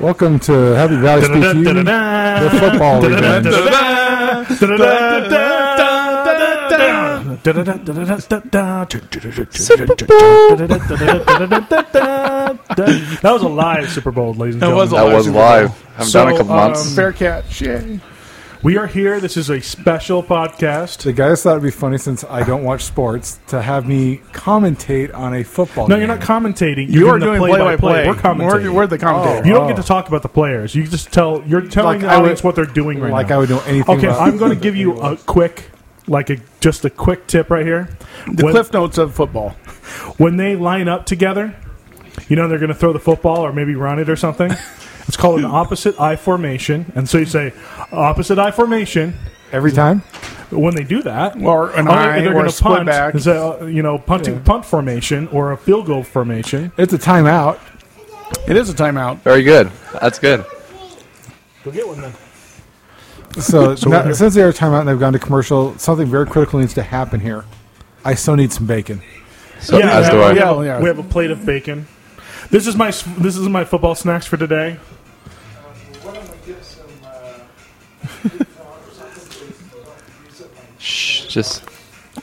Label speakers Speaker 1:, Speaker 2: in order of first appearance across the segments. Speaker 1: Welcome to Happy Valley Speak Union, the football league.
Speaker 2: That was a live Super Bowl, ladies and
Speaker 3: That
Speaker 2: gentlemen.
Speaker 3: was
Speaker 4: That was live. Haven't
Speaker 2: So,
Speaker 4: done a couple
Speaker 2: um,
Speaker 3: Hmm.
Speaker 4: months.
Speaker 1: Fair catch, yay.
Speaker 2: we are here. This is a special podcast.
Speaker 1: The guys thought it'd be funny since I don't watch sports to have me commentate on a football.
Speaker 2: No,
Speaker 1: game.
Speaker 2: you're not commentating.
Speaker 3: You
Speaker 2: You're
Speaker 3: are doing
Speaker 2: the play-by-play.
Speaker 3: play-by-play.
Speaker 2: We're commentating.
Speaker 3: We're, Oh. we're the commentator.
Speaker 2: you don't get to talk about the players. You just tell. You're telling
Speaker 1: Like
Speaker 2: the
Speaker 1: I would-
Speaker 2: audience what they're doing right
Speaker 1: like
Speaker 2: now.
Speaker 1: I would know anything.
Speaker 2: Okay,
Speaker 1: about
Speaker 2: I'm going to give you a quick, like a just a quick tip right here.
Speaker 3: The
Speaker 2: when,
Speaker 3: cliff notes of football.
Speaker 2: when they line up together, you know they're going to throw the football or maybe run it or something. It's called an opposite eye formation, and so you say opposite eye formation.
Speaker 1: every time.
Speaker 2: But when they do that,
Speaker 3: Or an
Speaker 2: all
Speaker 3: eye,
Speaker 2: they're
Speaker 3: or
Speaker 2: gonna
Speaker 3: a split
Speaker 2: punt
Speaker 3: back.
Speaker 2: is a, you know punting punt formation or a field goal formation.
Speaker 1: It's a timeout.
Speaker 3: It is a timeout.
Speaker 4: Very good. That's good.
Speaker 2: Go get one then.
Speaker 1: So, now, since they are timeout and they've gone to commercial, something very critical needs to happen here. I still need some bacon.
Speaker 4: So
Speaker 2: yeah,
Speaker 4: as
Speaker 2: we
Speaker 4: do I.
Speaker 2: have-
Speaker 3: Yeah.
Speaker 2: We, have, we have a plate of bacon. This is my s- this is my football snacks for today.
Speaker 4: Shh, just.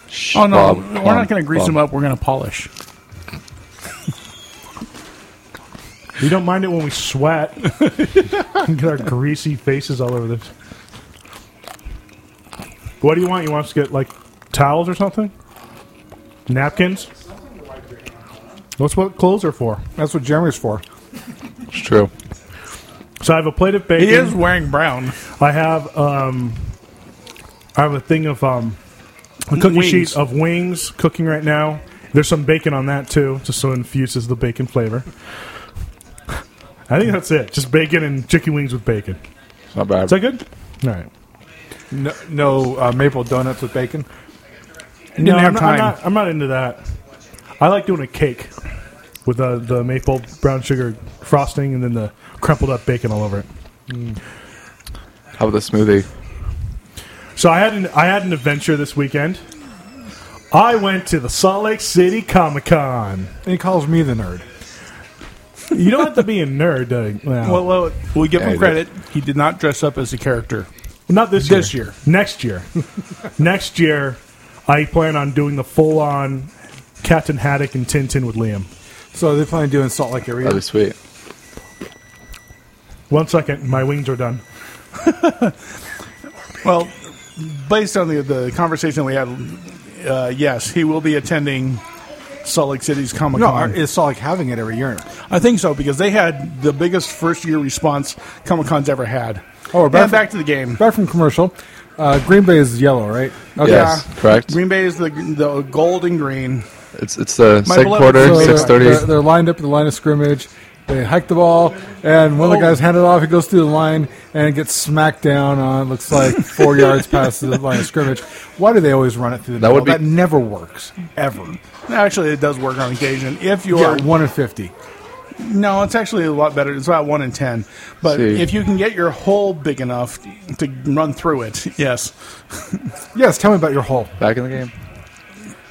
Speaker 4: Shh,
Speaker 3: Oh no,
Speaker 4: Bob,
Speaker 3: we're
Speaker 4: Bob,
Speaker 3: not going to grease
Speaker 4: Bob.
Speaker 3: them up. We're going to polish.
Speaker 2: We don't mind it when we sweat. get our greasy faces all over this. What do you want? You want us to get like towels or something? Napkins? That's what clothes are for.
Speaker 1: That's what Jeremy's for.
Speaker 4: It's true.
Speaker 2: So I have a plate of bacon.
Speaker 3: He is wearing brown.
Speaker 2: I have um, I have a thing of um, a cookie
Speaker 3: Wings.
Speaker 2: sheet of wings cooking right now. There's some bacon on that too, just so it infuses the bacon flavor. I think that's it. Just bacon and chicken wings with bacon.
Speaker 4: It's not bad.
Speaker 2: Is that good? All right.
Speaker 1: No, no uh, maple donuts with bacon.
Speaker 3: Didn't
Speaker 2: no,
Speaker 3: have
Speaker 2: I'm, not- I'm
Speaker 3: time.
Speaker 2: Not, I'm not into that. I like doing a cake with the, the maple brown sugar frosting and then the crumpled up bacon all over it.
Speaker 4: How about the smoothie?
Speaker 2: So I had an I had an adventure this weekend. I went to the Salt Lake City Comic Con.
Speaker 1: And he calls me the nerd.
Speaker 2: You don't have to be a nerd. To, well,
Speaker 3: Well, well, we give
Speaker 4: Yeah, he
Speaker 3: him
Speaker 4: did.
Speaker 3: credit. He did not dress up as a character.
Speaker 2: not this year.
Speaker 3: this year.
Speaker 2: Next year. Next year, I plan on doing the full on Captain Haddock and Tintin with Liam.
Speaker 1: So they plan on doing Salt Lake area.
Speaker 4: That'd be sweet.
Speaker 2: One second, my wings are done.
Speaker 3: Well, based on the the conversation we had, uh, yes, he will be attending Salt Lake City's Comic
Speaker 1: No,
Speaker 3: Con.
Speaker 1: are- is Salt Lake having it every year?
Speaker 3: I think so because they had the biggest first year response Comic Con's ever had.
Speaker 1: Oh, we're back-
Speaker 3: and back to the game.
Speaker 1: Back from commercial. Uh, Green Bay is yellow, right? Okay.
Speaker 4: Yes, correct.
Speaker 3: Uh, Green Bay is the the gold and green.
Speaker 4: It's it's the
Speaker 3: My
Speaker 4: second
Speaker 3: beloved
Speaker 4: quarter,
Speaker 3: son-
Speaker 1: So
Speaker 4: six
Speaker 1: they're,
Speaker 4: thirty.
Speaker 1: they're- they're lined up at the line of scrimmage. They hike the ball, and one of the
Speaker 3: Oh.
Speaker 1: guys handed off. He goes through the line and it gets smacked down on. Looks like four yards past the line of scrimmage. Why do they always run it through the
Speaker 4: That
Speaker 1: middle?
Speaker 4: would be-
Speaker 1: that never works ever.
Speaker 3: Actually, it does work on occasion if you
Speaker 1: Yeah,
Speaker 3: are
Speaker 1: one in fifty.
Speaker 3: No, it's actually a lot better. It's about one in ten. But
Speaker 4: See.
Speaker 3: if you can get your hole big enough to run through it, yes.
Speaker 1: Yes, tell me about your hole.
Speaker 4: Back in the game.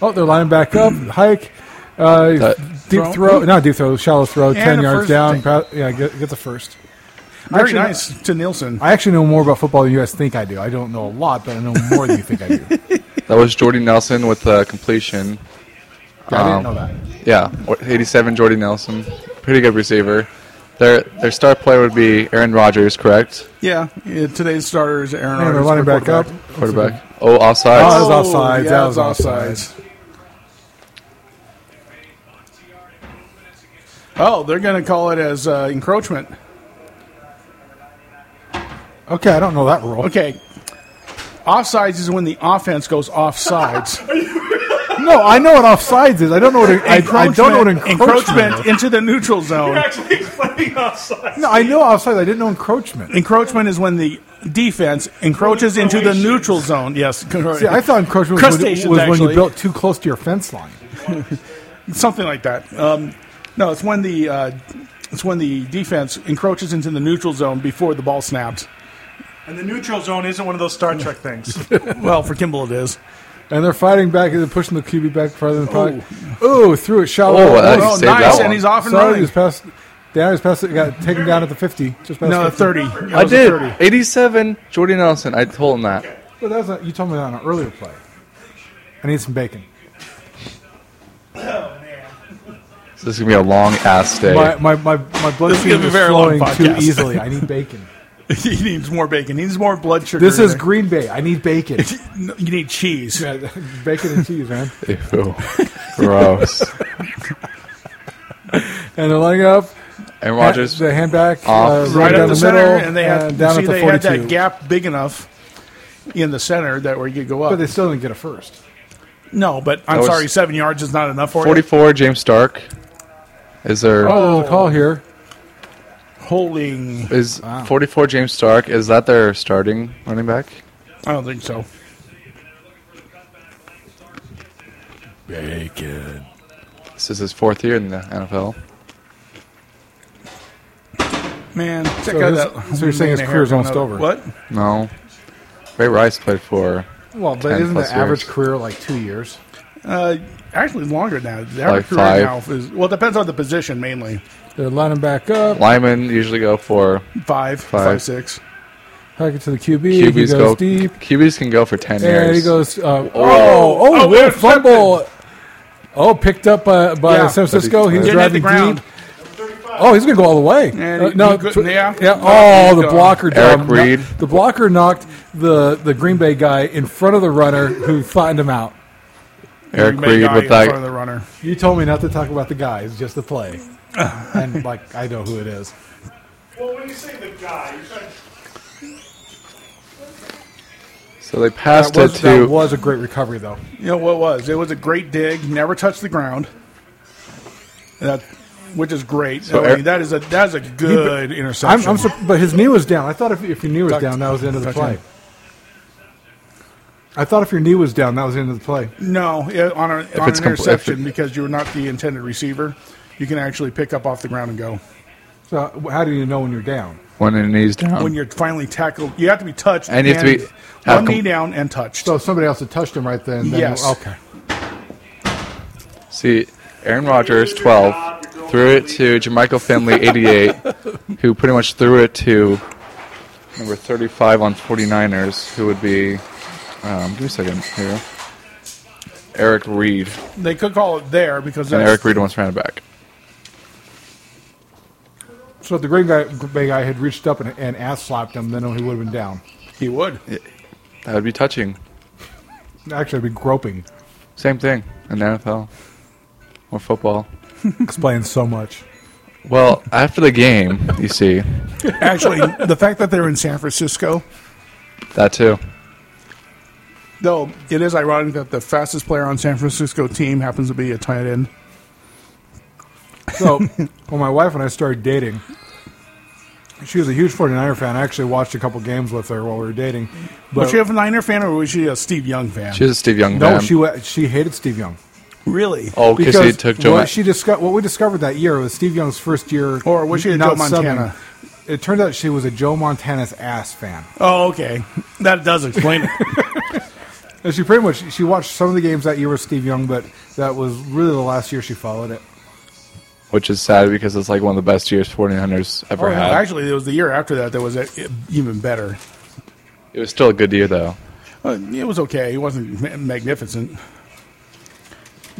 Speaker 1: Oh, they're lining back up. Hike. Uh,
Speaker 4: Mm-hmm. That-
Speaker 1: deep throw.
Speaker 3: Throw.
Speaker 1: not deep throw, shallow throw, ten
Speaker 3: a
Speaker 1: yards
Speaker 3: first
Speaker 1: down.
Speaker 3: take.
Speaker 1: pa- yeah, get, get the first.
Speaker 3: Very
Speaker 1: Actually,
Speaker 3: nice to Nielsen.
Speaker 1: I actually know more about football than you guys think I do. I don't know a lot, but I know more than you think I do. Yeah,
Speaker 4: That was Jordy Nelson with uh, completion.
Speaker 1: I didn't
Speaker 4: Um,
Speaker 1: know that.
Speaker 4: Yeah, or- 87 Jordy Nelson. Pretty good receiver. Their their star player would be Aaron Rodgers, correct?
Speaker 3: yeah, yeah, today's starter is Aaron
Speaker 1: And they're
Speaker 3: Rodgers.
Speaker 1: lining
Speaker 3: their
Speaker 1: back up.
Speaker 3: quarterback.
Speaker 4: Quarterback. Oh,
Speaker 1: Oh, that
Speaker 4: offsides.
Speaker 1: was
Speaker 3: Oh,
Speaker 1: offsides.
Speaker 3: yeah,
Speaker 1: that
Speaker 3: it
Speaker 1: was
Speaker 3: was
Speaker 1: offsides.
Speaker 3: Oh, they're going to call it as uh, encroachment.
Speaker 1: Okay, I don't know that rule.
Speaker 3: Okay. Offsides is when the offense goes offsides.
Speaker 1: No, I know what offsides is. I don't know what I, I don't know what
Speaker 3: Encroachment-
Speaker 1: encroachment.
Speaker 3: encroachment into the neutral zone.
Speaker 2: actually explaining offside.
Speaker 1: No, I know offsides. I didn't know encroachment.
Speaker 3: Encroachment is when the defense encroaches into the neutral zone. Yes,
Speaker 1: See, I thought encroachment was, when,
Speaker 3: Crustaceans,
Speaker 1: was when you
Speaker 3: actually.
Speaker 1: built too close to your fence line.
Speaker 3: something like that. Um, no, it's when the uh, it's when the defense encroaches into the neutral zone before the ball snapped.
Speaker 2: And the neutral zone isn't one of those Star Trek things.
Speaker 3: Well, for Kimball, it is.
Speaker 1: And they're fighting back. They're pushing the QB back farther than the puck. Ooh, threw it shallow.
Speaker 4: Oh,
Speaker 1: Oh,
Speaker 4: that-
Speaker 1: no,
Speaker 3: Oh,
Speaker 4: saved
Speaker 3: nice,
Speaker 4: that
Speaker 3: and
Speaker 4: one.
Speaker 3: he's off and
Speaker 1: sorry,
Speaker 3: running.
Speaker 1: just passed. The Niners pass it got taken down at the 50. Just past
Speaker 3: No,
Speaker 1: 50.
Speaker 3: 30. That
Speaker 4: I
Speaker 3: was a
Speaker 4: did.
Speaker 3: 30.
Speaker 4: 87, Jordy Nelson. I told him that.
Speaker 1: But that was a, you told me that on an earlier play. I need some bacon.
Speaker 4: So this is going to be a long ass day.
Speaker 1: My, my, my, my blood
Speaker 3: This
Speaker 1: sugar
Speaker 3: is gonna
Speaker 1: is
Speaker 3: be a very long
Speaker 1: flowing too
Speaker 3: podcast.
Speaker 1: easily. I need bacon.
Speaker 3: he needs more bacon. He needs more blood sugar.
Speaker 1: This
Speaker 3: in
Speaker 1: is
Speaker 3: there.
Speaker 1: Green Bay. I need bacon.
Speaker 3: No, You need cheese.
Speaker 1: Yeah, bacon and cheese, man.
Speaker 4: Ew. Gross.
Speaker 1: And they're lining up.
Speaker 4: Aaron
Speaker 1: ha-
Speaker 4: Rodgers.
Speaker 1: The handback uh,
Speaker 4: Off.
Speaker 1: right,
Speaker 3: Right
Speaker 1: down
Speaker 3: up the
Speaker 1: the,
Speaker 3: center,
Speaker 1: middle,
Speaker 3: and they had,
Speaker 1: and down
Speaker 3: see,
Speaker 1: at the
Speaker 3: they
Speaker 1: 42.
Speaker 3: had that gap big enough in the center that where you could go up.
Speaker 1: But they still didn't get a first.
Speaker 3: no, but I'm
Speaker 4: was-
Speaker 3: sorry, seven yards is not enough for you.
Speaker 4: 44, James Stark. Is there?
Speaker 1: Oh, there's a call here.
Speaker 3: Holding,
Speaker 4: Is 44 James Stark, is that their starting running back?
Speaker 3: I don't think so.
Speaker 4: This is his fourth year in the NFL.
Speaker 3: Man, check
Speaker 1: So
Speaker 3: out
Speaker 1: his-
Speaker 3: that.
Speaker 1: so you're saying his
Speaker 3: hair
Speaker 1: career's
Speaker 3: coming
Speaker 1: almost
Speaker 3: out.
Speaker 1: over.
Speaker 3: What?
Speaker 4: No. Ray Rice played for
Speaker 1: Well, but
Speaker 4: 10
Speaker 1: isn't the
Speaker 4: plus
Speaker 1: average
Speaker 4: years.
Speaker 1: career like two years?
Speaker 3: Uh, actually, longer now. The
Speaker 4: Like
Speaker 3: average career
Speaker 4: five.
Speaker 3: now is well, it depends on the position mainly.
Speaker 1: They're lining back up.
Speaker 4: Lyman, usually go for
Speaker 3: Five, five, six.
Speaker 1: Hack it to the QB. he
Speaker 4: QBs.
Speaker 1: goes
Speaker 4: Go,
Speaker 1: deep.
Speaker 4: QBs can go for 10
Speaker 1: And
Speaker 4: years.
Speaker 1: he goes, uh, oh, oh,
Speaker 3: Oh,
Speaker 1: Will
Speaker 3: intercepted.
Speaker 1: fumble. Oh, picked up by, by
Speaker 3: Yeah.
Speaker 1: San Francisco. He's
Speaker 3: Didn't hit the
Speaker 1: driving
Speaker 3: ground.
Speaker 1: deep. Oh, he's going to go all the way.
Speaker 3: And
Speaker 1: Uh,
Speaker 3: he- he couldn't- yeah.
Speaker 1: yeah.
Speaker 3: Oh,
Speaker 1: Oh,
Speaker 3: he's
Speaker 1: the
Speaker 3: gone.
Speaker 1: blocker.
Speaker 4: Eric
Speaker 1: um,
Speaker 4: Reed.
Speaker 1: kno- The blocker knocked the, the Green Bay guy in front of the runner who flattened him out.
Speaker 4: Eric
Speaker 3: You may
Speaker 4: Reed
Speaker 3: die
Speaker 4: with
Speaker 3: in
Speaker 4: that.
Speaker 3: front of the runner.
Speaker 1: You told me not to talk about the guy. It's just the play. and, like, I know who it is.
Speaker 2: Well, when you say the guy, you're talking
Speaker 4: so they
Speaker 1: That
Speaker 4: passed
Speaker 1: was,
Speaker 4: it
Speaker 1: that
Speaker 4: to.
Speaker 1: was a great recovery, though.
Speaker 3: You know what it was? It was a great dig, never touched the ground. That, which is great. So, I
Speaker 4: Eric-
Speaker 3: mean, that is a that is a good
Speaker 1: I'm,
Speaker 3: interception.
Speaker 1: I'm sur- but his knee was down. I thought if, if your knee was
Speaker 3: Tucked-
Speaker 1: down, that was the end of the
Speaker 3: tucked
Speaker 1: play.
Speaker 3: in.
Speaker 1: I thought if your knee was down, that was the end of the play.
Speaker 3: no, yeah, on, a, on an
Speaker 4: it's compl- if
Speaker 3: interception
Speaker 4: it-
Speaker 3: because you were not the intended receiver. You can actually pick up off the ground and go.
Speaker 1: So how do you know when you're down?
Speaker 4: When the knees down.
Speaker 3: When you're finally tackled, you have to be touched.
Speaker 4: And you have to be- have
Speaker 3: one
Speaker 4: com-
Speaker 3: knee down and touched.
Speaker 1: So if somebody else had touched him right then. then
Speaker 3: Yes.
Speaker 1: Okay.
Speaker 4: See, Aaron Rodgers, 12, threw it to Jermichael Finley, 88, who pretty much threw it to number 35 on 49ers, who would be. Um, give me a second here. Eric Reed.
Speaker 3: they could call it there because
Speaker 4: And
Speaker 3: that's-
Speaker 4: Eric Reed once ran it back.
Speaker 1: So if the green guy, big guy had reached up and, and ass slapped him, then he would have been down.
Speaker 3: he would.
Speaker 4: That would be touching.
Speaker 1: Actually, it'd be groping.
Speaker 4: Same thing in the NFL or football.
Speaker 1: Explains so much.
Speaker 4: Well, after the game, you see
Speaker 3: Actually, the fact that they're in San Francisco,
Speaker 4: that too.
Speaker 3: though, it is ironic that the fastest player on San Francisco team happens to be a tight end.
Speaker 1: So when my wife and I started dating, she was a huge 49er fan. I actually watched a couple games with her while we were dating. But
Speaker 3: Was she a Niner fan or was she a Steve Young fan?
Speaker 4: She was a Steve Young
Speaker 1: no,
Speaker 4: fan.
Speaker 1: she wa- she hated Steve Young.
Speaker 3: really?
Speaker 4: oh, because he took Joe. Ma-
Speaker 1: what she disco- what we discovered that year was Steve Young's first year,
Speaker 3: Or was she a
Speaker 1: not
Speaker 3: Joe Montana?
Speaker 1: subbing. It turned out she was a Joe Montana's ass fan,
Speaker 3: Oh, okay. That does explain it.
Speaker 1: and she pretty much she watched some of the games that year with Steve Young, but that was really the last year she followed it.
Speaker 4: which is sad because it's like one of the best years 49ers ever
Speaker 1: Oh,
Speaker 4: had.
Speaker 3: Oh, Actually, it was the year after that that was uh, even better.
Speaker 4: it was still a good year though.
Speaker 3: Uh, it was okay. It wasn't ma- magnificent.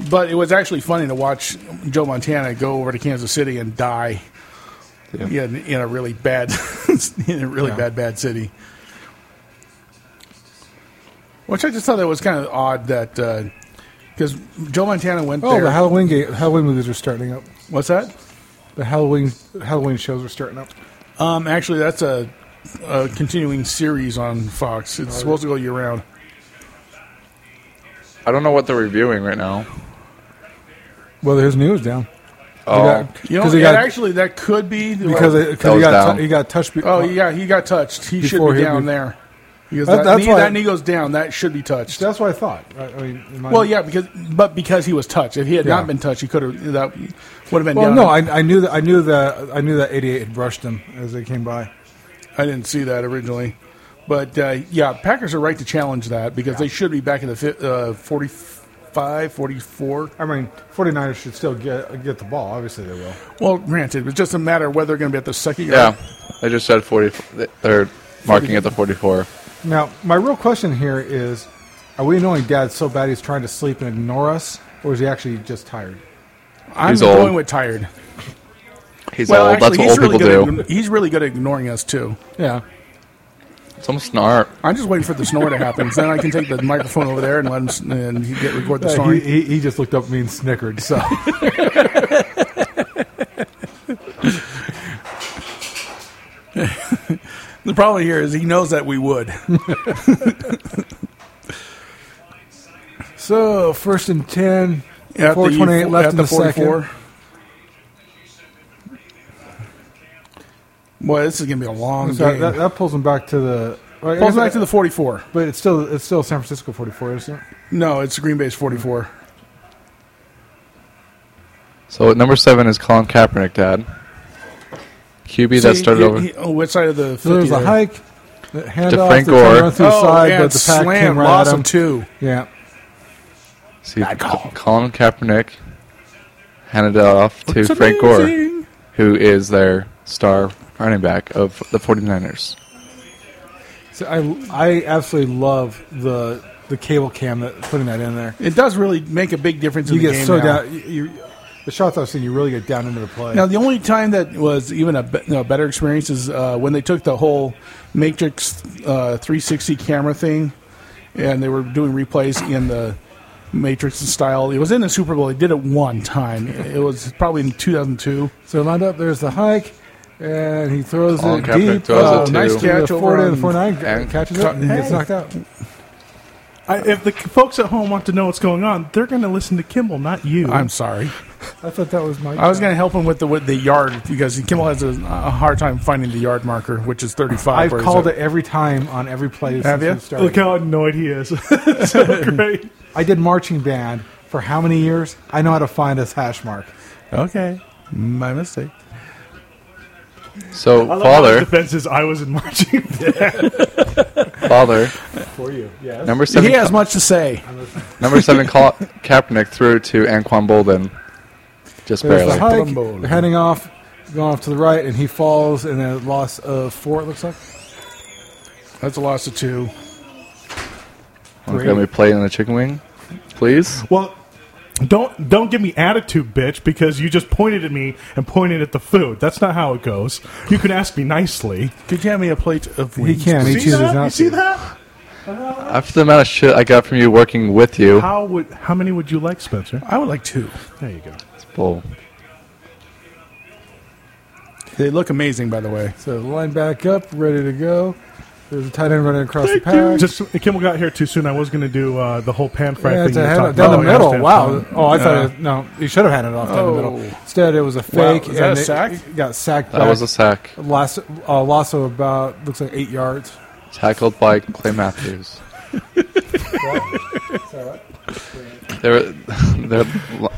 Speaker 3: But it was actually funny to watch Joe Montana go over to Kansas City and die
Speaker 4: Yeah.
Speaker 3: in, in a really bad, in a really
Speaker 1: Yeah.
Speaker 3: bad, bad city. Which I just thought that was kind of odd that because Joe Montana went
Speaker 1: Oh,
Speaker 3: there.
Speaker 1: the Halloween ga- Halloween movies are starting up.
Speaker 3: What's that?
Speaker 1: The Halloween Halloween shows are starting up.
Speaker 3: Um, actually, that's a, a continuing series on Fox.
Speaker 1: Oh,
Speaker 3: It's supposed to go year round.
Speaker 4: I don't know what they're reviewing right now.
Speaker 1: Well, his knee was down.
Speaker 4: Oh,
Speaker 3: You know,
Speaker 1: 'cause
Speaker 3: and
Speaker 1: he got
Speaker 3: actually, that could be
Speaker 1: because it- 'cause
Speaker 4: That
Speaker 1: he
Speaker 4: was
Speaker 1: got
Speaker 4: down.
Speaker 1: tou- he got touched. be-
Speaker 3: oh yeah, he got touched. He should
Speaker 1: Before
Speaker 3: be
Speaker 1: he-
Speaker 3: down there. Because
Speaker 1: That-
Speaker 3: that,
Speaker 1: that's
Speaker 3: knee,
Speaker 1: why-
Speaker 3: that knee goes down. That should be touched.
Speaker 1: that's what I thought. I, I mean, in my-
Speaker 3: Well, yeah, because but because he was touched. If he had
Speaker 1: Yeah.
Speaker 3: not been touched, he could have that would have been
Speaker 1: Well,
Speaker 3: down.
Speaker 1: no, I, I knew that I knew that I knew that 88 had brushed him as they came by.
Speaker 3: I didn't see that originally, but uh, yeah, Packers are right to challenge that because they should be back in the fi- uh, 40, 45, 44.
Speaker 1: I mean, 49ers should still get get the ball. Obviously, they will.
Speaker 3: Well, granted, it's just a matter of whether they're going to be at the second yard.
Speaker 4: Yeah, they just said 40. They're marking at the 44.
Speaker 1: Now, my real question here is: Are we knowing Dad so bad he's trying to sleep and ignore us, or is he actually just tired?
Speaker 3: I'm
Speaker 4: He's
Speaker 3: going
Speaker 4: old.
Speaker 3: with tired.
Speaker 4: He's old. That's what
Speaker 3: he's
Speaker 4: old
Speaker 3: really
Speaker 4: people
Speaker 3: good
Speaker 4: do.
Speaker 3: At, ign- he's really good at ignoring us too.
Speaker 1: Yeah.
Speaker 4: It's almost snark.
Speaker 3: I'm just waiting for the snore to happen. then I can take the microphone over there and let him s- and he get record the
Speaker 1: Uh,
Speaker 3: snoring.
Speaker 1: he, he, he just looked up at me and snickered. So
Speaker 3: the problem here is he knows that we would.
Speaker 1: so first and ten.
Speaker 3: At
Speaker 1: 428
Speaker 3: the,
Speaker 1: left
Speaker 3: at
Speaker 1: in
Speaker 3: the
Speaker 1: the second.
Speaker 3: 44. Boy, this is going to be a long
Speaker 1: So
Speaker 3: game.
Speaker 1: that, that pulls him back to the. Well, I
Speaker 3: Pulls
Speaker 1: guess-
Speaker 3: back to the 44.
Speaker 1: But it's still it's still San Francisco 44, isn't it?
Speaker 3: No, it's Green Bay's 44.
Speaker 4: So at number seven is Colin Kaepernick, Dad. QB that
Speaker 3: See,
Speaker 4: started
Speaker 3: he-
Speaker 4: over.
Speaker 3: he- oh, which side of the 50
Speaker 1: So there's a
Speaker 3: there?
Speaker 1: hike, the handoff,
Speaker 4: Frank
Speaker 1: the turn
Speaker 4: Gore.
Speaker 1: run through the
Speaker 3: Oh,
Speaker 1: side,
Speaker 3: yeah,
Speaker 1: but the pack
Speaker 3: slam,
Speaker 1: came right
Speaker 3: loss
Speaker 1: at
Speaker 3: of
Speaker 1: him.
Speaker 3: two.
Speaker 1: Yeah,
Speaker 4: See, Colin Kaepernick handed it off to
Speaker 3: It's
Speaker 4: Frank Gore,
Speaker 3: amazing.
Speaker 4: who is their star running back of the 49ers.
Speaker 1: so I I absolutely love the the cable cam that putting that in there.
Speaker 3: It does really make a big difference in
Speaker 1: You
Speaker 3: the
Speaker 1: get
Speaker 3: game
Speaker 1: so
Speaker 3: now.
Speaker 1: down. You, you, the shots I've seen, you really get down into the play.
Speaker 3: Now, the only time that was even a, be- you know, better experience is uh, when they took the whole Matrix uh, 360 camera thing, and they were doing replays in the Matrix style. It was in the Super Bowl. They did it one time. It was probably in 2002.
Speaker 1: so lined up. There's the hike, and he throws
Speaker 4: Colin
Speaker 1: it
Speaker 4: Kaepernick
Speaker 1: deep.
Speaker 4: throws
Speaker 1: uh,
Speaker 4: it to-
Speaker 1: nice
Speaker 3: Catch
Speaker 1: the
Speaker 3: over
Speaker 1: 40 and
Speaker 3: on-
Speaker 1: the 49
Speaker 4: and
Speaker 1: catches it and gets
Speaker 2: Hey.
Speaker 1: knocked out.
Speaker 2: I, if the folks at home want to know what's going on, they're going to listen to Kimball, not you.
Speaker 3: I'm sorry.
Speaker 1: I thought that was my.
Speaker 3: I was going to help him with the with the yard because Kimball has a, a hard time finding the yard marker, which is 35.
Speaker 1: I've
Speaker 3: Where is
Speaker 1: called it every time on every play
Speaker 3: Have
Speaker 1: since
Speaker 3: you?
Speaker 1: we started.
Speaker 2: Look how annoyed he is. so great.
Speaker 1: I did marching band for how many years? I know how to find a hash mark.
Speaker 3: Okay, my mistake.
Speaker 4: So
Speaker 2: I love how his
Speaker 4: father,
Speaker 2: defense is I was in marching band.
Speaker 4: father,
Speaker 1: For you, yes.
Speaker 4: number
Speaker 3: He
Speaker 4: seven,
Speaker 3: has much to say.
Speaker 4: number seven, Colin Kaepernick threw to Anquan Bolden, just
Speaker 1: There's the
Speaker 4: barely.
Speaker 1: hike.
Speaker 3: Trumbull.
Speaker 1: They're heading off, going off to the right, and he falls, and a loss of four. It looks like.
Speaker 3: That's a loss of two.
Speaker 4: Can we play in the chicken wing, please?
Speaker 2: Well, don't don't give me attitude, bitch, because you just pointed at me and pointed at the food. That's not how it goes. You can ask me nicely.
Speaker 3: Could you have me a plate of wings?
Speaker 1: can. He
Speaker 2: See
Speaker 1: chooses
Speaker 2: that?
Speaker 1: not
Speaker 2: you see
Speaker 1: to.
Speaker 2: that?
Speaker 4: After the amount of shit I got from you working with you,
Speaker 2: How would how many would you like, Spencer?
Speaker 3: I would like two.
Speaker 2: There you go.
Speaker 4: bull.
Speaker 3: They look amazing, by the way.
Speaker 1: So line back up, ready to go. There's a tight end running across the
Speaker 2: Thank you.
Speaker 1: pack.
Speaker 2: Just Kimball got here too soon. I was going to do uh, the whole pan fry
Speaker 1: Yeah,
Speaker 2: thing.
Speaker 1: it's a
Speaker 2: you were
Speaker 1: head
Speaker 2: talking
Speaker 1: down
Speaker 2: about.
Speaker 1: the middle.
Speaker 2: Yeah,
Speaker 1: Wow! Oh, I thought
Speaker 3: Yeah.
Speaker 1: it, no, he should have handed it off down the middle.
Speaker 3: Oh.
Speaker 1: Instead, it was a
Speaker 3: Wow,
Speaker 1: fake,
Speaker 3: is that
Speaker 1: and
Speaker 3: a
Speaker 1: it-
Speaker 3: sack?
Speaker 1: it got sacked.
Speaker 4: That was a sack.
Speaker 1: loss. Uh, loss of about looks like eight yards.
Speaker 4: Tackled by Clay Matthews. Their, their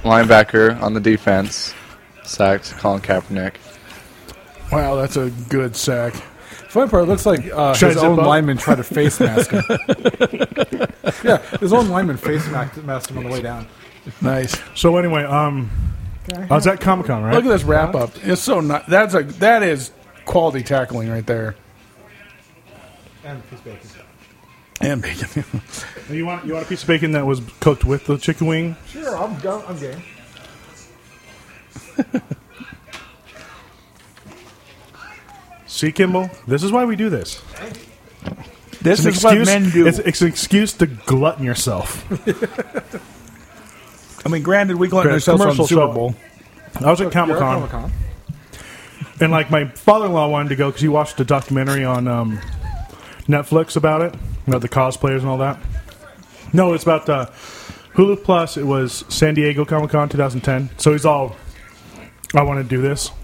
Speaker 4: linebacker on the defense sacked Colin Kaepernick.
Speaker 3: Wow, that's a good sack.
Speaker 1: Funny part, it looks like uh,
Speaker 3: Tries
Speaker 1: his
Speaker 3: to
Speaker 1: own
Speaker 3: bump.
Speaker 1: lineman tried to face mask him. yeah, his own lineman face mask- masked him on the way down.
Speaker 3: Nice.
Speaker 2: So anyway, um, I was at Comic Con, right?
Speaker 3: Look at this wrap up. It's so nice. That's a that is quality tackling right there.
Speaker 1: And piece of bacon.
Speaker 3: And bacon.
Speaker 2: You want you want a piece of bacon that was cooked with the chicken wing?
Speaker 1: Sure, I'm, go- I'm game.
Speaker 2: See, Kimball, this is why we do this.
Speaker 3: this
Speaker 2: It's
Speaker 3: is
Speaker 2: an
Speaker 3: what
Speaker 2: excuse-
Speaker 3: men do.
Speaker 2: It's, it's an excuse to glutton yourself.
Speaker 3: I mean, granted, we glutton
Speaker 2: Great.
Speaker 3: ourselves on the
Speaker 2: Commercial
Speaker 3: Super
Speaker 2: shot.
Speaker 3: Bowl.
Speaker 2: I was at Comic Con,
Speaker 1: Comic-Con.
Speaker 2: and like my father-in-law wanted to go because he watched a documentary on um, Netflix about it, about the cosplayers and all that. No, it's about uh, Hulu Plus. It was San Diego Comic Con 2010. So he's all, I want to do this.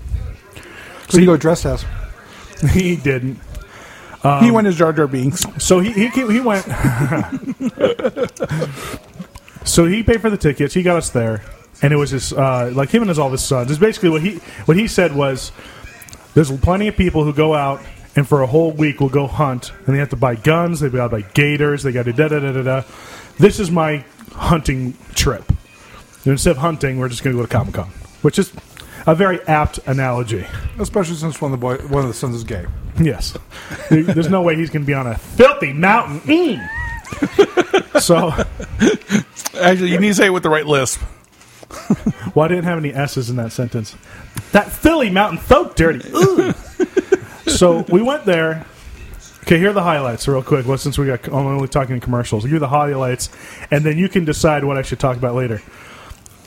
Speaker 1: So you go dressed as.
Speaker 2: he didn't.
Speaker 3: he went as Jar Jar Binks.
Speaker 2: So he he came, he went. so he paid for the tickets. He got us there, and it was his uh, like him and his all of his sons. It's basically what he what he said was, "There's plenty of people who go out and for a whole week we'll go hunt, and they have to buy guns, they got to buy gators, they got to da da da da da. This is my hunting trip. And instead of hunting, we're just going to go to Comic Con, which is a very apt analogy.
Speaker 1: Especially since one of the boy, one of the sons is gay.
Speaker 2: Yes. There- There's no way he's going to be on a filthy mountain. Mm. so,
Speaker 3: Actually, you need to say it with the right lisp.
Speaker 2: well, I didn't have any S's in that sentence. That Philly mountain folk dirty. Ooh. so we went there. Okay, here are the highlights real quick. Well, since we got I'm only talking in commercials, here are the highlights, and then you can decide what I should talk about later.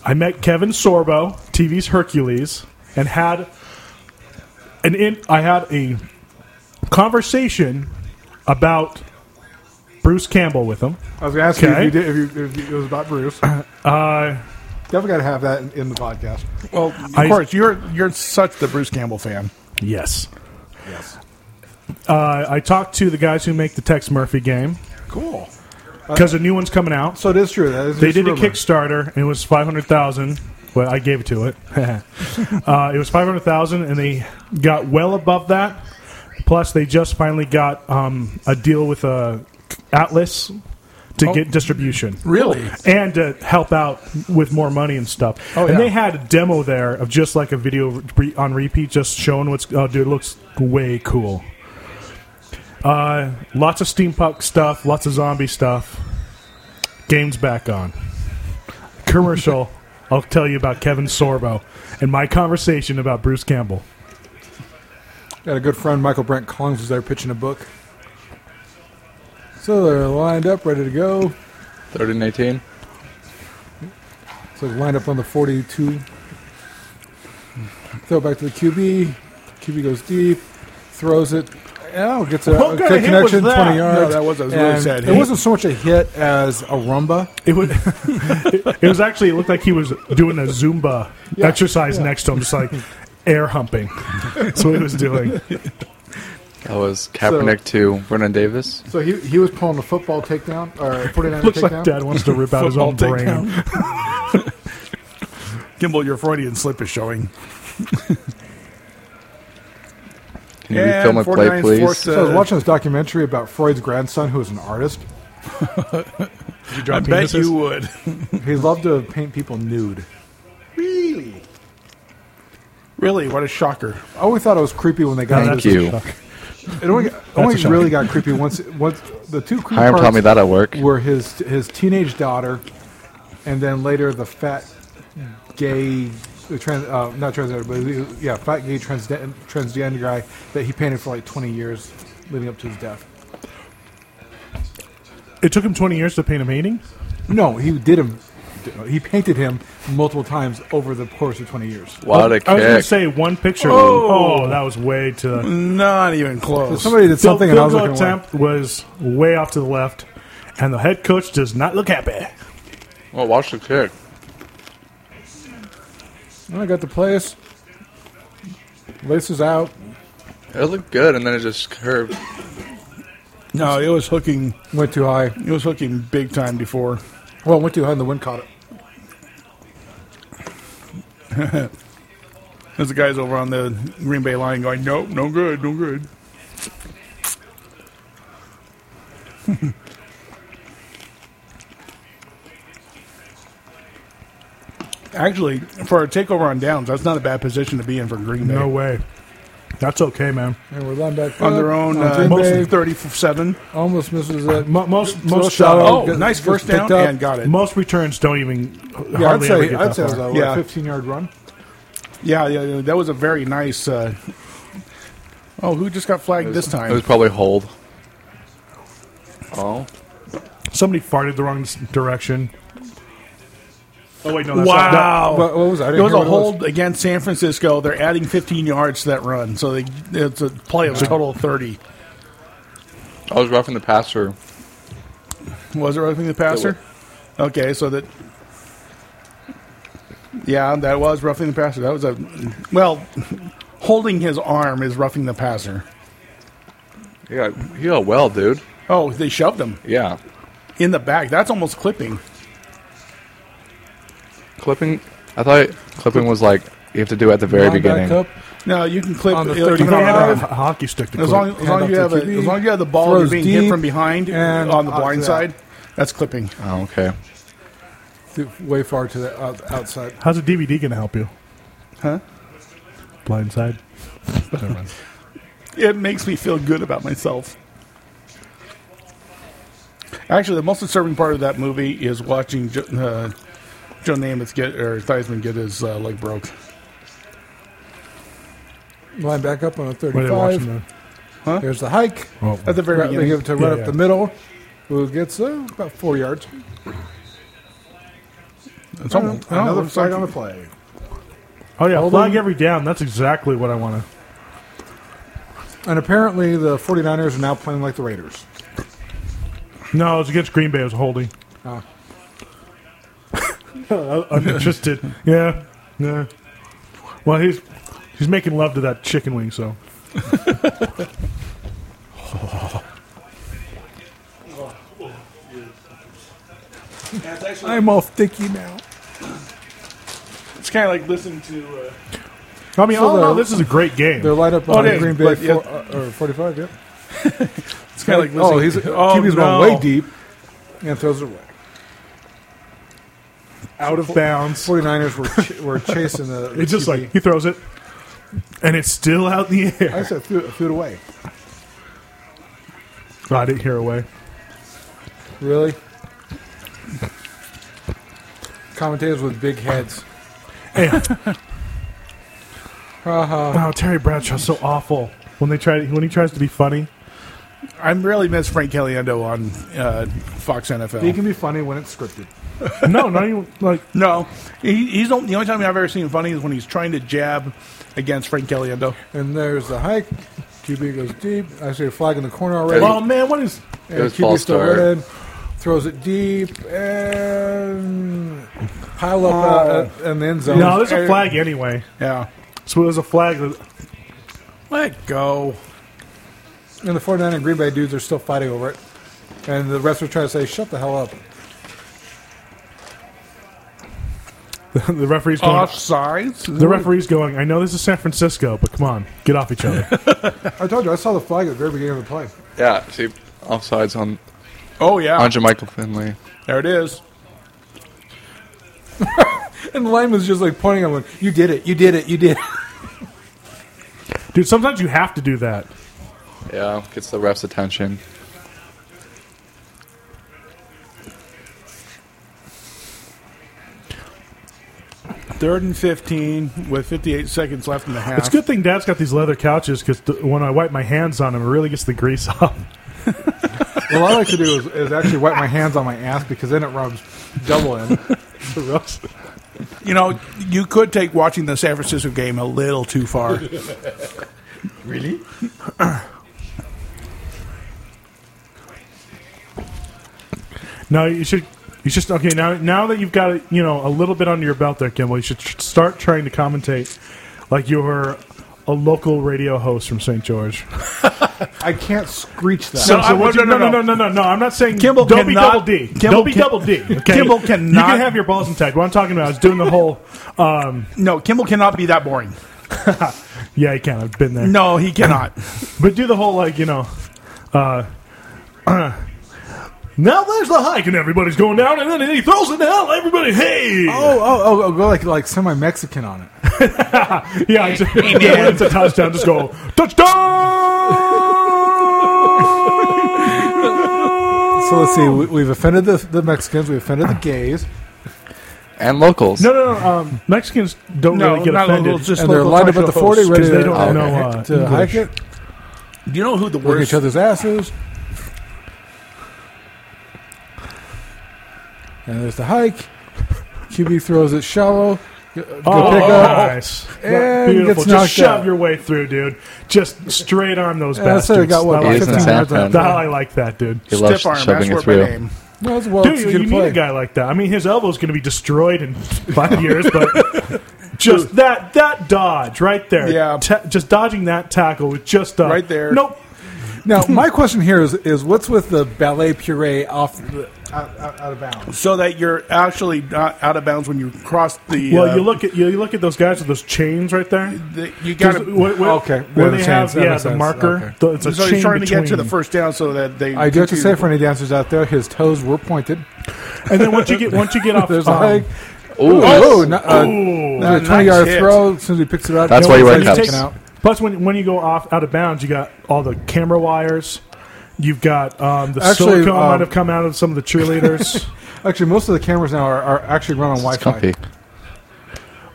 Speaker 2: I met Kevin Sorbo, TV's Hercules, and had an in, I had a conversation about Bruce Campbell with him.
Speaker 1: I was going to ask you
Speaker 2: Okay.
Speaker 1: if, you did, if, you, if you- it was about Bruce.
Speaker 2: Uh,
Speaker 1: Definitely got to have that in, in the podcast.
Speaker 3: Well, of
Speaker 2: I-
Speaker 3: course, you're you're such the Bruce Campbell fan.
Speaker 2: yes,
Speaker 1: Yes.
Speaker 2: uh, I talked to the guys who make the Tex Murphy game.
Speaker 1: Cool.
Speaker 2: because a new one's coming out.
Speaker 1: So it is true. That is
Speaker 2: They
Speaker 1: just
Speaker 2: did a
Speaker 1: rumor.
Speaker 2: Kickstarter and it was five hundred thousand. Well, I gave it to it. uh, it was five hundred thousand, and they got well above that. Plus, they just finally got um, a deal with uh, Atlas to
Speaker 1: Oh.
Speaker 2: get distribution
Speaker 3: Really?
Speaker 2: and to help out with more money and stuff.
Speaker 3: Oh,
Speaker 2: And
Speaker 3: yeah.
Speaker 2: they had a demo there of just like a video re- on repeat, just showing what's. Oh, dude, it looks way cool. Uh, lots of steampunk stuff, lots of zombie stuff. Game's back on. Commercial. I'll tell you about Kevin Sorbo and my conversation about Bruce Campbell.
Speaker 1: Got a good friend, Michael Brent Collins, was there pitching a book. So they're lined up, ready to go.
Speaker 4: Third and eighteen.
Speaker 1: So it's lined up on the 42. Throw back to the QB. QB goes deep, throws it. Oh, gets a,
Speaker 2: What
Speaker 1: a
Speaker 2: kind
Speaker 1: good
Speaker 2: of hit was
Speaker 1: connection,
Speaker 2: that?
Speaker 1: 20 yards.
Speaker 3: No, that was a really
Speaker 1: And
Speaker 3: sad
Speaker 1: It
Speaker 3: hit.
Speaker 1: wasn't so much a hit as a rumba.
Speaker 2: It was. it was actually. It looked like he was doing a Zumba exercise next to him, just like air humping. That's what he was doing.
Speaker 4: That was Kaepernick to Vernon Davis.
Speaker 1: So he, he was pulling a football takedown, or 49
Speaker 2: Looks like
Speaker 1: takedown.
Speaker 2: Dad wants to rip out his own brain.
Speaker 3: Gimbal, your Freudian slip is showing.
Speaker 4: Can you refilm a play, please?
Speaker 1: So I was watching this documentary about Freud's grandson, who was an artist.
Speaker 3: I bet you would.
Speaker 1: He loved to paint people nude.
Speaker 3: really? Really? What a shocker.
Speaker 1: I always thought it was creepy when they got
Speaker 4: Thank
Speaker 1: into
Speaker 4: you.
Speaker 1: It only, only
Speaker 2: a shock.
Speaker 1: really got creepy once. Once the two creepy
Speaker 4: Hiram taught
Speaker 1: parts
Speaker 4: me that at work.
Speaker 1: were his his teenage daughter, and then later the fat gay, the trans, uh, not transgender, but the- yeah, fat gay transgen- transgender guy that he painted for like twenty years, leading up to his death.
Speaker 2: It took him 20 years to paint a painting.
Speaker 1: No, he did him. He painted him multiple times over the course of twenty years.
Speaker 4: What a
Speaker 2: I was going to
Speaker 4: kick.
Speaker 2: say one picture.
Speaker 3: Oh.
Speaker 2: Oh, that was way to
Speaker 3: Not even close.
Speaker 1: Somebody did something, and I was
Speaker 2: field
Speaker 1: looking.
Speaker 2: goal
Speaker 1: away.
Speaker 2: attempt was way off to the left, and the head coach does not look happy.
Speaker 4: Well, watch the kick.
Speaker 1: And I got the place. Laces out.
Speaker 4: It looked good, and then it just curved.
Speaker 3: no, it was hooking.
Speaker 1: Went too high.
Speaker 3: It was hooking big time before.
Speaker 1: Well, went too high, and the wind caught it.
Speaker 3: There's the guys over on the Green Bay line going, nope, no good, no good. Actually, for a takeover on downs, that's not a bad position to be in for Green Bay.
Speaker 2: No way. That's okay, man.
Speaker 1: And we're lined back
Speaker 3: On
Speaker 1: up.
Speaker 3: their own,
Speaker 1: On
Speaker 3: uh,
Speaker 1: Green
Speaker 3: most
Speaker 1: Bay.
Speaker 3: of 37.
Speaker 1: Almost misses it.
Speaker 2: Mo- most
Speaker 1: So
Speaker 2: most
Speaker 1: shallow.
Speaker 2: uh,
Speaker 3: Oh,
Speaker 1: good-
Speaker 3: nice
Speaker 1: good
Speaker 3: first
Speaker 1: picked
Speaker 3: down
Speaker 1: up.
Speaker 3: and got it.
Speaker 2: most returns don't
Speaker 1: Yeah,
Speaker 2: even
Speaker 1: I'd
Speaker 2: hardly ever
Speaker 1: say
Speaker 2: get
Speaker 1: I'd
Speaker 2: that
Speaker 1: say it was
Speaker 2: far.
Speaker 1: a
Speaker 3: Yeah.
Speaker 1: what, 15 yard run.
Speaker 3: Yeah, yeah, yeah, that was a very nice. Uh, oh, who just got flagged this
Speaker 4: It was
Speaker 3: time?
Speaker 4: probably hold. Oh.
Speaker 2: Somebody farted the wrong s- direction. Oh wait, no. That's Not, that-
Speaker 3: Wow.
Speaker 1: What, what was that? I
Speaker 3: It
Speaker 1: didn't
Speaker 3: was
Speaker 1: hear
Speaker 3: a
Speaker 1: what it was.
Speaker 3: hold against San Francisco. They're adding 15 yards to that run, so they, it's a play of a total of 30.
Speaker 4: I was roughing the passer.
Speaker 3: Was it roughing the passer? Okay, so that. Yeah, that was roughing the passer. That was a well, holding his arm is roughing the passer.
Speaker 4: Yeah, he got well, dude.
Speaker 3: Oh, they shoved him
Speaker 4: Yeah.
Speaker 3: in the back. That's almost clipping.
Speaker 4: Clipping. I thought clipping was like you have to do it at the very
Speaker 1: Line back
Speaker 4: beginning.
Speaker 1: up.
Speaker 3: No, you can clip
Speaker 1: On the
Speaker 3: you know, if you
Speaker 1: 35
Speaker 3: have-
Speaker 1: round.
Speaker 2: a hockey stick to
Speaker 3: As
Speaker 2: clip.
Speaker 3: long, as
Speaker 1: Hand
Speaker 3: long
Speaker 1: off
Speaker 3: as you
Speaker 1: to
Speaker 3: have a,
Speaker 1: QB,
Speaker 3: as long as you have the ball you're
Speaker 1: throws
Speaker 3: being
Speaker 1: deep,
Speaker 3: hot from behind
Speaker 1: and
Speaker 3: and on the
Speaker 1: out to
Speaker 3: blind
Speaker 1: that.
Speaker 3: side, that's clipping.
Speaker 4: Oh, okay.
Speaker 1: Th- way far to the out- outside.
Speaker 2: How's a DVD going to help you?
Speaker 3: Huh?
Speaker 2: Blindside.
Speaker 3: It makes me feel good about myself. Actually, the most disturbing part of that movie is watching jo- uh, Joe Namath get or Theismann get his uh, leg broke.
Speaker 1: Line back up on a
Speaker 2: What are they watching?
Speaker 1: thirty-five.
Speaker 2: now?
Speaker 1: There's the hike.
Speaker 2: Oh,
Speaker 3: At the very
Speaker 1: Right, they
Speaker 3: beginning,
Speaker 1: give it to right
Speaker 2: Yeah,
Speaker 1: up
Speaker 2: yeah.
Speaker 1: the middle. Who gets uh, about four yards?
Speaker 3: it's almost, Oh, I don't know,
Speaker 1: Another
Speaker 3: it's
Speaker 1: flag
Speaker 3: like-
Speaker 1: on the play.
Speaker 2: oh yeah,
Speaker 1: Hold
Speaker 2: flag
Speaker 1: on.
Speaker 2: every down. That's exactly what I want to.
Speaker 1: And apparently the 49ers are now playing like the Raiders.
Speaker 2: No, it was against Green Bay. It was a holding.
Speaker 1: Ah.
Speaker 2: I'm interested. Yeah, yeah. Well, he's he's making love to that chicken wing, so
Speaker 1: I'm all sticky now.
Speaker 3: It's kind of like listening to. Uh,
Speaker 2: I mean,
Speaker 1: So
Speaker 2: all in all,
Speaker 1: they're-
Speaker 2: this is a great game.
Speaker 1: They're light up
Speaker 3: Oh,
Speaker 1: on
Speaker 3: it is,
Speaker 1: Green Bay
Speaker 3: but, yeah.
Speaker 1: four, uh, or 45, yeah.
Speaker 3: it's kind of like listening.
Speaker 1: oh, he's, QB's
Speaker 3: no.
Speaker 1: going way deep and throws it away.
Speaker 2: out of bounds.
Speaker 1: 49ers were, ch- were chasing the. the
Speaker 2: It's just
Speaker 1: QB.
Speaker 2: like he throws it, and it's still out in the
Speaker 1: I
Speaker 2: air.
Speaker 1: said, threw, threw it away.
Speaker 2: Oh, I didn't hear away.
Speaker 1: Really? Commentators with big heads.
Speaker 2: Hey.
Speaker 1: Uh.
Speaker 2: wow, Terry Bradshaw's so awful when they try when he tries to be funny.
Speaker 3: I really miss Frank Caliendo on uh, Fox NFL.
Speaker 1: He can be funny when it's scripted.
Speaker 2: No, not even like
Speaker 3: No, he, he's the the only time I've ever seen him funny is when he's trying to jab against Frank Caliendo.
Speaker 1: And there's the hike. QB goes deep. I see a flag in the corner already.
Speaker 2: Oh man, what is?
Speaker 1: And
Speaker 4: was
Speaker 1: QB
Speaker 4: false
Speaker 1: still
Speaker 4: start.
Speaker 1: running, Throws it deep and pile up uh, in the end zone.
Speaker 2: No, there's a flag anyway.
Speaker 3: Yeah,
Speaker 2: So there's a flag. That,
Speaker 3: let go.
Speaker 1: And the 49 and Green Bay dudes are still fighting over it. And the rest are trying to say, shut the hell up.
Speaker 2: the referee's
Speaker 3: Oh,
Speaker 2: going.
Speaker 3: Offsides.
Speaker 2: The referee's going. I know this is San Francisco, but come on, get off each other.
Speaker 1: I told you, I saw the flag at the very beginning of the play.
Speaker 4: Yeah, see, offsides on,
Speaker 3: Oh yeah,
Speaker 4: on Michael Finley.
Speaker 3: there it is.
Speaker 1: And the lineman's just like pointing at him, you did it, you did it, you did it.
Speaker 2: Dude, sometimes you have to do that.
Speaker 4: Yeah, gets the ref's attention.
Speaker 3: Third and fifteen with fifty-eight seconds left in the half.
Speaker 2: It's a good thing Dad's got these leather couches because when I wipe my hands on them, it really gets the grease off.
Speaker 1: Well, I like to do is, is actually wipe my hands on my ass because then it rubs double in.
Speaker 3: You know, you could take watching the San Francisco game a little too far.
Speaker 1: Really?
Speaker 2: No, you should. You should okay now. Now that you've got you know a little bit under your belt, there, Kimball, you should tr- start trying to commentate like you were a local radio host from St. George.
Speaker 1: I can't screech that.
Speaker 3: So- No, I-
Speaker 2: what you-
Speaker 3: no, no,
Speaker 2: no, no,
Speaker 3: no.
Speaker 2: no, no, no, I'm not saying
Speaker 3: Kimball
Speaker 2: don't be
Speaker 3: cannot-
Speaker 2: double D.
Speaker 3: Kimball
Speaker 2: don't be
Speaker 3: can-
Speaker 2: double D. Okay?
Speaker 3: Kimball
Speaker 2: You
Speaker 3: cannot-
Speaker 2: can have your balls intact. What I'm talking about is doing the whole. Um,
Speaker 3: No, Kimball cannot be that boring.
Speaker 2: yeah, you can. I've been there.
Speaker 3: No, he cannot.
Speaker 2: But do the whole like you know. Uh, now there's the hike and everybody's going down and then he throws it down. Everybody, hey!
Speaker 1: oh, oh, oh, oh, go like, like semi Mexican on it.
Speaker 2: Yeah, exactly. when it's a touchdown, just go touchdown.
Speaker 1: So let's see, we, we've offended the, the Mexicans, we've offended the gays,
Speaker 4: And locals.
Speaker 2: no, no, no. Um, Mexicans don't
Speaker 3: No,
Speaker 2: really get
Speaker 3: not
Speaker 2: offended.
Speaker 3: local, just
Speaker 1: and they're
Speaker 3: local
Speaker 1: lined up at
Speaker 3: talk
Speaker 1: the
Speaker 3: show
Speaker 1: 40
Speaker 3: hosts.
Speaker 1: ready
Speaker 2: 'cause they
Speaker 1: to,
Speaker 2: don't
Speaker 1: uh,
Speaker 2: know, uh,
Speaker 1: to hike it,
Speaker 2: English.
Speaker 3: Do you know who the
Speaker 1: work
Speaker 3: worst?
Speaker 1: each other's asses. And there's the hike. QB throws it shallow. Good
Speaker 2: oh,
Speaker 1: pick up.
Speaker 2: nice.
Speaker 1: And
Speaker 2: Beautiful.
Speaker 1: gets
Speaker 2: Just
Speaker 1: knocked
Speaker 2: shove
Speaker 1: out.
Speaker 2: your way through, dude. Just straight arm those
Speaker 1: Yeah, that's
Speaker 2: bastards.
Speaker 1: what I got, what,
Speaker 2: I like
Speaker 4: He is in
Speaker 2: that.
Speaker 4: San Fran.
Speaker 2: That- I like that, dude.
Speaker 4: he loves
Speaker 3: Stiff arm.
Speaker 4: shoving it
Speaker 3: That's where my
Speaker 4: through.
Speaker 3: name.
Speaker 1: That was well
Speaker 2: Dude, you,
Speaker 1: executed
Speaker 2: you need
Speaker 1: play.
Speaker 2: a guy like that. I mean, his elbow's going to be destroyed in five years, but just that that dodge right there.
Speaker 3: Yeah.
Speaker 2: Ta- just dodging that tackle with just uh,
Speaker 3: Right there.
Speaker 2: Nope.
Speaker 1: Now, my question here is: is what's with the ballet puree off the, out, out, out of bounds?
Speaker 3: so that you're actually not out of bounds when you cross the.
Speaker 2: Well,
Speaker 3: uh,
Speaker 2: you look at you, you look at those guys with those chains right there.
Speaker 3: the- you got
Speaker 2: 'Cause
Speaker 3: to.
Speaker 2: what- what-
Speaker 1: Okay, that
Speaker 2: where they
Speaker 1: makes
Speaker 2: have
Speaker 1: sense, that
Speaker 2: yeah
Speaker 1: makes
Speaker 2: the
Speaker 1: sense,
Speaker 2: marker.
Speaker 1: okay.
Speaker 2: the- it's a
Speaker 3: So
Speaker 2: chain
Speaker 3: he's trying to get to
Speaker 2: between.
Speaker 3: the first down so that they.
Speaker 1: I do have to
Speaker 3: continue
Speaker 1: say for any dancers out there, his toes were pointed.
Speaker 2: and then once you get once you get off,
Speaker 1: There's a
Speaker 2: um,
Speaker 1: leg.
Speaker 4: Ooh,
Speaker 1: Oh, no- uh,
Speaker 2: ooh.
Speaker 1: there's a
Speaker 3: nice
Speaker 1: twenty-yard
Speaker 3: hit.
Speaker 1: throw. As soon as he picks it up,
Speaker 4: That's
Speaker 1: no
Speaker 4: why you
Speaker 1: one's
Speaker 4: wear
Speaker 1: like
Speaker 4: cups.
Speaker 1: checking out.
Speaker 2: Plus, when when you go off out of bounds, you got all the camera wires. You've got um, the
Speaker 1: Actually,
Speaker 2: silicone
Speaker 1: um,
Speaker 2: might have come out of some of the cheerleaders.
Speaker 1: Actually, most of the cameras now are, are actually run on
Speaker 4: it's
Speaker 1: Wi-Fi.
Speaker 4: comfy.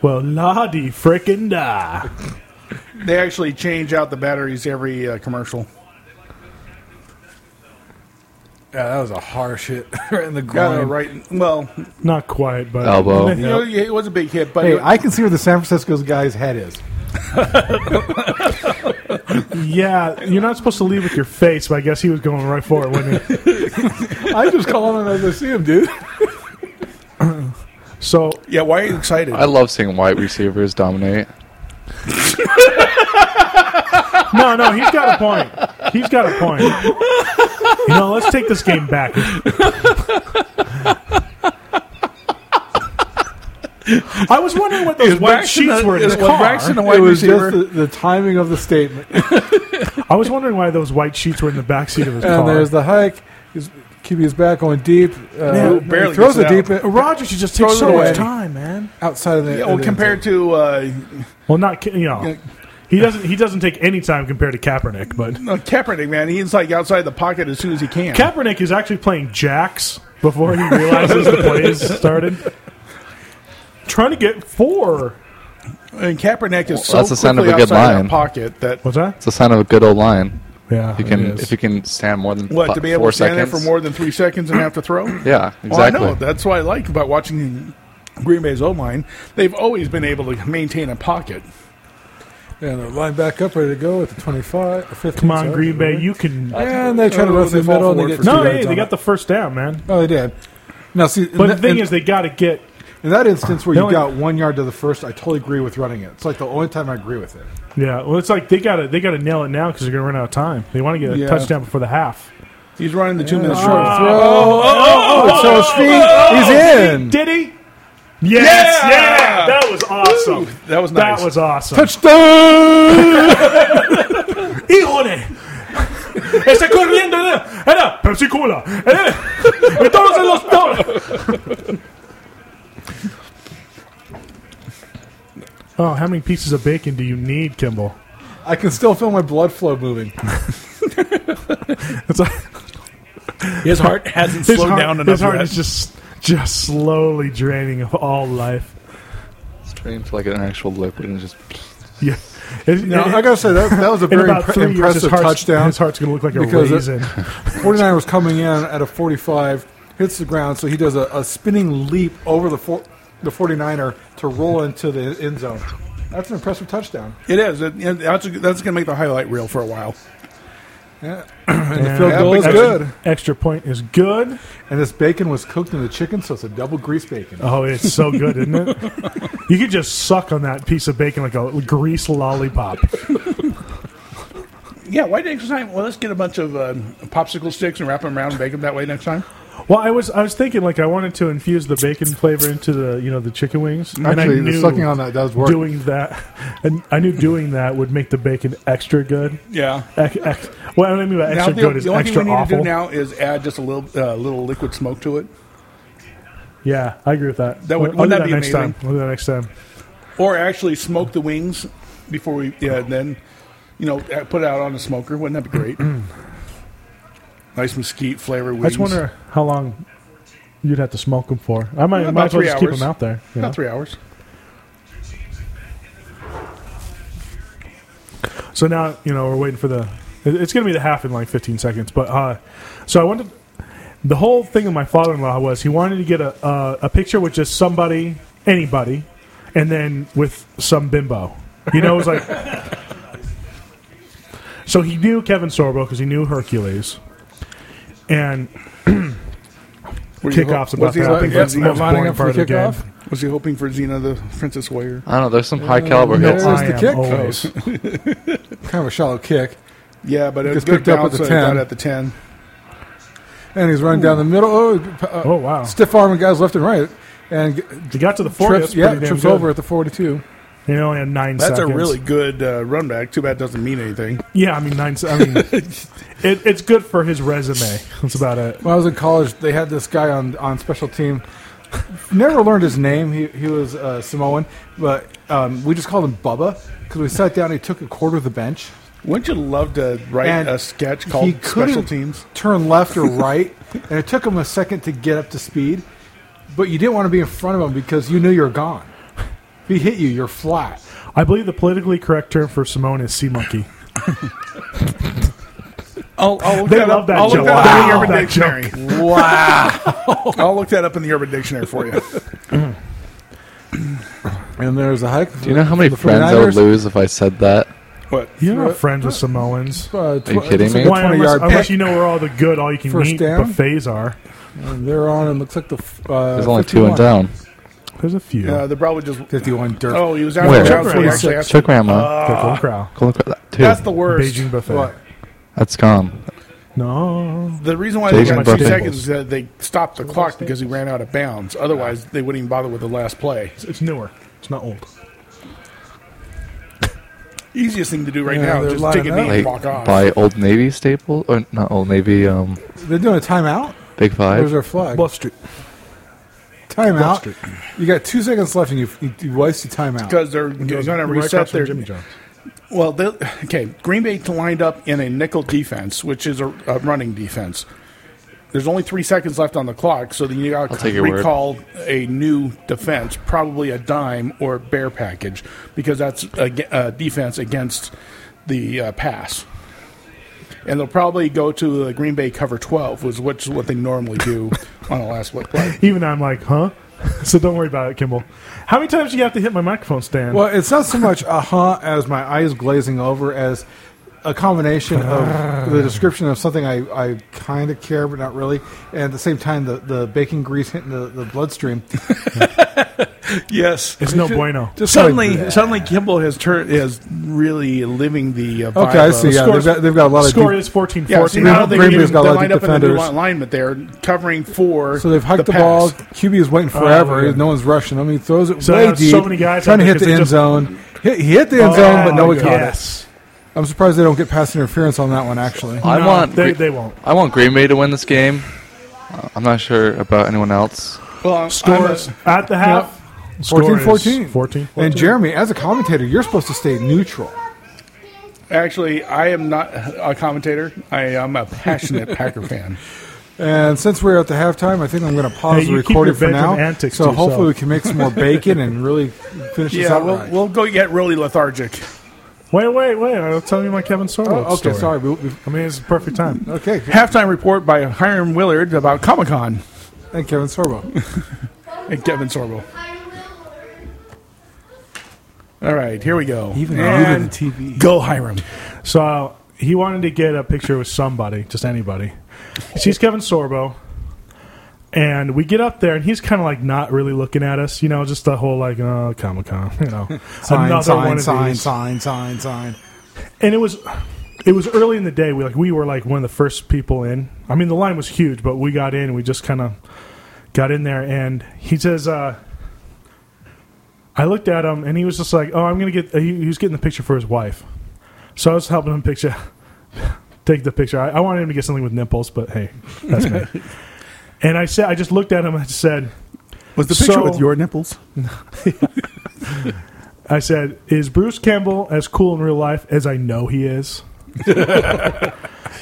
Speaker 2: well, la di frickin' da.
Speaker 3: They actually change out the batteries every uh, commercial.
Speaker 1: Yeah, that was a harsh hit right in the
Speaker 3: Got
Speaker 1: groin.
Speaker 3: it Uh, right. Well,
Speaker 2: Not quite, but
Speaker 4: Elbow.
Speaker 3: you know, it was a big hit, but
Speaker 1: Hey, I can see where the San Francisco's guy's head is.
Speaker 2: yeah, you're not supposed to leave with your face, but I guess he was going right for it, wasn't he?
Speaker 1: I just call him as I see him, dude.
Speaker 2: So
Speaker 3: yeah. Why are you excited?
Speaker 4: I love seeing white receivers dominate.
Speaker 2: no, no, he's got a point. He's got a point. You know, let's take this game back. I was wondering what those white sheets were in his car.
Speaker 1: It was just the, the timing of the statement.
Speaker 2: I was wondering why those white sheets were in the backseat of his
Speaker 1: And
Speaker 2: car.
Speaker 1: there's the hike. He's, QB is back going deep. Uh,
Speaker 2: Man,
Speaker 3: barely
Speaker 1: throws a
Speaker 3: gets it
Speaker 1: deep in,
Speaker 2: Roger should just
Speaker 1: Throw
Speaker 2: take
Speaker 1: it
Speaker 2: so
Speaker 1: away.
Speaker 2: much time, man.
Speaker 1: outside of the.
Speaker 3: well,
Speaker 1: of the
Speaker 3: compared to uh,
Speaker 2: Well, not ki- you know, he doesn't. He doesn't take any time compared to Kaepernick. But
Speaker 3: no, Kaepernick, man, he's like outside the pocket as soon as he can.
Speaker 2: Kaepernick is actually playing jacks before he realizes the play has started. Trying to get four.
Speaker 3: and Kaepernick is so
Speaker 4: that's a sign of
Speaker 3: quickly
Speaker 4: a good
Speaker 3: outside
Speaker 4: line.
Speaker 3: that pocket that
Speaker 2: What's that?
Speaker 4: It's a sign of a good old line.
Speaker 2: Yeah,
Speaker 4: You
Speaker 2: it
Speaker 4: can
Speaker 2: is.
Speaker 4: if you can stand more than
Speaker 3: what
Speaker 4: fi-
Speaker 3: to be able
Speaker 4: four
Speaker 3: to stand
Speaker 4: seconds.
Speaker 3: there for more than three seconds and have to throw.
Speaker 4: yeah,
Speaker 3: Well, Oh, I
Speaker 4: exactly.
Speaker 3: know that's what I like about watching Green Bay's O line. They've always been able to maintain a pocket.
Speaker 1: Yeah, and they line back up, ready to go at the 25, or 15.
Speaker 2: Come on,
Speaker 1: sorry.
Speaker 2: Green Bay, you can.
Speaker 1: And they try to
Speaker 3: Oh,
Speaker 1: run through
Speaker 3: they
Speaker 1: the middle
Speaker 3: fall
Speaker 1: and they
Speaker 3: forward
Speaker 1: get
Speaker 3: for
Speaker 1: Uh, two
Speaker 2: No,
Speaker 1: yards
Speaker 2: hey,
Speaker 1: on
Speaker 2: they
Speaker 1: it.
Speaker 2: got the first down, man.
Speaker 1: Oh, they did. Now, see,
Speaker 2: But
Speaker 1: in
Speaker 2: the
Speaker 1: that-
Speaker 2: thing
Speaker 1: in-
Speaker 2: is, they got to get.
Speaker 1: in that instance where
Speaker 2: they
Speaker 1: you
Speaker 2: only-
Speaker 1: got one yard to the first, I totally agree with running it. It's like the only time I agree with it.
Speaker 2: Yeah, well, it's like they got to they got to nail it now because they're going to run out of time. They want to get a
Speaker 3: Yeah.
Speaker 2: touchdown before the half.
Speaker 3: He's running the two minutes
Speaker 1: Short
Speaker 3: short.
Speaker 1: throw. Oh, so his feet. he's in.
Speaker 2: Did oh, he? Yes, yeah, that was
Speaker 4: Oh,
Speaker 2: awesome.
Speaker 3: that was
Speaker 2: That
Speaker 3: nice.
Speaker 2: was awesome.
Speaker 1: Touchdown!
Speaker 2: ¡Híjole! Está corriendo, era, era Pepsi Cola. Eh, entonces los Oh, how many pieces of bacon do you need, Kimball?
Speaker 1: I can still feel my blood flow moving.
Speaker 2: It's like
Speaker 3: His heart hasn't
Speaker 2: his heart, his heart is just just slowly draining of all life.
Speaker 4: It's turning into like an actual liquid and just
Speaker 2: Yeah, It-
Speaker 1: Now,
Speaker 2: it-
Speaker 1: I gotta say that that was a
Speaker 2: in
Speaker 1: very
Speaker 2: about
Speaker 1: impre-
Speaker 2: three years, his
Speaker 1: impressive
Speaker 2: heart's,
Speaker 1: touchdown.
Speaker 2: His heart's going to look like a
Speaker 1: because it-
Speaker 2: raisin.
Speaker 1: 49 was coming in at a 45, hits the ground, so he does a, a spinning leap over the four, the 49er to roll into the end zone. That's an impressive touchdown.
Speaker 3: It is. It- it- that's that's going to make the highlight reel for a while.
Speaker 1: Yeah. and the field
Speaker 2: Yeah,
Speaker 1: goal is
Speaker 2: extra-
Speaker 1: good.
Speaker 2: Extra point is good.
Speaker 1: And this bacon was cooked in the chicken, so it's a double grease bacon.
Speaker 2: Oh, it's so good, isn't it? you could just suck on that piece of bacon like a grease lollipop.
Speaker 3: Yeah, why next time? Well, let's get a bunch of uh, popsicle sticks and wrap them around and bake them that way next time.
Speaker 2: Well, I was I was thinking like I wanted to infuse the bacon flavor into the you know the chicken wings. and I
Speaker 1: Actually, the
Speaker 2: knew
Speaker 1: sucking on that does work.
Speaker 2: doing that, and I knew doing that would make the bacon extra good.
Speaker 3: Yeah.
Speaker 2: Ex, ex, what I mean by
Speaker 3: Now
Speaker 2: extra
Speaker 3: the,
Speaker 2: good is
Speaker 3: the only
Speaker 2: extra
Speaker 3: thing we need
Speaker 2: awful.
Speaker 3: to do now is add just a little uh, little liquid smoke to it,
Speaker 2: yeah, I agree with that.
Speaker 3: That would-
Speaker 2: I'll do
Speaker 3: wouldn't that
Speaker 2: that
Speaker 3: be
Speaker 2: next
Speaker 3: amazing?
Speaker 2: time. We'll do that next time.
Speaker 3: or actually smoke the wings before we. Yeah, and then you know uh, put it out on a smoker. Wouldn't that be great? nice mesquite flavor wings.
Speaker 2: I just wonder how long you'd have to smoke them for. I might,
Speaker 3: About
Speaker 2: might as well
Speaker 3: three
Speaker 2: just keep
Speaker 3: hours.
Speaker 2: them out there. you know?
Speaker 3: About three hours.
Speaker 2: So now you know we're waiting for the. it- It's going to be the half in like 15 seconds. But uh, so I wanted the whole thing of my father-in-law was he wanted to get a a, a picture with just somebody, anybody, and then with some bimbo. You know, it was like. so he knew Kevin Sorbo because he knew Hercules, and
Speaker 3: Were you
Speaker 2: kickoffs
Speaker 3: hop-
Speaker 2: about
Speaker 3: was he
Speaker 2: that. I
Speaker 3: hoping
Speaker 2: think
Speaker 3: for
Speaker 2: that's the
Speaker 3: Xena?
Speaker 2: most
Speaker 1: lining
Speaker 2: boring
Speaker 1: up for
Speaker 2: part of the
Speaker 1: the
Speaker 2: game.
Speaker 1: kickoff?
Speaker 3: Was he hoping for Xena the Princess Warrior?
Speaker 4: I don't know. There's some high caliber
Speaker 1: no,
Speaker 4: hits.
Speaker 1: There's
Speaker 2: I
Speaker 1: the
Speaker 2: am
Speaker 1: kick.
Speaker 2: always.
Speaker 1: Kind of a shallow kick.
Speaker 3: Yeah, but it
Speaker 1: Gets
Speaker 3: was good
Speaker 1: picked up at
Speaker 3: bounce,
Speaker 1: the
Speaker 3: so I got
Speaker 1: 10.
Speaker 3: it at the ten.
Speaker 1: and he's running down the middle. Oh, p- uh,
Speaker 2: Oh, wow.
Speaker 1: Stiff arming guys left and right, and g-
Speaker 2: He got to the 40.
Speaker 1: trips.
Speaker 2: that's
Speaker 1: Yeah,
Speaker 2: pretty damn
Speaker 1: trips
Speaker 2: good.
Speaker 1: over at the forty-two.
Speaker 2: You know, in nine
Speaker 3: That's
Speaker 2: seconds.
Speaker 3: a really good uh, run back. Too bad it doesn't mean anything.
Speaker 2: Yeah, I mean, nine. se- I mean, it, it's good for his resume. That's about it.
Speaker 1: When I was in college, they had this guy on on special team. Never learned his name. He he was uh, Samoan, but um, we just called him Bubba because we sat down. He took a quarter of the bench.
Speaker 3: Wouldn't you love to write
Speaker 1: And
Speaker 3: a sketch
Speaker 1: he
Speaker 3: called Special
Speaker 1: couldn't
Speaker 3: Teams?
Speaker 1: Turn left or right, and it took him a second to get up to speed. But you didn't want to be in front of him because you knew you're gone. If he hit you, you're flat.
Speaker 2: I believe the politically correct term for Simone is sea monkey.
Speaker 1: wow!
Speaker 3: I'll, I'll Oh, look
Speaker 2: They
Speaker 3: that
Speaker 2: love
Speaker 3: up.
Speaker 2: that
Speaker 3: I'll look
Speaker 2: joke.
Speaker 3: that up in the
Speaker 2: Wow.
Speaker 3: Urban
Speaker 2: That
Speaker 3: Dictionary. I'll look that up in the Urban Dictionary for you.
Speaker 1: And there's a hike.
Speaker 4: Do you know how many friends I would lose if I said that?
Speaker 3: What?
Speaker 2: You're not friends with Samoans.
Speaker 1: Uh, tw-
Speaker 4: Are you
Speaker 1: it's
Speaker 4: kidding
Speaker 1: like
Speaker 4: me?
Speaker 1: a
Speaker 2: Why,
Speaker 1: 20
Speaker 2: unless,
Speaker 1: yard
Speaker 2: unless
Speaker 1: pick.
Speaker 2: you know where all the good, all you can
Speaker 1: First
Speaker 2: eat
Speaker 1: down?
Speaker 2: buffets are.
Speaker 1: And they're on, and looks like the. f- Uh,
Speaker 4: There's only two in
Speaker 1: 51.
Speaker 4: town.
Speaker 2: There's a few.
Speaker 3: Uh, they're probably just.
Speaker 1: 51 dirt.
Speaker 3: Oh, he was out
Speaker 4: Where?
Speaker 3: of town, so he
Speaker 2: Chuck
Speaker 3: actually has
Speaker 4: Chuck Grandma.
Speaker 2: Pickle
Speaker 1: Ah.
Speaker 2: Crow.
Speaker 4: Go look at that. Dude,
Speaker 3: Uh, That's the Oh worst.
Speaker 2: Beijing buffet.
Speaker 1: What?
Speaker 4: that's gone.
Speaker 2: No.
Speaker 3: The reason why they
Speaker 4: Jason
Speaker 3: got two
Speaker 4: Buffett.
Speaker 3: seconds is that they stopped the clock because he ran out of bounds. Otherwise, they wouldn't even bother with the last play.
Speaker 2: It's, it's newer. It's not old.
Speaker 3: Easiest thing to do right
Speaker 1: Yeah,
Speaker 3: now
Speaker 1: they're
Speaker 3: is just
Speaker 1: lining
Speaker 3: take a knee
Speaker 4: Like
Speaker 3: and walk off.
Speaker 4: by Old Navy staple or not Old Navy, um,
Speaker 1: They're doing a timeout?
Speaker 4: Big Five.
Speaker 1: There's their flag.
Speaker 2: Street.
Speaker 1: timeout. You got two seconds left, and you, you, you waste your timeout.
Speaker 3: Because they're going to reset their.
Speaker 2: Jimmy John's.
Speaker 3: Well, they okay. Green Bay lined up in a nickel defense, which is a, a running defense. There's only three seconds left on the clock, so then you got
Speaker 4: take
Speaker 3: to
Speaker 4: your word.
Speaker 3: recall a new defense, probably a dime or a bear package, because that's a, ge- a defense against the uh, pass. And they'll probably go to the Green Bay cover 12, was which is what they normally do on the last play.
Speaker 2: Even I'm like, huh? so don't worry about it, Kimball. How many times do you have to hit my microphone stand?
Speaker 1: Well, it's not so much uh huh as my eyes glazing over as a combination of the description of something I, I kind of care but not really, and at the same time the, the bacon grease hitting the, the bloodstream.
Speaker 3: Yes.
Speaker 2: It's no bueno.
Speaker 1: Just
Speaker 3: Suddenly,
Speaker 1: like-
Speaker 3: suddenly, Kimball has turned is really living the uh,
Speaker 1: okay,
Speaker 3: vibe
Speaker 1: I
Speaker 3: of-
Speaker 1: see. Yeah,
Speaker 2: score-
Speaker 1: they've, got, they've got a lot of
Speaker 2: Score
Speaker 1: deep-
Speaker 2: is 14
Speaker 3: Yeah, see,
Speaker 2: 14.
Speaker 3: I
Speaker 1: Green-
Speaker 3: don't think
Speaker 1: Green
Speaker 3: even
Speaker 1: Bay's got a
Speaker 3: they
Speaker 1: lot of
Speaker 3: lined
Speaker 1: good
Speaker 3: up in the new
Speaker 1: defenders.
Speaker 3: alignment there, covering four.
Speaker 1: So they've hiked the, Oh,
Speaker 3: pass.
Speaker 1: ball. QB is waiting forever.
Speaker 2: yeah.
Speaker 1: No one's rushing him. He throws it
Speaker 2: So
Speaker 1: way
Speaker 2: there are
Speaker 1: deep.
Speaker 2: so many guys
Speaker 1: trying to
Speaker 2: out there
Speaker 1: hit
Speaker 2: 'cause
Speaker 1: the
Speaker 2: they
Speaker 1: end
Speaker 2: just- Oh
Speaker 1: zone. Hit, he hit the end zone, but no one caught it.
Speaker 2: yes.
Speaker 1: I'm surprised they don't get pass interference on that one. Actually,
Speaker 4: I
Speaker 2: No,
Speaker 4: want
Speaker 2: They,
Speaker 4: Gre-
Speaker 2: they won't.
Speaker 4: I want Green Bay to win this game. Uh, I'm not sure about anyone else.
Speaker 3: Well, I'm-
Speaker 2: Scores
Speaker 3: I'm
Speaker 2: at the half.
Speaker 1: 14, 14.
Speaker 2: 14 14.
Speaker 1: And Jeremy, as a commentator, you're supposed to stay neutral.
Speaker 3: a- actually, I am not a commentator. I am a passionate Packer fan.
Speaker 1: And since we're at the halftime, I think I'm going to pause
Speaker 2: Hey,
Speaker 1: the
Speaker 2: you keep
Speaker 1: recording
Speaker 2: your
Speaker 1: for now.
Speaker 2: bedroom antics
Speaker 1: so
Speaker 2: to
Speaker 1: hopefully we
Speaker 2: yourself.
Speaker 1: can make some more bacon and really finish this
Speaker 3: Yeah,
Speaker 1: out.
Speaker 3: we'll,
Speaker 1: right.
Speaker 3: we'll go get really lethargic.
Speaker 2: Wait, wait, wait. I'll tell you my Kevin Sorbo
Speaker 1: Oh, okay,
Speaker 2: story.
Speaker 1: sorry. We, we,
Speaker 2: I mean, it's the perfect time.
Speaker 1: okay,
Speaker 3: Halftime report by Hiram Willard about Comic Con
Speaker 1: and Kevin Sorbo.
Speaker 3: and Kevin Sorbo. All right, here we go.
Speaker 1: Even
Speaker 3: and
Speaker 1: moving the TV.
Speaker 3: Go Hiram.
Speaker 2: So he wanted to get a picture with somebody, just anybody. He sees Kevin Sorbo, and we get up there, and he's kind of like not really looking at us, you know, just the whole like, oh, Comic Con, you know,
Speaker 1: Sign, sign,
Speaker 2: of
Speaker 1: sign,
Speaker 2: these.
Speaker 1: sign, sign, sign.
Speaker 2: and it was it was early in the day. We like we were like one of the first people in. I mean, the line was huge, but we got in. We just kind of got in there, and he says, uh, "I looked at him, and he was just like, oh, I'm gonna get.' He, he was getting the picture for his wife, so I was helping him picture take the picture. I, I wanted him to get something with nipples, but hey, that's me. and I said, I just looked at him and said.
Speaker 3: Was the
Speaker 2: picture with your
Speaker 3: nipples?
Speaker 2: I said, "Is Bruce Campbell as cool in real life as I know he is?"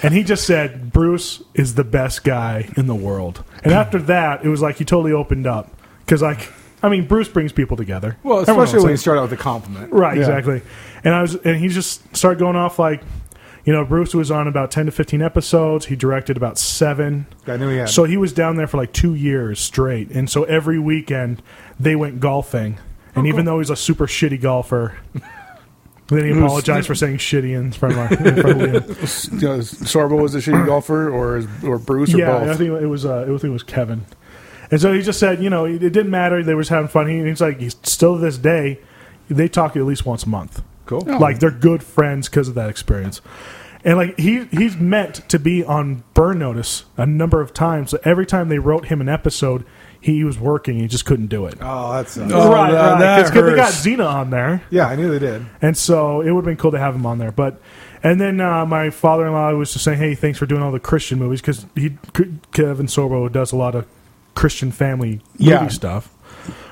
Speaker 2: and he just said, "Bruce is the best guy in the world." And after that, it was like he totally opened up because, like, I mean, Bruce brings people together.
Speaker 1: Well,
Speaker 2: Everyone
Speaker 1: especially
Speaker 2: knows
Speaker 1: when
Speaker 2: that.
Speaker 1: you start out with a compliment.
Speaker 2: Right,
Speaker 3: Yeah.
Speaker 2: exactly. And I was, and he just started going off like, you know, Bruce was on about ten to fifteen episodes. He directed about seven.
Speaker 1: I knew he had.
Speaker 2: So he was down there for like two years straight, and so every weekend they went golfing.
Speaker 1: Oh,
Speaker 2: And even though he's a super shitty golfer, then he apologized for saying shitty in front of, our, in front of Liam.
Speaker 3: Sorbo was a shitty golfer, or is- or Bruce, or
Speaker 2: Yeah,
Speaker 3: both.
Speaker 2: I think it was uh, I think it was Kevin. And so he just said, you know, it it didn't matter. They were just having fun. He, he's like, he's still to this day, they talk at least once a month.
Speaker 1: cool.
Speaker 2: Like they're good friends because of that experience. And like he he's meant to be on burn notice a number of times. So every time they wrote him an episode, he was working. He just couldn't do it.
Speaker 1: Oh, that's
Speaker 3: Oh, that- that
Speaker 2: 'Cause they got
Speaker 3: hurts.
Speaker 2: Xena on there,
Speaker 1: yeah. I knew they did.
Speaker 2: and so it would have been cool to have him on there. But and then uh, my father-in-law was just saying, "Hey, thanks for doing all the Christian movies because he Kevin Sorbo does a lot of Christian family
Speaker 3: Yeah.
Speaker 2: movie stuff."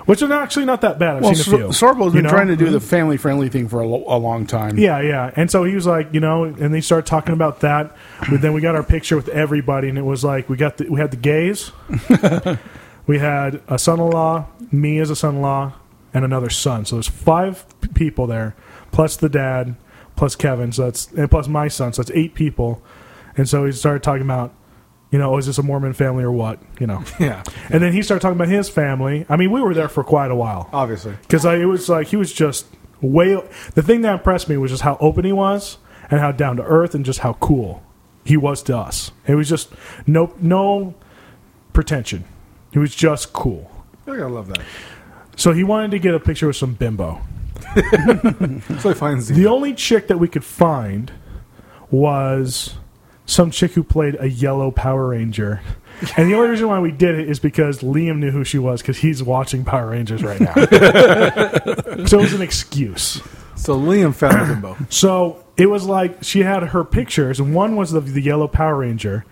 Speaker 2: Which is actually not that bad. I've
Speaker 3: Well,
Speaker 2: seen a few.
Speaker 3: Sor- Sorbo's
Speaker 2: you
Speaker 3: been
Speaker 2: know?
Speaker 3: trying to do the family friendly thing for a, lo- a long time.
Speaker 2: Yeah, yeah. And so he was like, you know, and they started talking about that. But then we got our picture with everybody, and it was like we got the, we had the gays, we had a son-in-law, me as a son-in-law, and another son. So there's five p- people there, plus the dad, plus Kevin. So that's and plus my son. So that's eight people. And so he started talking about, you know, oh, is this a Mormon family or what? You know.
Speaker 1: Yeah,
Speaker 2: And then he started talking about his family. I mean, we were there for quite a while
Speaker 1: obviously.
Speaker 2: because it was like he was just way. The thing that impressed me was just how open he was and how down to earth and just how cool he was to us. It was just no no pretension. He was just cool.
Speaker 1: I gotta love that.
Speaker 2: So he wanted to get a picture with some bimbo.
Speaker 1: So he finds
Speaker 2: The
Speaker 1: the
Speaker 2: only chick that we could find was some chick who played a yellow Power Ranger. And the only reason why we did it is because Liam knew who she was because he's watching Power Rangers right now. so it was an excuse.
Speaker 1: so Liam found Limbo.
Speaker 2: So it was like she had her pictures, and one was of the yellow Power Ranger,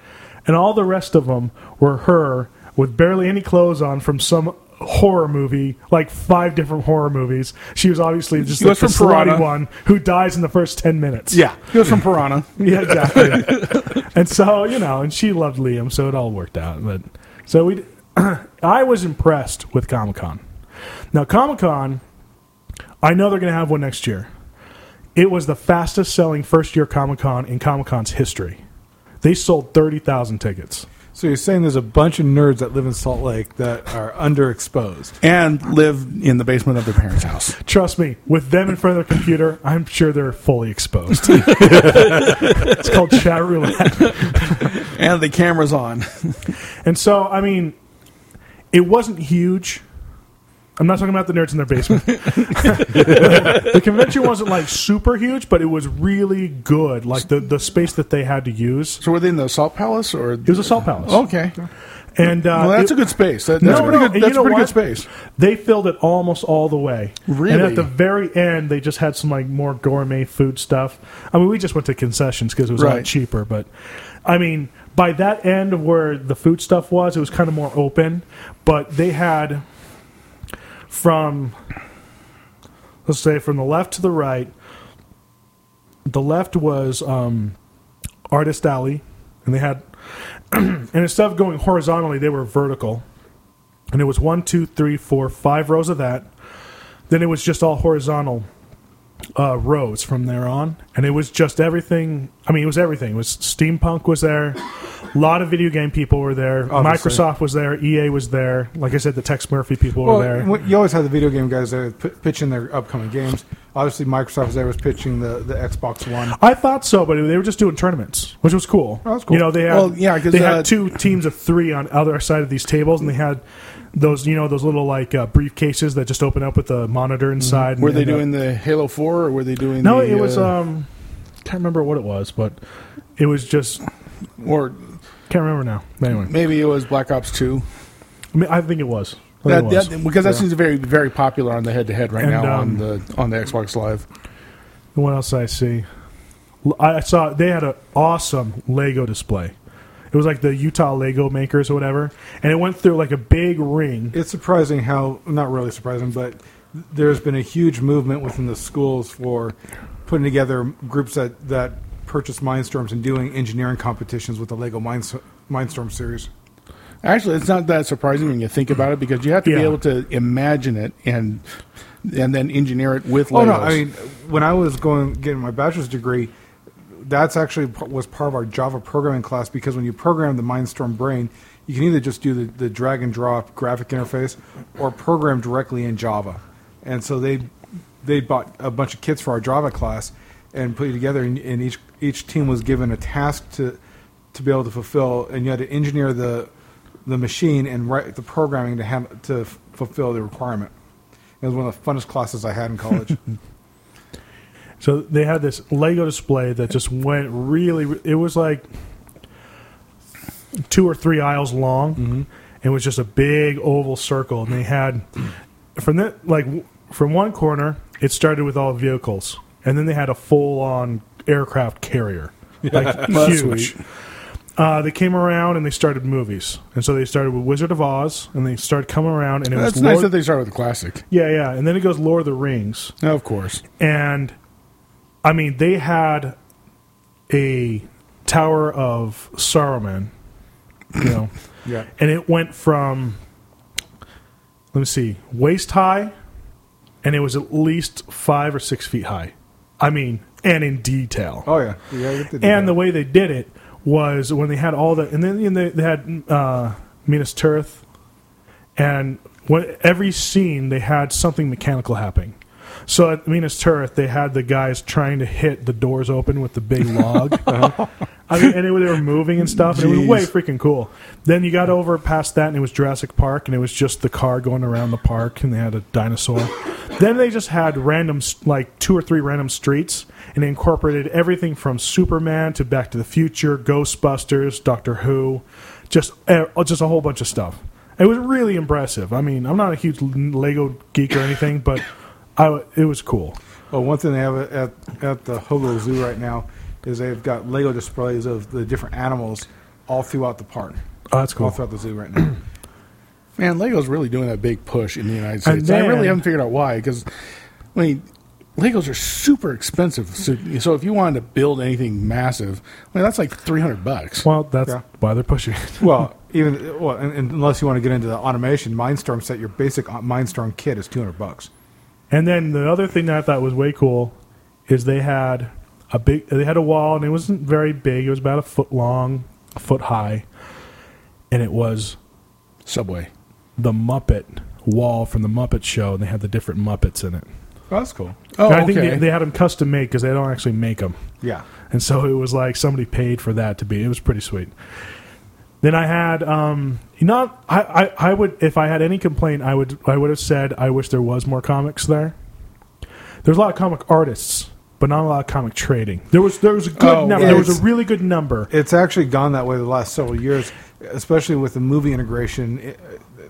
Speaker 2: and all the rest of them were her with barely any clothes on from some horror movie, like five different horror movies. She was obviously just
Speaker 3: He
Speaker 2: like
Speaker 3: was
Speaker 2: the
Speaker 3: from
Speaker 2: karate
Speaker 3: Piranha.
Speaker 2: one who dies in the first ten minutes.
Speaker 3: Yeah. He was from Piranha.
Speaker 2: yeah, exactly. and so you know, and she loved Liam, so it all worked out. But so we, I was impressed with Comic Con. Now Comic Con, I know they're going to have one next year. It was the fastest selling first year Comic Con in Comic Con's history. They sold thirty thousand tickets.
Speaker 1: So you're saying there's a bunch of nerds that live in Salt Lake that are underexposed.
Speaker 3: and lived in the basement of their parents' house.
Speaker 2: Trust me, with them in front of their computer, I'm sure they're fully exposed. it's called chat roulette.
Speaker 3: And the camera's on.
Speaker 2: And so, I mean, it wasn't huge. I'm not talking about the nerds in their basement. the convention wasn't like super huge, but it was really good. Like the, the space that they had to use.
Speaker 3: So were they in the Salt Palace or
Speaker 2: It was a salt palace.
Speaker 3: Okay.
Speaker 2: and uh,
Speaker 3: Oh, Well, that's
Speaker 2: it-
Speaker 3: a good space. That, that's
Speaker 2: No,
Speaker 3: pretty
Speaker 2: no,
Speaker 3: good.
Speaker 2: and
Speaker 3: That's
Speaker 2: you know
Speaker 3: pretty
Speaker 2: what?
Speaker 3: good space.
Speaker 2: They filled it almost all the way. And
Speaker 3: Really?
Speaker 2: at the very end, they just had some like more gourmet food stuff. I mean, we just went to concessions because it was a lot
Speaker 3: Right.
Speaker 2: cheaper. But I mean, by that end of where the food stuff was, it was kind of more open. But they had from let's say from the left to the right. The left was um, Artist Alley, and they had and instead of going horizontally, they were vertical. And it was one, two, three, four, five rows of that. Then it was just all horizontal uh, rows from there on, and it was just everything. I mean, it was everything. It was steampunk was there. A lot of video game people were there.
Speaker 1: Obviously.
Speaker 2: Microsoft was there. EA was there. Like I said, the Tex Murphy people
Speaker 1: Well,
Speaker 2: were there.
Speaker 1: w- you always have the video game guys that are p- pitching their upcoming games. Obviously, Microsoft was there was pitching the, the Xbox One.
Speaker 2: I thought so, but they were just doing tournaments, which was cool.
Speaker 1: Oh, that's cool.
Speaker 2: You know, they had
Speaker 3: Well, yeah, 'cause,
Speaker 2: they
Speaker 3: uh,
Speaker 2: had two teams of three on other side of these tables, and they had those you know those little like uh, briefcases that just open up with the monitor inside.
Speaker 3: Mm-hmm. Were
Speaker 2: and,
Speaker 3: they
Speaker 2: and,
Speaker 3: doing
Speaker 2: Uh,
Speaker 3: the Halo Four or were they doing?
Speaker 2: no,
Speaker 3: the,
Speaker 2: it was
Speaker 3: uh,
Speaker 2: um, can't remember what it was, but it was just
Speaker 3: or
Speaker 2: can't remember now. Anyway,
Speaker 3: maybe it was Black Ops Two.
Speaker 2: I, mean, I think it was. I think
Speaker 3: That,
Speaker 2: it was.
Speaker 3: that- because that seems very very popular on the head to head right
Speaker 2: And,
Speaker 3: now on
Speaker 2: um,
Speaker 3: the on the Xbox Live.
Speaker 2: What else did I see? L- I saw they had an awesome Lego display. It was like the Utah Lego makers or whatever, and it went through like a big ring.
Speaker 1: It's surprising how, not really surprising, but there's been a huge movement within the schools for putting together groups that, that purchase Mindstorms and doing engineering competitions with the Lego Minds- Mindstorm series.
Speaker 3: Actually, it's not that surprising when you think about it because you have to be
Speaker 2: Yeah.
Speaker 3: able to imagine it and and then engineer it with
Speaker 1: Oh
Speaker 3: Legos.
Speaker 1: no! I mean, when I was going getting my bachelor's degree, that's actually p- was part of our Java programming class because when you program the Mindstorm brain, you can either just do the, the drag and drop graphic interface or program directly in Java. And so they they bought a bunch of kits for our Java class and put it together, and, and each each team was given a task to to be able to fulfill, and you had to engineer the the machine and write the programming to have to f- fulfill the requirement. It was one of the funnest classes I had in college.
Speaker 2: So they had this Lego display that just went really. It was like two or three aisles long,
Speaker 3: Mm-hmm.
Speaker 2: and it was just a big oval circle. And they had from that like w- from one corner, it started with all vehicles, and then they had a full on aircraft carrier, like huge. Uh, they came around and they started movies, and so they started with Wizard of Oz, and they started coming around, and it
Speaker 3: That's
Speaker 2: was
Speaker 3: nice
Speaker 2: Lord-
Speaker 3: that they start with the classic.
Speaker 2: yeah, yeah, and then it goes Lord of the Rings,
Speaker 3: Of course.
Speaker 2: and I mean they had a Tower of Saruman, you know,
Speaker 1: Yeah.
Speaker 2: and it went from let me see waist high, and it was at least five or six feet high. I mean, and in detail.
Speaker 1: Oh yeah. Yeah. it did
Speaker 2: And the
Speaker 1: that.
Speaker 2: way they did it was when they had all the, and then you know, they, they had uh, Minas Tirith, and when, every scene they had something mechanical happening. So at Minas Tirith, they had the guys trying to hit the doors open with the big log. I mean, and it, they were moving and stuff, and it was
Speaker 3: Jeez.
Speaker 2: way freaking cool. Then you got over past that, and it was Jurassic Park, and it was just the car going around the park, and they had a dinosaur. then they just had random, s- like two or three random streets, and incorporated everything from Superman to Back to the Future, Ghostbusters, Doctor Who, just eh, just a whole bunch of stuff. It was really impressive. I mean, I'm not a huge Lego geek or anything, but I, w- it was cool.
Speaker 1: Well, one thing they have at at the Hobo Zoo right now is they've got Lego displays of the different animals all throughout the park,
Speaker 2: Oh, that's
Speaker 1: all
Speaker 2: cool.
Speaker 1: throughout the zoo right now.
Speaker 3: Man, Lego's really doing a big push in the United
Speaker 2: And
Speaker 3: States. I
Speaker 2: then-
Speaker 3: really haven't figured out why because I mean, Legos are super expensive. So, so if you wanted to build anything massive, I mean, that's like three hundred bucks.
Speaker 2: Well, that's
Speaker 1: Yeah.
Speaker 2: why they're pushing it.
Speaker 1: well, even well, and, and unless you want to get into the automation, Mindstorm set your basic uh, Mindstorm kit is two hundred bucks.
Speaker 2: And then the other thing that I thought was way cool is they had a big they had a wall and it wasn't very big. It was about a foot long, a foot high, and it was
Speaker 3: Subway.
Speaker 2: the Muppet wall from the Muppet Show, and they had the different Muppets in it.
Speaker 1: Oh, that's cool.
Speaker 3: Oh,
Speaker 2: And I think
Speaker 3: okay.
Speaker 2: they, they had them custom made because they don't actually make them,
Speaker 1: Yeah.
Speaker 2: and so it was like somebody paid for that to be. It was pretty sweet. Then I had um, not I, I, I would if I had any complaint I would I would have said I wish there was more comics there. There's a lot of comic artists, but not a lot of comic trading. There was there was a good
Speaker 3: Oh,
Speaker 2: number. There was
Speaker 1: it's-
Speaker 2: a really good number.
Speaker 1: It's actually gone that way the last several years, especially with the movie integration. It,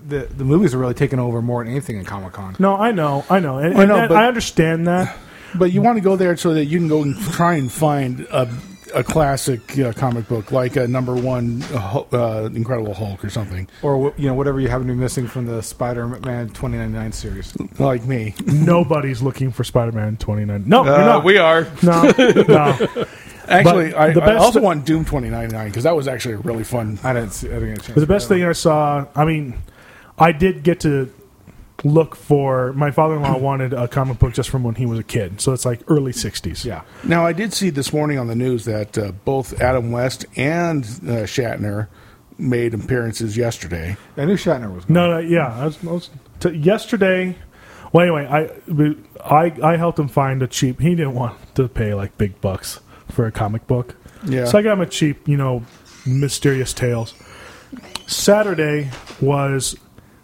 Speaker 1: the the movies are really taking over more than anything in Comic Con.
Speaker 2: No, I know, I know, and,
Speaker 3: I
Speaker 2: and
Speaker 3: know,
Speaker 2: that-
Speaker 3: but-
Speaker 2: I understand that.
Speaker 3: But you want to go there so that you can go and try and find a, a classic uh, comic book, like a number one uh, Hul- uh, Incredible Hulk or something,
Speaker 1: Or wh- you know whatever you happen to be missing from the Spider-Man 2099 series.
Speaker 3: like me.
Speaker 2: Nobody's looking for Spider-Man 29. No, you're
Speaker 4: Uh,
Speaker 2: not.
Speaker 4: we are.
Speaker 2: no, no.
Speaker 3: Actually,
Speaker 2: But
Speaker 3: I,
Speaker 2: the
Speaker 3: I
Speaker 2: best-
Speaker 3: also want Doom 2099 because that was actually a really fun.
Speaker 1: I didn't. See, I didn't get a chance.
Speaker 2: But the best
Speaker 1: to-
Speaker 2: thing I saw, I mean, I did get to look for. My father-in-law wanted a comic book just from when he was a kid, so it's like early 60s.
Speaker 1: Yeah.
Speaker 3: Now, I did see this morning on the news that uh, both Adam West and uh, Shatner made appearances yesterday.
Speaker 1: I knew Shatner was. Gone.
Speaker 2: No, no, yeah. I was, I was- t- yesterday. Well, anyway, I, I I helped him find a cheap. He didn't want to pay like big bucks for a comic book.
Speaker 3: Yeah.
Speaker 2: So I got him a cheap, you know, mysterious tales. Saturday was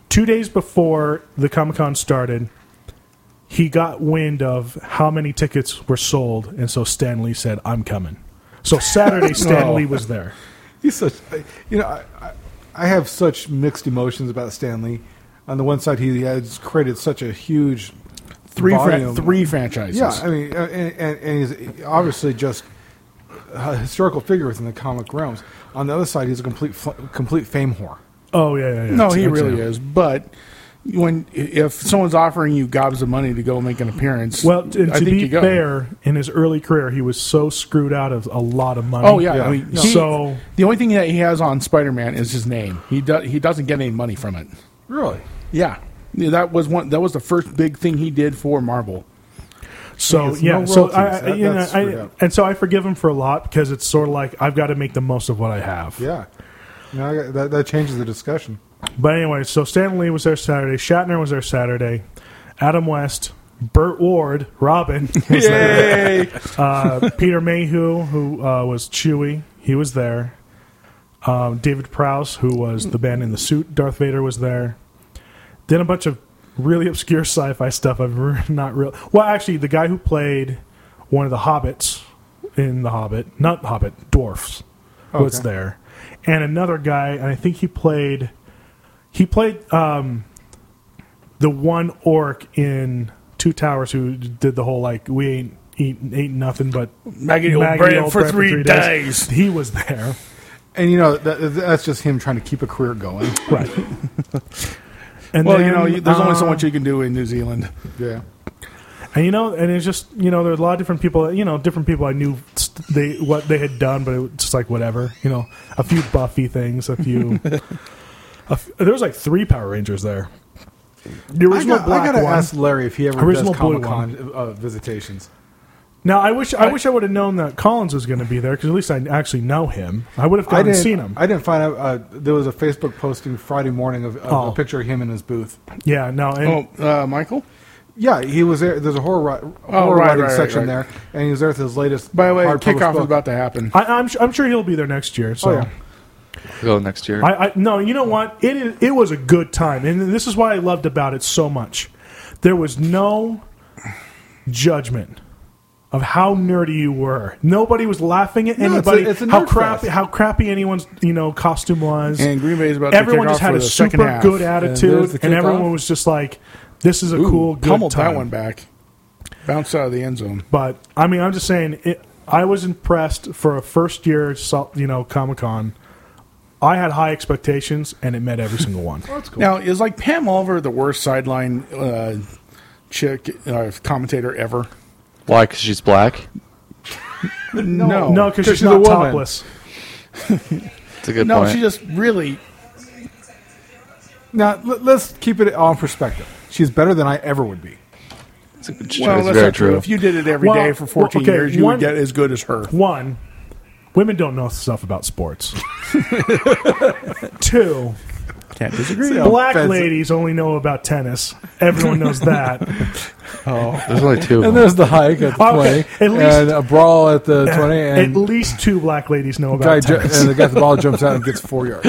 Speaker 2: two days before the Comic Con started. He got wind of how many tickets were sold, and so Stan Lee said, "I'm coming." So Saturday, Stan
Speaker 3: Oh.
Speaker 2: Lee was there.
Speaker 1: He's such, I- you know, I, I, I have such mixed emotions about Stanley. On the one side, he has created such a huge
Speaker 3: Three, fra-
Speaker 1: volume.
Speaker 3: three franchises.
Speaker 1: Yeah, I mean, uh, and, and, and he's obviously just a historical figure within the comic realms. On the other side, he's a complete fl- complete fame whore.
Speaker 2: Oh yeah, yeah, yeah.
Speaker 3: No, he
Speaker 2: That's
Speaker 3: really
Speaker 2: it.
Speaker 3: is. But when if someone's offering you gobs of money to go make an appearance,
Speaker 2: Well, t- and
Speaker 3: I
Speaker 2: to
Speaker 3: think
Speaker 2: be
Speaker 3: you go.
Speaker 2: fair, in his early career, he was so screwed out of a lot of money.
Speaker 3: Oh yeah, I mean, he-
Speaker 2: so
Speaker 3: the only thing that he has on Spider-Man is his name. He do, he doesn't get any money from it.
Speaker 1: Really?
Speaker 3: Yeah. Yeah, that was one. That was the first big thing he did for Marvel.
Speaker 2: so
Speaker 1: has
Speaker 2: yeah,
Speaker 1: no
Speaker 2: so I,
Speaker 1: royalties.
Speaker 2: I-
Speaker 1: That-
Speaker 2: you know,
Speaker 1: that's screwed
Speaker 2: I
Speaker 1: up.
Speaker 2: and so I forgive him for a lot because it's sort of like I've got to make the most of what I have.
Speaker 1: Yeah. Now I got- that, that changes the discussion.
Speaker 2: But anyway, so Stan Lee was there Saturday, Shatner was there Saturday, Adam West, Burt Ward, Robin, was there. Uh, Peter Mayhew, who uh, was Chewie, he was there. Um, David Prowse, who was the man in the suit, Darth Vader was there. Then a bunch of really obscure sci-fi stuff. I've re- not real. Well, actually, the guy who played one of the hobbits in The Hobbit, not Hobbit, dwarfs was
Speaker 1: Okay.
Speaker 2: there, and another guy, and I think he played he played um, the one orc in Two Towers who did the whole like we ain't eating ain't nothing but
Speaker 3: Maggie old bread for three days.
Speaker 2: He was there.
Speaker 1: And you know that, that's just him trying to keep a career going.
Speaker 2: Right. And
Speaker 3: Well, you
Speaker 2: then,
Speaker 3: know, you- there's only so
Speaker 2: uh,
Speaker 3: much you can do in New Zealand.
Speaker 1: Yeah.
Speaker 2: um, and you know, and it's just you know, there's a lot of different people. that- You know, different people I knew st- they what they had done, but it was just like whatever. You know, a few Buffy things, a few. a f- there was like three Power Rangers there. The
Speaker 1: I,
Speaker 2: original
Speaker 1: got,
Speaker 2: black
Speaker 1: to
Speaker 2: one.
Speaker 1: ask Larry if he ever
Speaker 2: Original
Speaker 1: does
Speaker 2: blue
Speaker 1: Comic Con uh, visitations.
Speaker 2: now I wish I, wish I would have known that Collins was going to be there because at least I actually know him. I would have
Speaker 1: I
Speaker 2: gone and
Speaker 1: didn't
Speaker 2: seen him.
Speaker 1: I didn't find out. Uh, there was a Facebook posting Friday morning of, of
Speaker 2: Oh.
Speaker 1: a picture of him in his booth.
Speaker 2: yeah, no, and
Speaker 3: Oh, uh, Michael.
Speaker 1: Yeah, he was there. There's a horror, ri-
Speaker 3: Oh,
Speaker 1: horror
Speaker 3: right,
Speaker 1: writing
Speaker 3: right, right,
Speaker 1: section
Speaker 3: right.
Speaker 1: there, and he was there with his latest.
Speaker 3: By the way,
Speaker 1: hard published
Speaker 3: kickoff is
Speaker 1: book.
Speaker 3: about to happen.
Speaker 2: I, I'm su- I'm sure he'll be there next year. So.
Speaker 1: Oh, yeah.
Speaker 4: We'll go next year.
Speaker 2: I, I no, you know what? It is- it was a good time, and this is what I loved about it so much. There was no judgment of how nerdy you were. Nobody was laughing at
Speaker 1: No, it's a-
Speaker 2: anybody.
Speaker 1: it's a
Speaker 2: how
Speaker 1: nerd
Speaker 2: crappy
Speaker 1: fest.
Speaker 2: how crappy anyone's you know costume was.
Speaker 3: And Green Bay is about to
Speaker 2: everyone
Speaker 3: kick
Speaker 2: just had
Speaker 3: off for
Speaker 2: a
Speaker 3: the second
Speaker 2: super
Speaker 3: half.
Speaker 1: And
Speaker 2: good
Speaker 1: there's
Speaker 2: attitude,
Speaker 1: the
Speaker 2: and,
Speaker 1: kickoff.
Speaker 2: everyone was just like, "This is a
Speaker 3: Ooh,
Speaker 2: cool good
Speaker 3: pummeled
Speaker 2: time."
Speaker 3: that one back. Bounced out of the end zone.
Speaker 2: But I mean, I'm just saying, it, I was impressed for a first year, so- you know, Comic Con. I had high expectations, and it met every single one.
Speaker 3: Now is like Pam Oliver the worst sideline uh, chick uh, commentator ever?
Speaker 4: Why? Because she's black.
Speaker 3: No,
Speaker 2: No, because she's,
Speaker 1: she's a
Speaker 2: not
Speaker 1: woman.
Speaker 2: topless.
Speaker 4: It's a good
Speaker 3: no,
Speaker 4: point.
Speaker 3: she just really
Speaker 1: Now let, let's keep it all in perspective. She's better than I ever would be.
Speaker 4: it's, a good choice.
Speaker 3: well.
Speaker 4: It's
Speaker 3: that's
Speaker 4: very
Speaker 3: not true.
Speaker 4: true.
Speaker 3: If you did it every day
Speaker 2: Well,
Speaker 3: for 14
Speaker 2: well, okay,
Speaker 3: years, you
Speaker 2: one-
Speaker 3: would get as good as her.
Speaker 2: One, women don't know stuff about sports. Two,
Speaker 3: Can't disagree.
Speaker 2: black
Speaker 1: offensive.
Speaker 2: ladies only know about tennis. Everyone knows that.
Speaker 4: There's only two.
Speaker 1: And
Speaker 4: Of them.
Speaker 1: there's the hike at the
Speaker 3: Oh,
Speaker 2: Okay,
Speaker 1: 20,
Speaker 2: at least-
Speaker 1: and a brawl at the 20,
Speaker 2: At
Speaker 1: and,
Speaker 2: least two black ladies know
Speaker 1: guy
Speaker 2: about
Speaker 1: ju-
Speaker 2: tennis.
Speaker 1: and the guy at the ball jumps out and gets four yards.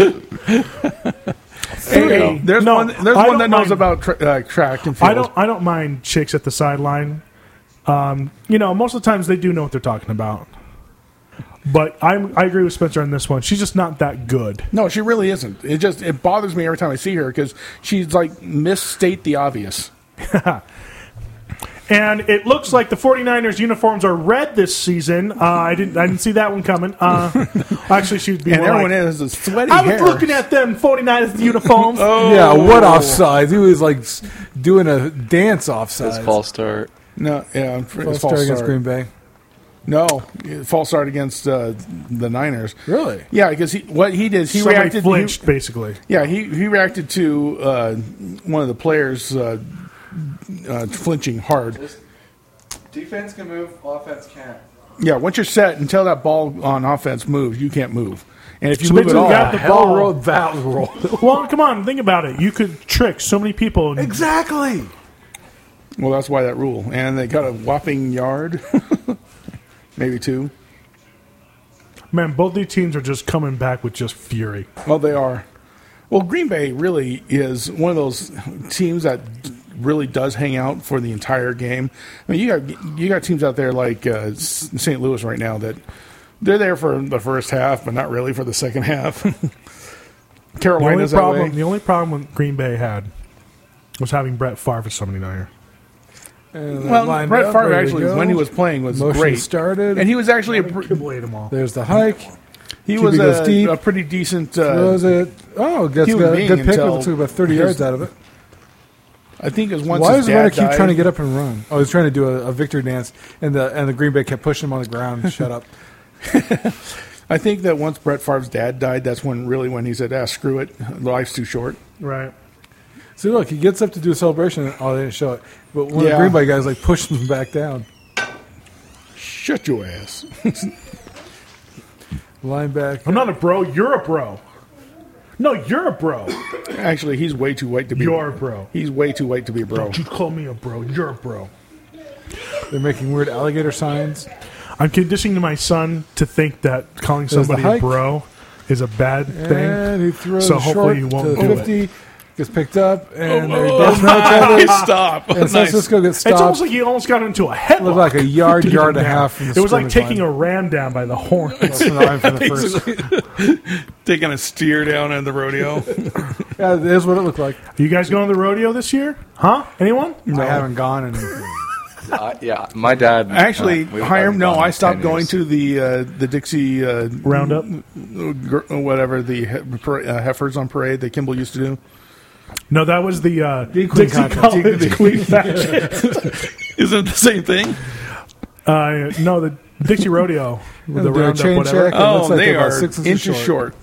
Speaker 2: Three,
Speaker 3: There's
Speaker 2: no,
Speaker 3: one. There's
Speaker 2: I
Speaker 3: one that
Speaker 2: don't
Speaker 3: knows
Speaker 2: mind-
Speaker 3: about tra- uh, track and field.
Speaker 2: I don't. I don't mind chicks at the sideline. Um, you know, most of the times they do know what they're talking about. But I, I agree with Spencer on this one. She's just not that good.
Speaker 3: No, she really isn't. It just it bothers me every time I see her because she's like misstate the obvious.
Speaker 2: And it looks like the 49ers uniforms are red this season. Uh, I didn't I didn't see that one coming. Uh, actually, she would be
Speaker 3: And
Speaker 2: more
Speaker 3: everyone
Speaker 2: like,
Speaker 3: is Oh, is sweaty.
Speaker 2: I was
Speaker 3: hair.
Speaker 2: looking at them 49ers uniforms.
Speaker 1: Yeah, what offside? He was like s- doing a dance offside.
Speaker 4: It's false start.
Speaker 3: No, yeah, I'm fr- it's
Speaker 1: False start against Green Bay.
Speaker 3: No, it- false start against uh, the Niners.
Speaker 1: Really?
Speaker 3: Yeah, because he, what he did, he
Speaker 2: Somebody
Speaker 3: reacted. he-
Speaker 2: flinched, basically.
Speaker 3: yeah, he, he reacted to uh, one of the players uh, uh, flinching hard.
Speaker 4: Defense can move. Offense can't.
Speaker 3: Yeah, once you're set until that ball on offense moves, you can't move. And if you
Speaker 2: So
Speaker 3: move at
Speaker 2: basically
Speaker 3: all,
Speaker 2: you got the
Speaker 1: Hell
Speaker 2: ball.
Speaker 1: road that roll.
Speaker 2: Well, come on, think about it. You could trick so many people. And
Speaker 1: exactly.
Speaker 3: well, that's why that rule. And they got a whopping yard, maybe two.
Speaker 2: man, both these teams are just coming back with just fury.
Speaker 3: Well, Oh, they are. Well, Green Bay really is one of those teams that really does hang out for the entire game. I mean, you got you got teams out there like uh, S- St. Louis right now that they're there for the first half, but not really for the second half.
Speaker 2: The only
Speaker 3: Carolina's that
Speaker 2: problem,
Speaker 3: way.
Speaker 2: the only problem Green Bay had was having Brett Favre as somebody down here.
Speaker 3: Well, Brett Favre actually, when he was playing, was
Speaker 1: Motion
Speaker 3: great.
Speaker 1: started.
Speaker 3: and he was actually a, pr-
Speaker 2: Blade them all.
Speaker 1: There's the hike.
Speaker 3: he
Speaker 1: QB
Speaker 3: was
Speaker 1: goes
Speaker 3: a,
Speaker 1: deep.
Speaker 3: a pretty decent.
Speaker 1: Throws
Speaker 3: Uh,
Speaker 1: it. Oh, gets a
Speaker 3: Human being
Speaker 1: good pick.
Speaker 3: until
Speaker 1: Looks like about 30
Speaker 3: his-
Speaker 1: yards out of it.
Speaker 3: I think it was once.
Speaker 1: Why
Speaker 3: his
Speaker 1: does Leonard
Speaker 3: dad
Speaker 1: keep
Speaker 3: died.
Speaker 1: trying to get up and run? Oh, he's trying to do a, a victory dance, and the and the Green Bay kept pushing him on the ground. and Shut up.
Speaker 3: I think that once Brett Favre's dad died, that's when really when he said, "Ah, screw it, life's too short."
Speaker 2: Right.
Speaker 1: So look, he gets up to do a celebration. and- Oh, they didn't show it. But one of
Speaker 3: Yeah.
Speaker 1: the Green Bay guys like pushed him back down.
Speaker 3: Shut your ass.
Speaker 1: Linebacker.
Speaker 2: I'm not a bro. You're a bro. No, you're a bro.
Speaker 3: Actually, he's way too white to be.
Speaker 2: You're a bro.
Speaker 3: He's way too white to be a bro.
Speaker 2: Don't you call me a bro. You're a bro.
Speaker 1: They're making weird alligator signs.
Speaker 2: I'm conditioning my son to think that calling
Speaker 1: There's the
Speaker 2: somebody a
Speaker 1: hike.
Speaker 2: bro is a bad thing.
Speaker 1: And he throws
Speaker 2: so
Speaker 1: short
Speaker 2: hopefully he won't
Speaker 1: to
Speaker 2: do it.
Speaker 1: 50. gets picked up, and they
Speaker 3: Oh,
Speaker 1: both know each other.
Speaker 3: stop.
Speaker 1: And San Francisco gets
Speaker 2: It's almost
Speaker 1: stopped.
Speaker 2: like you almost got into a
Speaker 1: It was
Speaker 2: headlock.
Speaker 1: like a yard, yard and a
Speaker 2: Yeah.
Speaker 1: half. From the
Speaker 2: It was like
Speaker 1: scrimmage
Speaker 2: taking a
Speaker 1: line.
Speaker 2: ram down by the horn.
Speaker 1: From the line for the first.
Speaker 3: Taking a steer down at the rodeo.
Speaker 1: Yeah, it is what it looked like.
Speaker 2: you guys going to the rodeo this year? Huh? Anyone?
Speaker 1: I haven't gone and
Speaker 4: Uh, yeah, my dad.
Speaker 3: Actually,
Speaker 4: uh, we
Speaker 3: Hiram,
Speaker 4: haven't
Speaker 3: no,
Speaker 4: gone in
Speaker 3: I
Speaker 4: 10
Speaker 3: stopped going
Speaker 4: years.
Speaker 3: to the uh, the Dixie uh,
Speaker 2: Roundup.
Speaker 3: gr- uh, whatever the he- par- uh, heifers on parade that Kimball used to do.
Speaker 2: No, that was the uh,
Speaker 1: Queen
Speaker 2: Dixie
Speaker 1: contest.
Speaker 2: College Uh,
Speaker 1: Dixie-
Speaker 2: Queen Fashion.
Speaker 3: Isn't it the same thing?
Speaker 2: Uh, no, the Dixie Rodeo with the
Speaker 1: do a
Speaker 2: roundup,
Speaker 1: chain
Speaker 2: whatever.
Speaker 1: check. It looks like they're about six inches short.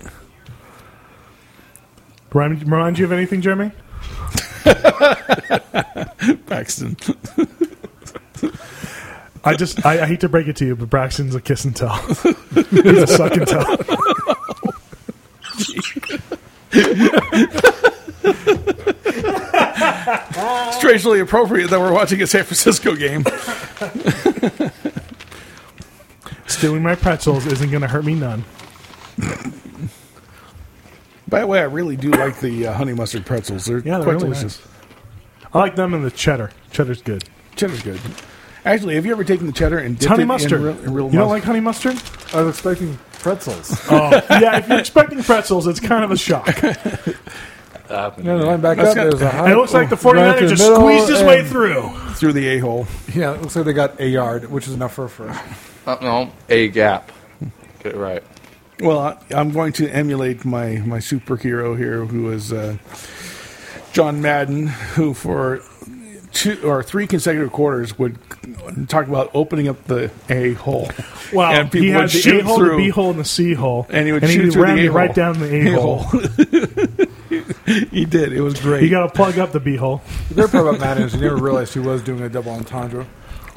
Speaker 2: Remind, remind you of anything, Jeremy?
Speaker 3: Paxton.
Speaker 2: I just I, I hate to break it to you, but Braxton's a kiss and tell. He's a suck and tell.
Speaker 3: It's racially appropriate that we're watching a San Francisco game.
Speaker 2: Stealing my pretzels isn't going to hurt me none.
Speaker 3: By the way, I really do like the uh, honey mustard pretzels. They're
Speaker 2: Yeah, they're
Speaker 3: quite
Speaker 2: really
Speaker 3: delicious.
Speaker 2: I like them and the cheddar. Cheddar's good.
Speaker 3: Cheddar's good. Actually, have you ever taken the cheddar and dipped
Speaker 2: honey
Speaker 3: it
Speaker 2: mustard.
Speaker 3: in real, in real
Speaker 2: you don't
Speaker 3: mustard?
Speaker 2: like honey mustard?
Speaker 1: I was expecting pretzels.
Speaker 2: Oh, yeah. If you're expecting pretzels, it's kind of a shock. And
Speaker 4: Uh,
Speaker 1: No, the line back up. There's a high.
Speaker 2: it looks like the
Speaker 1: right
Speaker 2: 49er
Speaker 1: through
Speaker 2: just
Speaker 1: middle,
Speaker 2: squeezed his way
Speaker 1: and-
Speaker 2: through.
Speaker 3: through the a hole?
Speaker 1: Yeah, it looks like they got a yard, which is enough for a first.
Speaker 4: Uh, no, a gap. Get it right.
Speaker 3: Well, I, I'm going to emulate my my superhero here, who is uh, John Madden, who for two or three consecutive quarters would talk about opening up the a hole.
Speaker 2: Wow.
Speaker 3: and people
Speaker 2: he had
Speaker 3: would
Speaker 2: the
Speaker 3: shoot
Speaker 2: A hole, the
Speaker 3: through.
Speaker 2: B hole, and the C hole.
Speaker 3: And he would
Speaker 2: he
Speaker 3: shoot through the
Speaker 2: ram you
Speaker 3: A-hole.
Speaker 2: right down the A hole.
Speaker 3: he did. It was great.
Speaker 2: You got to plug up the B hole.
Speaker 1: The great part about Madden is you never realized he was doing a double entendre.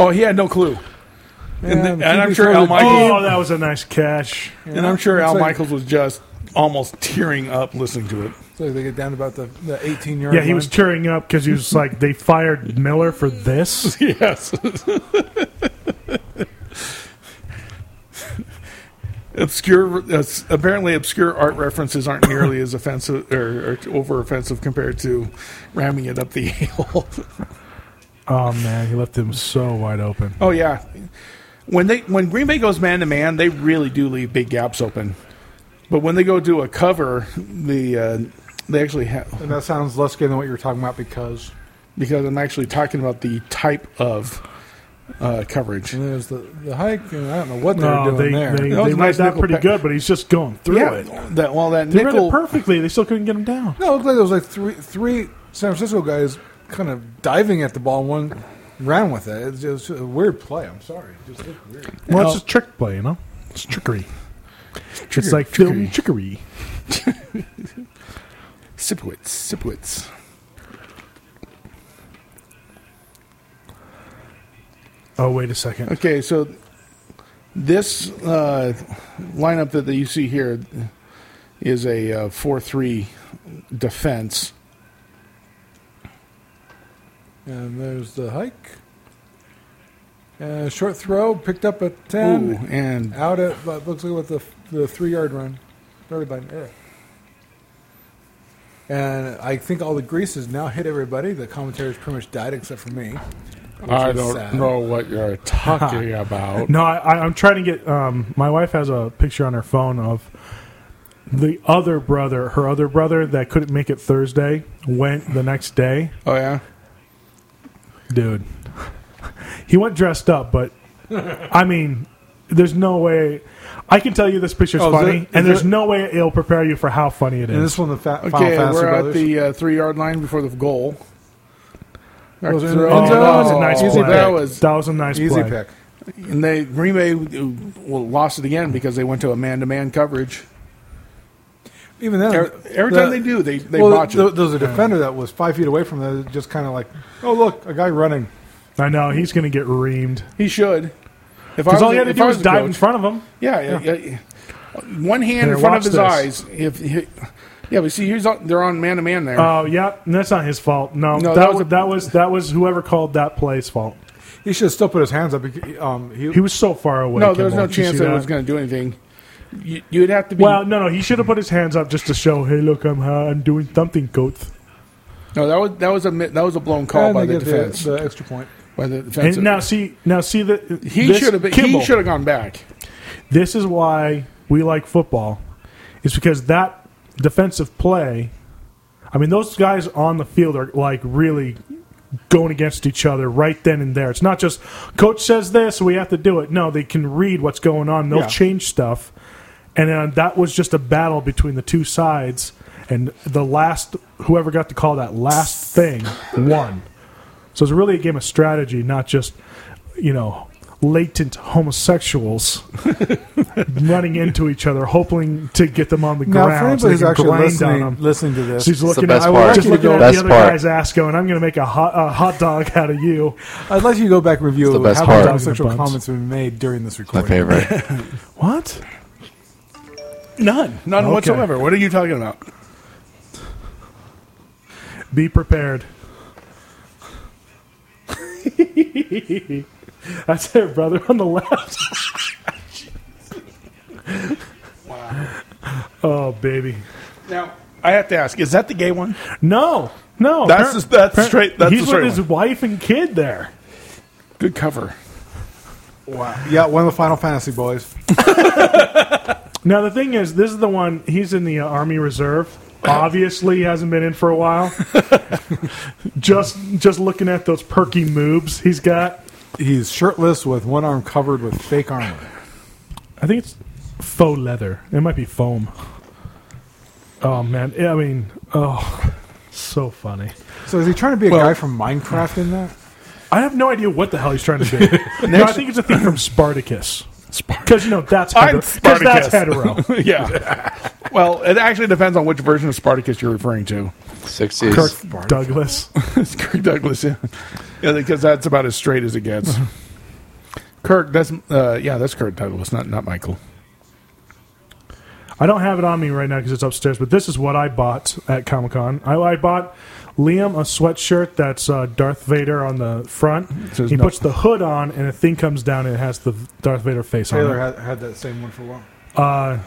Speaker 3: oh, he had no clue.
Speaker 1: Yeah,
Speaker 3: And, then-
Speaker 1: the
Speaker 3: and I'm
Speaker 1: TV
Speaker 3: sure
Speaker 1: showed
Speaker 3: Al
Speaker 1: it.
Speaker 3: Michaels.
Speaker 2: Oh, that was a nice catch.
Speaker 3: and I'm sure Al
Speaker 1: It's like-
Speaker 3: Michaels was just almost tearing up listening to it.
Speaker 1: So they get down to about the, the 18 yard
Speaker 2: Yeah, he was cheering up because he was like, they fired Miller for this.
Speaker 3: Yes. obscure, uh, apparently, obscure art references aren't nearly as offensive or, or over offensive compared to ramming it up the hole.
Speaker 2: Oh man, he left him so wide open.
Speaker 3: oh yeah, when they when Green Bay goes man to man, they really do leave big gaps open. But when they go do a cover, the uh, they actually have
Speaker 1: And that sounds less gay than what you were talking about because
Speaker 3: because I'm actually talking about the type of uh, coverage.
Speaker 1: and there's the, the hike, and I don't know what they were
Speaker 2: No,
Speaker 1: doing
Speaker 2: they
Speaker 1: there.
Speaker 2: they,
Speaker 3: That was
Speaker 2: they
Speaker 3: a
Speaker 2: read
Speaker 3: nice
Speaker 2: that
Speaker 3: nickel
Speaker 2: pretty
Speaker 3: pack.
Speaker 2: good, but he's just going through it.
Speaker 3: Yeah, that well that
Speaker 2: They read
Speaker 3: nickel
Speaker 2: it perfectly. They still couldn't get him down.
Speaker 1: no, it looked like there was like three three San Francisco guys kind of diving at the ball and one ran with it. It's just a weird play. I'm sorry. It just looked weird.
Speaker 2: Well, it's a trick play, you know. It's trickery. it's like film trickery.
Speaker 3: Sipowitz, Sipowitz.
Speaker 2: Oh wait a second.
Speaker 3: Okay, so this uh, lineup that you see here is a uh, four-three defense.
Speaker 1: And there's the hike. Uh, short throw picked up at
Speaker 3: Ooh,
Speaker 1: 10.
Speaker 3: and
Speaker 1: Out at what looks like what the the three yard run, third line. Yeah. And I think all the grease has now hit everybody. The commentators pretty much died except for me.
Speaker 3: I
Speaker 1: is
Speaker 3: don't
Speaker 1: sad.
Speaker 3: know what you're talking about.
Speaker 2: No, I, I, I'm trying to get. Um, my wife has a picture on her phone of the other brother, her other brother that couldn't make it Thursday, went the next day.
Speaker 3: Oh yeah,
Speaker 2: dude. He went dressed up, but I mean, there's no way. I can tell you this picture's
Speaker 1: Oh, is
Speaker 2: funny,
Speaker 1: it-
Speaker 2: and
Speaker 1: is
Speaker 2: there's
Speaker 1: it-
Speaker 2: no way it'll prepare you for how funny it
Speaker 1: And
Speaker 2: is.
Speaker 1: this one, the fa- Final
Speaker 3: okay,
Speaker 1: Fantasy
Speaker 3: we're at
Speaker 1: Brothers.
Speaker 3: the uh, three-yard line before the goal.
Speaker 1: Those are in
Speaker 3: Throw.
Speaker 1: the end zone.
Speaker 2: Oh, that was a nice
Speaker 1: Easy
Speaker 2: play.
Speaker 1: pick.
Speaker 2: That was, a nice
Speaker 1: Easy
Speaker 2: play.
Speaker 1: pick.
Speaker 3: and they Green Bay uh, well, lost it again because they went to a man-to-man coverage.
Speaker 1: Even then,
Speaker 3: Every, every
Speaker 1: the-
Speaker 3: time they do, they they
Speaker 1: well,
Speaker 3: botch
Speaker 1: th-
Speaker 3: it.
Speaker 1: there was a defender that was five feet away from them, just kind of like, oh look, a guy running.
Speaker 2: I know he's going to get reamed
Speaker 3: He should. If I
Speaker 2: because all
Speaker 3: was-
Speaker 2: he had to
Speaker 3: if I
Speaker 2: do was
Speaker 3: a
Speaker 2: dive
Speaker 3: coach-
Speaker 2: in front of him.
Speaker 3: Yeah, yeah. yeah, yeah. One hand
Speaker 2: Here,
Speaker 3: in front
Speaker 2: watch
Speaker 3: of
Speaker 2: this.
Speaker 3: his eyes. If he, yeah, but see, he's on, they're on man to man there.
Speaker 2: Oh yeah, and that's not his fault. No, that,
Speaker 3: No, that
Speaker 2: was
Speaker 3: was-
Speaker 2: that was that was whoever called that play's fault.
Speaker 1: He should have still put his hands up. He, um, he,
Speaker 2: He was so far away.
Speaker 3: no, there was
Speaker 2: Kimball.
Speaker 3: no
Speaker 2: Did you
Speaker 3: chance
Speaker 2: see
Speaker 3: that it was going to do anything. You, you'd have to be.
Speaker 2: Well, no, no, he should have put his hands up just to show, hey, look, I'm uh, I'm doing something, coach.
Speaker 3: No, that was that was a mi- that was a blown call
Speaker 1: And
Speaker 3: by
Speaker 1: they
Speaker 3: the
Speaker 1: give the-
Speaker 3: defense.
Speaker 1: the extra point.
Speaker 3: by the defense.
Speaker 2: And now see, now see that
Speaker 3: he
Speaker 2: this-
Speaker 3: should have been- he
Speaker 2: Kimball,
Speaker 3: should have gone back.
Speaker 2: This is why we like football. It's because that defensive play. I mean, those guys on the field are like really going against each other right then and there. It's not just coach says this, so we have to do it. No, they can read what's going on. They'll
Speaker 1: Yeah.
Speaker 2: change stuff. And then that was just a battle between the two sides. And the last, whoever got to call that last thing, won. So it's really a game of strategy, not just, you know, latent homosexuals running into each other, hoping to get them on the
Speaker 1: Now, for
Speaker 2: ground.
Speaker 1: anybody
Speaker 2: so they
Speaker 1: who's
Speaker 2: can
Speaker 1: actually
Speaker 2: grind on
Speaker 1: listening,
Speaker 2: them.
Speaker 1: listening to this,
Speaker 2: So he's looking
Speaker 4: best
Speaker 2: at, I
Speaker 4: part.
Speaker 2: would just looking at
Speaker 4: Best
Speaker 2: the other
Speaker 4: part.
Speaker 2: guy's ass going, I'm going to make a hot, a hot dog out of you.
Speaker 1: I'd like you to go back and review
Speaker 4: the best
Speaker 1: how
Speaker 4: part.
Speaker 1: many homosexual
Speaker 2: Buns.
Speaker 1: comments have been made during this
Speaker 4: My
Speaker 1: recording.
Speaker 4: favorite.
Speaker 2: What?
Speaker 3: None, none whatsoever. What are you talking about?
Speaker 2: Be prepared. That's their brother on the left. Oh, baby.
Speaker 3: Now I have to ask: Is that the gay one?
Speaker 2: No, no.
Speaker 3: That's the- that's
Speaker 2: appar-
Speaker 3: straight- that's
Speaker 2: he's
Speaker 3: the straight
Speaker 2: with his wife and kid there.
Speaker 3: Good cover.
Speaker 1: Wow. Yeah, one of the Final Fantasy boys.
Speaker 2: Now the thing is, this is the one. He's in the uh, Army Reserve. Obviously, he hasn't been in for a while. just just looking at those perky moves he's got.
Speaker 1: He's shirtless with one arm covered with fake armor.
Speaker 2: I think it's faux leather. It might be foam. Oh man, I mean, oh, so funny.
Speaker 1: So is he trying to be a guy from Minecraft in that?
Speaker 2: I have no idea what the hell he's trying to do. no, I think it's a thing from Spartacus. Because you know that's
Speaker 3: I'm
Speaker 2: hetero. 'cause that's
Speaker 3: Spartacus.
Speaker 2: hetero.
Speaker 3: yeah. well, it actually depends on which version of Spartacus you're referring to.
Speaker 4: 60s.
Speaker 2: Kirk Douglas.
Speaker 3: it's Kirk Douglas, yeah, yeah, because that's about as straight as it gets.
Speaker 2: Uh-huh.
Speaker 3: Kirk, that's uh, yeah, that's Kirk Douglas, not not Michael.
Speaker 2: I don't have it on me right now because it's upstairs, but this is what I bought at Comic Con. I, I bought Liam a sweatshirt that's uh, Darth Vader on the front.
Speaker 3: says
Speaker 2: he
Speaker 3: no-
Speaker 2: puts the hood on, and a thing comes down, and it has the Darth Vader face
Speaker 1: Taylor
Speaker 2: on it.
Speaker 1: had, had that same one for a while. Uh,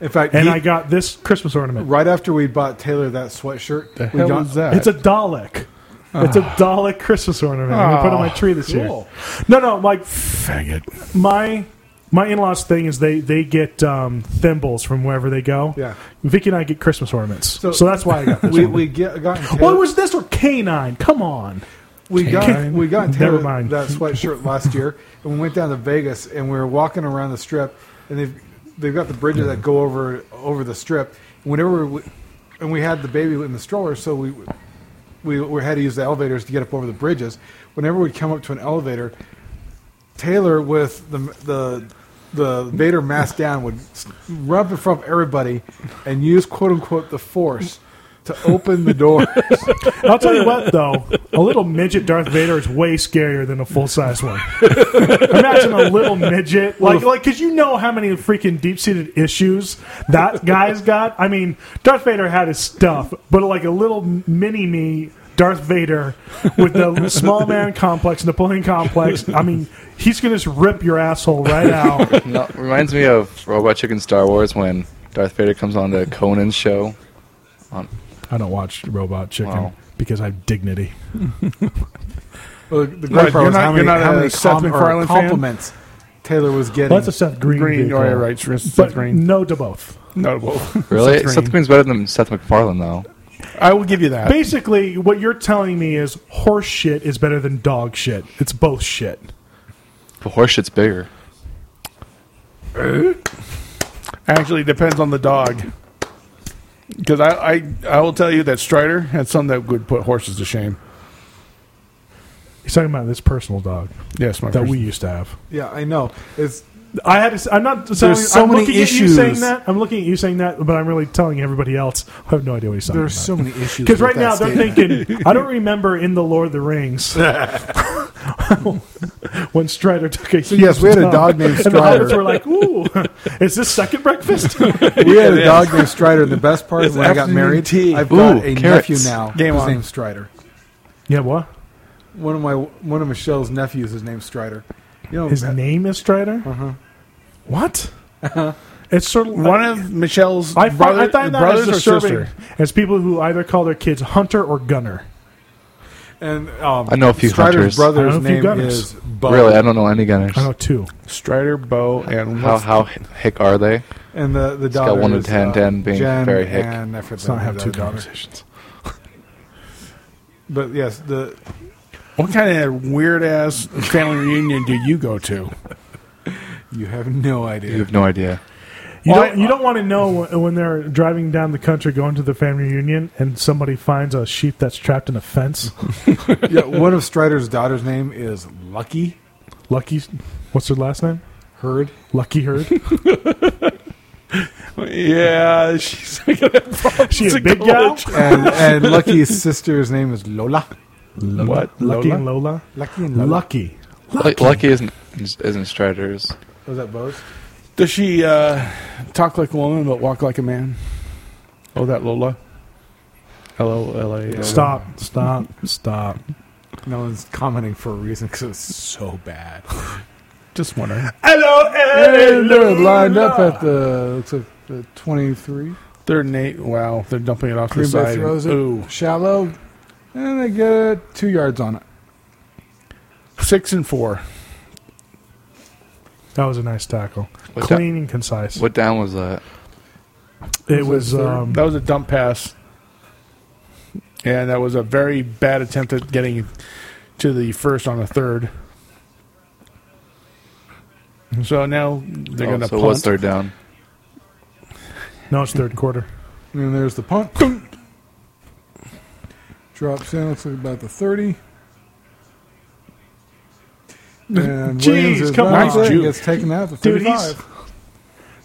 Speaker 1: in fact,
Speaker 2: And
Speaker 1: he-
Speaker 2: I got this Christmas ornament.
Speaker 1: right after we bought Taylor that sweatshirt, we
Speaker 3: hell
Speaker 1: got,
Speaker 3: is that?
Speaker 2: It's a Dalek. It's a
Speaker 1: Ah.
Speaker 2: Dalek Christmas ornament. I'm gonna put it on my tree this
Speaker 3: cool.
Speaker 2: year. No, no, like
Speaker 3: Faggot.
Speaker 2: my my in laws thing is they they get um, thimbles from wherever they go.
Speaker 1: Yeah.
Speaker 2: Vicky and I get Christmas ornaments, so,
Speaker 1: So-
Speaker 2: that's why I got this.
Speaker 1: We,
Speaker 2: one.
Speaker 1: we get, got Taylor,
Speaker 2: What was this or canine? Come on.
Speaker 1: we got
Speaker 2: Canine.
Speaker 1: we got
Speaker 2: Never
Speaker 1: Taylor
Speaker 2: mind.
Speaker 1: that sweatshirt last year, and we went down to Vegas, and we were walking around the strip, and they've they've got the bridges that go over over the strip. And whenever we, and we had the baby in the stroller, so we we, we had to use the elevators to get up over the bridges. Whenever we'd come up to an elevator, Taylor with the the the Vader mask down would s- rub in front of everybody and use quote unquote the force to open the door.
Speaker 2: I'll tell you what, though, a little midget Darth Vader is way scarier than a full size one. Imagine a little midget, like, like, because you know how many freaking deep seated issues that guy's got. I mean, Darth Vader had his stuff, but like a little mini me Darth Vader with the small man complex, Napoleon complex. I mean, he's gonna just rip your asshole right out.
Speaker 4: No, reminds me of Robot Chicken Star Wars when Darth Vader comes on the Conan show.
Speaker 2: I don't watch Robot Chicken
Speaker 4: Wow.
Speaker 2: because I have dignity.
Speaker 1: Well, the
Speaker 3: Right,
Speaker 1: great part
Speaker 3: you're
Speaker 1: was
Speaker 3: not-
Speaker 1: how many,
Speaker 3: you're not
Speaker 1: how
Speaker 3: a
Speaker 1: many
Speaker 3: Seth
Speaker 1: com- or
Speaker 3: MacFarlane fan?
Speaker 1: compliments Taylor was getting.
Speaker 2: Well, that's a Seth Green.
Speaker 3: Green,
Speaker 2: vehicle.
Speaker 3: you're right, Seth
Speaker 2: but
Speaker 3: Green.
Speaker 2: no to both.
Speaker 3: Notable.
Speaker 4: Really?
Speaker 3: Seth
Speaker 4: Seth
Speaker 3: Green.
Speaker 4: Green's better than Seth MacFarlane, though.
Speaker 3: I will give you that.
Speaker 2: Basically, what you're telling me is horse shit is better than dog shit. It's both shit.
Speaker 4: But horseshit's bigger.
Speaker 3: Actually, depends on the dog. Because I, I, I will tell you that Strider had some that would put horses to shame.
Speaker 2: He's talking about this personal dog
Speaker 3: Yes, my
Speaker 2: that
Speaker 3: first-
Speaker 2: we used to have.
Speaker 1: yeah, I know. It's
Speaker 2: I had. To, s- I'm not. Telling,
Speaker 1: so
Speaker 2: I'm
Speaker 1: many
Speaker 2: looking at you saying
Speaker 1: issues.
Speaker 2: that. I'm looking at you saying that, but I'm really telling everybody else. I have no idea what he's talking
Speaker 1: there's
Speaker 2: about.
Speaker 1: so many issues
Speaker 2: because
Speaker 1: with
Speaker 2: right
Speaker 1: that
Speaker 2: now they're
Speaker 1: statement.
Speaker 2: thinking, I don't remember in the Lord of the Rings when Strider took a. huge
Speaker 1: Yes, we had a dog named
Speaker 2: And the hobbits
Speaker 1: Strider.
Speaker 2: were like, "Ooh, is this second breakfast?"
Speaker 1: we had a dog named Strider. And the best part is when I got
Speaker 3: afternoon
Speaker 1: married,
Speaker 3: tea.
Speaker 1: I've got
Speaker 4: Ooh,
Speaker 1: a
Speaker 4: carrots.
Speaker 1: nephew now.
Speaker 3: Game
Speaker 1: who's
Speaker 3: on.
Speaker 1: named Strider.
Speaker 2: yeah, what?
Speaker 1: One of my one of Michelle's nephews is named Strider. You know
Speaker 2: His
Speaker 3: Mm-hmm.
Speaker 1: that-
Speaker 2: name is Strider. What? It's sort of
Speaker 3: One of Michelle's
Speaker 2: I,
Speaker 3: Uh-huh. brother,
Speaker 2: I find that
Speaker 3: brothers
Speaker 2: brothers
Speaker 3: or
Speaker 2: as disturbing
Speaker 3: sister.
Speaker 2: as people who either call their kids Hunter or Gunner.
Speaker 1: And um,
Speaker 4: I know a few hunters.
Speaker 1: Strider's
Speaker 2: I know
Speaker 1: brother's
Speaker 2: a few
Speaker 1: name
Speaker 2: gunners.
Speaker 1: is Bud.
Speaker 4: Really, I don't know any gunners.
Speaker 2: I know two.
Speaker 3: Strider, Bo, and
Speaker 4: How
Speaker 3: what's-
Speaker 4: how hick are they?
Speaker 1: And the the
Speaker 4: got
Speaker 1: daughter
Speaker 4: one to
Speaker 1: is,
Speaker 4: ten,
Speaker 1: uh,
Speaker 4: ten being
Speaker 1: Jen
Speaker 4: very hick.
Speaker 1: And I forget
Speaker 2: Let's not
Speaker 1: the
Speaker 2: have
Speaker 1: other
Speaker 2: two
Speaker 1: daughter.
Speaker 2: conversations.
Speaker 1: But yes, the
Speaker 3: what kind of weird ass family reunion do you go to?
Speaker 1: you have no idea.
Speaker 4: You have no idea.
Speaker 2: You
Speaker 3: Well,
Speaker 2: don't, you don't want to know when, when they're driving down the country going to the family reunion and somebody finds a sheep that's trapped in a fence.
Speaker 1: yeah, one of Strider's daughter's name is Lucky
Speaker 2: Lucky, what's her last name?
Speaker 1: Hurd.
Speaker 2: Lucky Herd.
Speaker 3: Yeah, she's gonna have problems
Speaker 2: She a
Speaker 3: in
Speaker 2: big gal?
Speaker 3: college.
Speaker 1: And, and Lucky's sister's name is Lola.
Speaker 3: What?
Speaker 2: Lucky
Speaker 3: Lola?
Speaker 2: and Lola.
Speaker 1: Lucky and Lola.
Speaker 2: Lucky.
Speaker 4: Lucky, Lucky isn't isn't Strider's.
Speaker 1: Was that both?
Speaker 3: Does she uh, talk like a woman but walk like a man? Oh, that Lola. L O L A.
Speaker 2: Stop. Stop. Stop.
Speaker 1: No one's commenting for a reason because it's so bad.
Speaker 3: Just wondering.
Speaker 2: Hello,
Speaker 1: they're lined up at the looks like the twenty-three.
Speaker 3: They're Nate. Wow, they're dumping it off
Speaker 1: Green
Speaker 3: the
Speaker 1: Bay
Speaker 3: side.
Speaker 1: throws it
Speaker 3: Ooh,
Speaker 1: shallow, and they get it two yards on it.
Speaker 3: six and four.
Speaker 2: That was a nice tackle.
Speaker 4: What
Speaker 2: Clean and concise.
Speaker 4: What down was that?
Speaker 2: it was. Um,
Speaker 3: that was a dump pass, and that was a very bad attempt at getting to the first on a third. So now they're
Speaker 4: Oh,
Speaker 3: going to
Speaker 4: so it
Speaker 3: punt.
Speaker 4: was third down.
Speaker 2: no, it's third quarter.
Speaker 1: And there's the punt. Drops in. Looks like about the thirty. And
Speaker 2: Jeez,
Speaker 1: Williams is
Speaker 2: come
Speaker 1: back
Speaker 3: on.
Speaker 1: there,
Speaker 3: Juke.
Speaker 1: Gets taken out at the
Speaker 2: Dude, he's-
Speaker 1: thirty-five.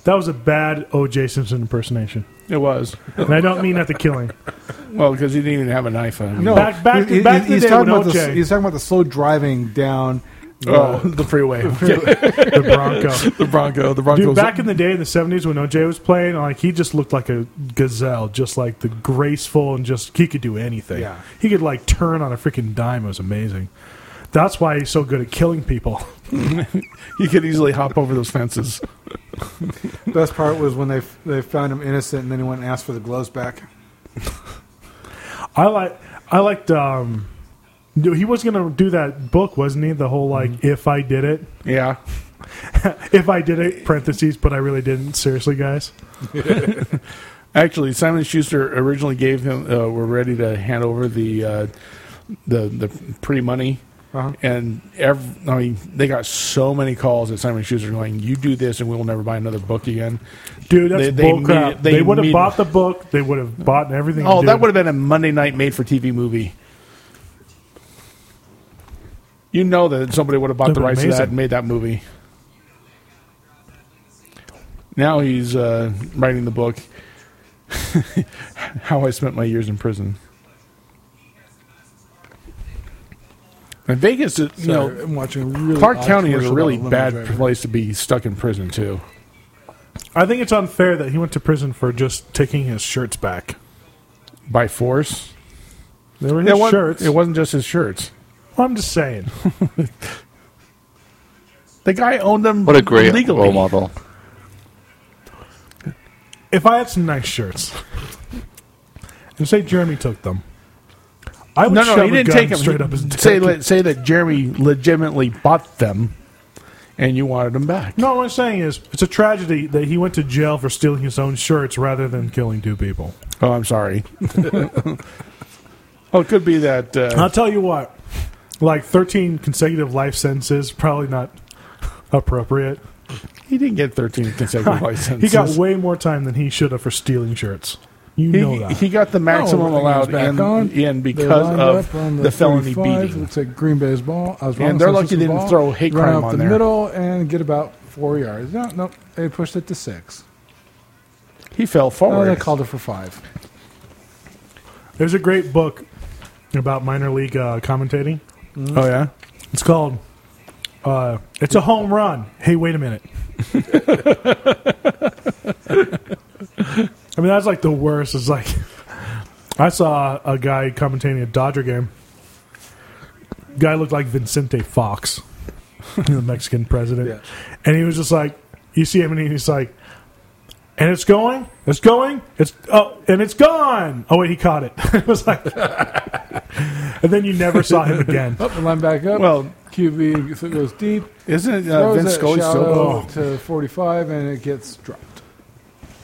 Speaker 2: That was a bad O.J. Simpson impersonation,
Speaker 3: It was.
Speaker 2: and I don't mean at the killing.
Speaker 3: Well, because he didn't even have a knife on him.
Speaker 1: No,
Speaker 2: Back- back- back to the
Speaker 1: he's
Speaker 2: day
Speaker 1: talking
Speaker 2: when
Speaker 1: about the,
Speaker 2: OJ.
Speaker 1: he's talking about the slow driving down. the-
Speaker 3: Oh, the freeway.
Speaker 2: The Bronco.
Speaker 3: the Bronco. The Broncos.
Speaker 2: Dude, back in the day in the seventies when OJ was playing, like he just looked like a gazelle, just like the graceful and just he could do anything.
Speaker 1: Yeah.
Speaker 2: He could like turn on a freaking dime. It was amazing. That's why he's so good at killing people.
Speaker 3: you could easily hop over those fences.
Speaker 1: Best part was when they f- they found him innocent, and then he went and asked for the gloves back.
Speaker 2: I like I liked um dude, he was gonna do that book, wasn't he? The whole like
Speaker 3: Mm-hmm.
Speaker 2: if I did it.
Speaker 3: Yeah.
Speaker 2: If I did it, parentheses, but I really didn't. Seriously, guys.
Speaker 3: Actually, Simon Schuster originally gave him. Uh, we're ready to hand over the uh, the the pretty money,
Speaker 1: Uh-huh.
Speaker 3: and ev I mean they got so many calls at Simon Schuster going, "You do this, and we will never buy another book again."
Speaker 2: Dude, that's
Speaker 3: They- they
Speaker 2: bull crap.
Speaker 3: mean-
Speaker 2: they
Speaker 3: they
Speaker 2: would have
Speaker 3: mean-
Speaker 2: bought the book, they would have bought everything.
Speaker 3: Oh, that
Speaker 2: dude.
Speaker 3: would have been a Monday night made for TV movie. You know that somebody would have bought
Speaker 2: That'd
Speaker 3: the
Speaker 2: be
Speaker 3: rights to
Speaker 2: amazing.
Speaker 3: that and made that movie. Now he's uh, writing the book, How I Spent My Years in Prison. And Vegas, is, you
Speaker 1: Sorry,
Speaker 3: know,
Speaker 1: I'm watching a really
Speaker 3: Clark
Speaker 1: odd
Speaker 3: County is a
Speaker 1: commercial
Speaker 3: really
Speaker 1: about
Speaker 3: bad
Speaker 1: lemon driver.
Speaker 3: place to be stuck in prison, too.
Speaker 2: I think it's unfair that he went to prison for just taking his shirts back.
Speaker 3: By force.
Speaker 2: They were
Speaker 3: It
Speaker 2: his
Speaker 3: wa-
Speaker 2: shirts.
Speaker 3: It wasn't just his shirts.
Speaker 2: I'm just saying.
Speaker 3: The guy owned them
Speaker 4: What a great
Speaker 3: legally.
Speaker 4: role model.
Speaker 2: If I had some nice shirts, and say Jeremy took them, I would
Speaker 3: No,
Speaker 2: shove
Speaker 3: no, he
Speaker 2: a
Speaker 3: didn't
Speaker 2: gun
Speaker 3: take them.
Speaker 2: straight
Speaker 3: He-
Speaker 2: up his dick.
Speaker 3: say let- say that Jeremy legitimately bought them, and you wanted them back.
Speaker 2: no, what I'm saying is it's a tragedy that he went to jail for stealing his own shirts rather than killing two people.
Speaker 3: Oh, I'm sorry. oh, it could be that.
Speaker 2: And I'll
Speaker 3: Uh,
Speaker 2: tell you what, like 13 consecutive life sentences, probably not appropriate.
Speaker 3: he didn't get 13 consecutive licenses.
Speaker 2: He got way more time than he should have for stealing shirts. You know
Speaker 3: He,
Speaker 2: that.
Speaker 3: he got the maximum
Speaker 1: No,
Speaker 3: allowed
Speaker 1: back
Speaker 3: in,
Speaker 1: on.
Speaker 3: in
Speaker 1: They're
Speaker 3: because
Speaker 1: lined
Speaker 3: of
Speaker 1: up on
Speaker 3: the, felony
Speaker 1: 35.
Speaker 3: beating.
Speaker 1: Looks like Green Bay's ball. I was wrong.
Speaker 3: And they're
Speaker 1: It's
Speaker 3: lucky they
Speaker 1: the
Speaker 3: didn't
Speaker 1: ball.
Speaker 3: throw hate
Speaker 1: Run
Speaker 3: crime
Speaker 1: up
Speaker 3: on
Speaker 1: the
Speaker 3: there.
Speaker 1: middle and get about four yards. No, no, they pushed it to six.
Speaker 3: He fell
Speaker 1: Oh,
Speaker 3: forward.
Speaker 1: they called it for five.
Speaker 2: There's a great book about minor league uh, commentating.
Speaker 3: oh yeah.
Speaker 2: It's called. Uh, it's a home run. Hey, wait a minute. I mean, that's like the worst. It's like I saw a guy commentating a Dodger game. Guy looked like Vicente Fox, the Mexican president,
Speaker 1: Yeah.
Speaker 2: and he was just like, you see him, and he's like, and it's going, it's going, it's oh, and it's gone. Oh wait, he caught it. it was like, and then you never saw him again.
Speaker 1: Up the line back up.
Speaker 3: Well-
Speaker 1: QB so it goes deep.
Speaker 3: Isn't it, uh,
Speaker 1: Throws
Speaker 3: Vince
Speaker 1: it
Speaker 3: Scully
Speaker 1: shallow
Speaker 3: still?
Speaker 1: to 45, and it gets dropped.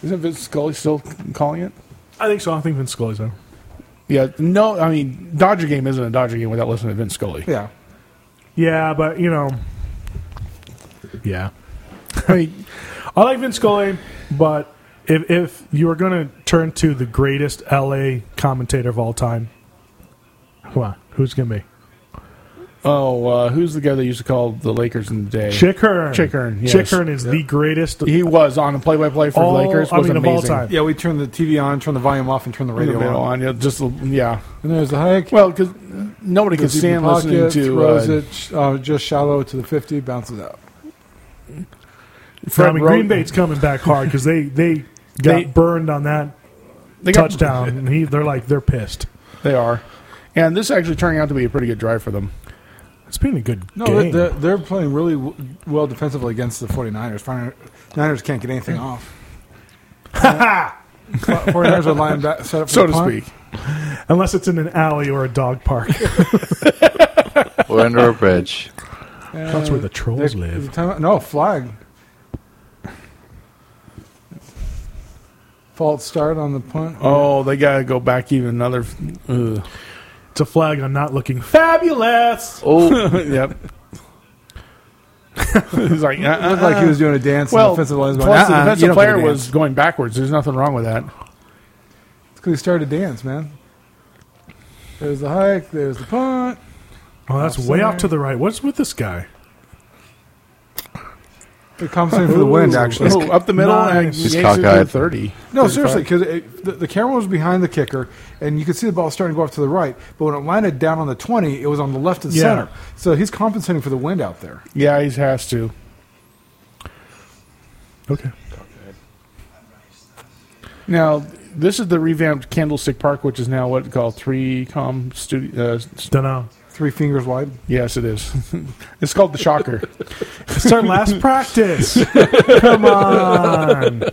Speaker 3: Isn't Vince Scully still calling it?
Speaker 2: I think so. I think Vince Scully's there.
Speaker 3: Yeah. No, I mean Dodger game isn't a Dodger game without listening to Vince Scully.
Speaker 1: Yeah.
Speaker 2: Yeah, but you know, yeah.
Speaker 3: I mean,
Speaker 2: I like Vince Scully, but if if you were going to turn to the greatest LA commentator of all time, who who's going to be?
Speaker 3: oh, uh, who's the guy that used to call the Lakers in the day?
Speaker 2: Chick Hearn.
Speaker 3: Chick Hearn, yes.
Speaker 2: Chick Hearn is the greatest.
Speaker 3: He was on a play-by-play for
Speaker 2: All-
Speaker 3: the Lakers.
Speaker 2: I
Speaker 3: Was
Speaker 2: mean, of all
Speaker 3: amazing.
Speaker 2: time.
Speaker 1: Yeah, we turn the TV on, turn the volume off, and turn the
Speaker 3: Turn the
Speaker 1: radio
Speaker 3: middle
Speaker 1: on.
Speaker 3: on. yeah, just yeah.
Speaker 1: And there's the hike.
Speaker 3: Well, because nobody can
Speaker 1: Goes deep in
Speaker 3: stand
Speaker 1: the
Speaker 3: listening to
Speaker 1: throws
Speaker 3: uh,
Speaker 1: it sh- uh, just shallow to the 50, bounces out.
Speaker 2: I
Speaker 3: Fred
Speaker 2: mean,
Speaker 3: Roten.
Speaker 2: Green Bay's coming back hard because they they got
Speaker 3: They-
Speaker 2: burned on that
Speaker 3: They got-
Speaker 2: touchdown, and he they're like they're pissed.
Speaker 3: They are, and this is actually turning out to be a pretty good drive for them.
Speaker 2: It's been a good
Speaker 1: No,
Speaker 2: game.
Speaker 1: they're, they're playing really w- well defensively against the 49ers. 49ers can't get anything off. 49ers are lying back, set up for
Speaker 3: so
Speaker 1: the
Speaker 3: to
Speaker 1: punt.
Speaker 3: speak.
Speaker 2: Unless it's in an alley or a dog park.
Speaker 4: We're under a bridge.
Speaker 2: That's where the trolls
Speaker 1: They-
Speaker 2: live.
Speaker 1: the time- no, flag. False start on the punt.
Speaker 3: Oh, they gotta go back even another. Ugh.
Speaker 2: It's a flag on not looking fabulous.
Speaker 4: Oh,
Speaker 3: yep. He's like,
Speaker 1: It
Speaker 3: uh-uh.
Speaker 1: looked like he was doing a dance. and
Speaker 3: well,
Speaker 1: the offensive line was going,
Speaker 3: plus
Speaker 1: "Uh-uh,
Speaker 3: the
Speaker 1: you
Speaker 3: defensive
Speaker 1: don't get a
Speaker 3: player
Speaker 1: dance."
Speaker 3: was going backwards. There's nothing wrong with that.
Speaker 1: It's 'cause he started to dance, man. There's the hike. There's the punt.
Speaker 2: Oh, that's
Speaker 1: Off
Speaker 2: way
Speaker 1: center.
Speaker 2: off to the right. What's with this guy?
Speaker 1: It comes in for the wind, actually.
Speaker 3: Oh, up the middle and
Speaker 2: Nice.
Speaker 4: He's
Speaker 3: yanks it to
Speaker 4: cockeyed.
Speaker 3: thirty.
Speaker 1: No, seriously, because the, the camera was behind the kicker, and you could see the ball starting to go off to the right. But when it landed down on the 20, it was on the left and
Speaker 2: Yeah.
Speaker 1: center. So he's compensating for the wind out there.
Speaker 3: Yeah, he has to.
Speaker 2: Okay.
Speaker 3: Now this is the revamped Candlestick Park, which is now what called three com studio. Uh, st-
Speaker 2: Don't know.
Speaker 1: Three fingers wide.
Speaker 3: yes, it is. it's called the Shocker.
Speaker 2: It's our last practice. Come on.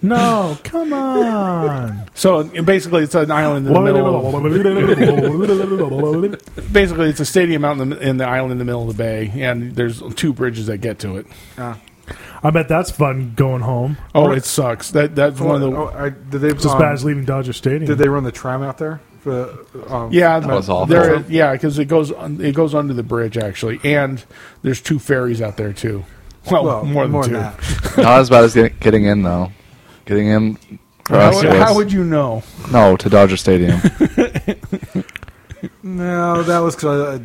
Speaker 2: No, come on.
Speaker 3: So and basically, it's an island in the middle. Of,
Speaker 2: That's
Speaker 3: basically, it's a stadium out in the, in the island in the middle of the bay, and there's two bridges that get to it.
Speaker 2: I bet that's fun going home.
Speaker 3: Oh, it sucks. That that's one of the.
Speaker 1: Oh, I- did they,
Speaker 2: It's as
Speaker 1: um,
Speaker 2: bad as leaving Dodger Stadium.
Speaker 1: did they run the tram out there? For the, um,
Speaker 3: Yeah,
Speaker 4: That was awful.
Speaker 3: There, yeah, because it goes on, it goes under the bridge actually, and there's two ferries out there too. Well,
Speaker 1: Well,
Speaker 3: more than two.
Speaker 1: that.
Speaker 4: not as bad as get- getting in though. Getting in for
Speaker 3: How,
Speaker 4: us
Speaker 3: would-
Speaker 4: was-
Speaker 3: how would you know?
Speaker 4: no to Dodger Stadium.
Speaker 1: No, that was because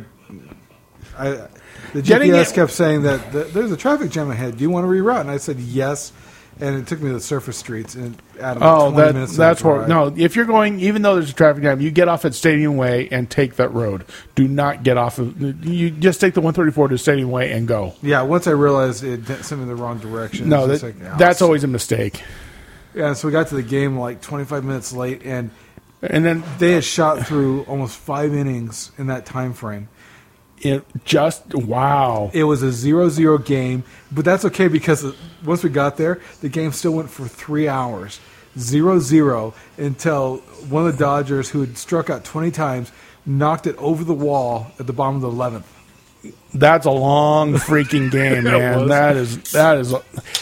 Speaker 1: I, I, the
Speaker 3: Getting
Speaker 1: GPS
Speaker 3: it-
Speaker 1: kept saying that th there's a traffic jam ahead. Do you want to reroute? And I said yes, and it took me to the surface streets and added like
Speaker 3: Oh,
Speaker 1: 20
Speaker 3: that
Speaker 1: minutes. to
Speaker 3: that's
Speaker 1: the
Speaker 3: where.
Speaker 1: ride.
Speaker 3: No, if you're going, even though there's a traffic jam, you get off at Stadium Way and take that road. Do not get off of. You just take the 134 to Stadium Way and go.
Speaker 1: Yeah, once I realized it d- sent me the wrong direction.
Speaker 3: No,
Speaker 1: it's
Speaker 3: that,
Speaker 1: just like, "Ah,
Speaker 3: that's always a mistake.
Speaker 1: Yeah, so we got to the game like 25 minutes late, and
Speaker 3: And then
Speaker 1: they had shot through almost five innings in that time frame.
Speaker 3: it just wow.
Speaker 1: It was a 0-0 game, but that's okay because uh, once we got there, the game still went for three hours, 0-0 until one of the Dodgers, who had struck out 20 times, knocked it over the wall at the bottom of the 11th.
Speaker 3: That's a long freaking game, man.
Speaker 2: was.
Speaker 3: that is that is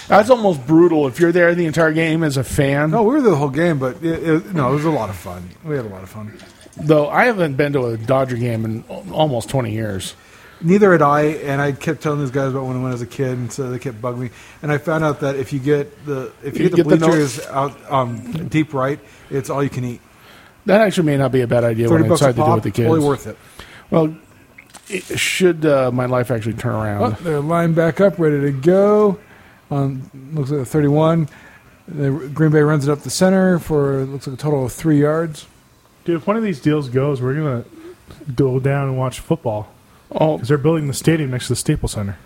Speaker 3: that's almost brutal. If you're there the entire game as a fan,
Speaker 1: No, we were there the whole game, but it, it, no, it was a lot of fun. We had a lot of fun.
Speaker 3: though I haven't been to a Dodger game in al- almost 20 years.
Speaker 1: Neither had I, and I kept telling these guys about when, when I was a kid, and so they kept bugging me. And I found out that if you get the if you,
Speaker 3: You
Speaker 1: get the
Speaker 3: get the no-
Speaker 1: bleachers out um, deep right, it's all you can eat.
Speaker 3: That actually may not be a bad idea when
Speaker 1: Thirty
Speaker 3: I
Speaker 1: bucks a
Speaker 3: decide to do it
Speaker 1: pop,
Speaker 3: with the kids.
Speaker 1: totally worth it.
Speaker 3: Well, it, should uh, my life actually turn around?
Speaker 1: Oh, they're lined back up, ready to go. Um, looks like a thirty-one. The Green Bay runs it up the center for looks like a total of three yards.
Speaker 2: Dude, if one of these deals goes, we're going to go down and watch football.
Speaker 3: Oh,
Speaker 2: Because they're building the stadium next to the Staples Center.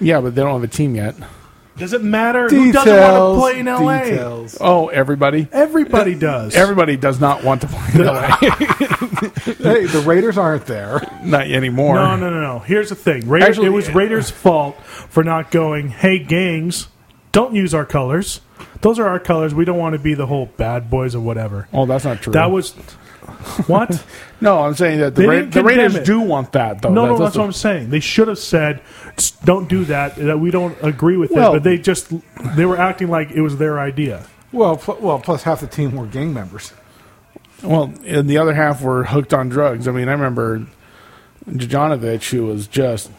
Speaker 3: yeah, but they don't have a team yet.
Speaker 2: Does it matter who
Speaker 1: Details.
Speaker 2: doesn't want to play in LA?
Speaker 1: Details.
Speaker 3: Oh, everybody.
Speaker 2: Everybody does.
Speaker 3: Everybody does not want to play in LA.
Speaker 1: hey, the Raiders aren't there.
Speaker 3: not anymore.
Speaker 2: No, no, no, no. Here's the thing. Raiders,
Speaker 3: Actually,
Speaker 2: it was
Speaker 3: yeah.
Speaker 2: Raiders' fault for not going, hey, gangs, don't use our colors. those are our colors. We don't want to be the whole bad boys or whatever.
Speaker 3: Oh, that's not true.
Speaker 2: That was what?
Speaker 3: no. I'm saying that
Speaker 2: They
Speaker 3: the, Ra-
Speaker 2: didn't
Speaker 3: the Raiders
Speaker 2: condemn it.
Speaker 3: do want
Speaker 1: Oh,
Speaker 3: that though.
Speaker 2: no, no,
Speaker 3: That-
Speaker 2: that's what I'm saying. They should have said, "S- "Don't do that." That we don't agree with
Speaker 3: Well-
Speaker 2: it. But they just they were acting like it was their idea.
Speaker 1: Well, pl- well, plus half the team were gang members.
Speaker 3: Well, and the other half were hooked on drugs. I mean, I remember Jojanovic, who was just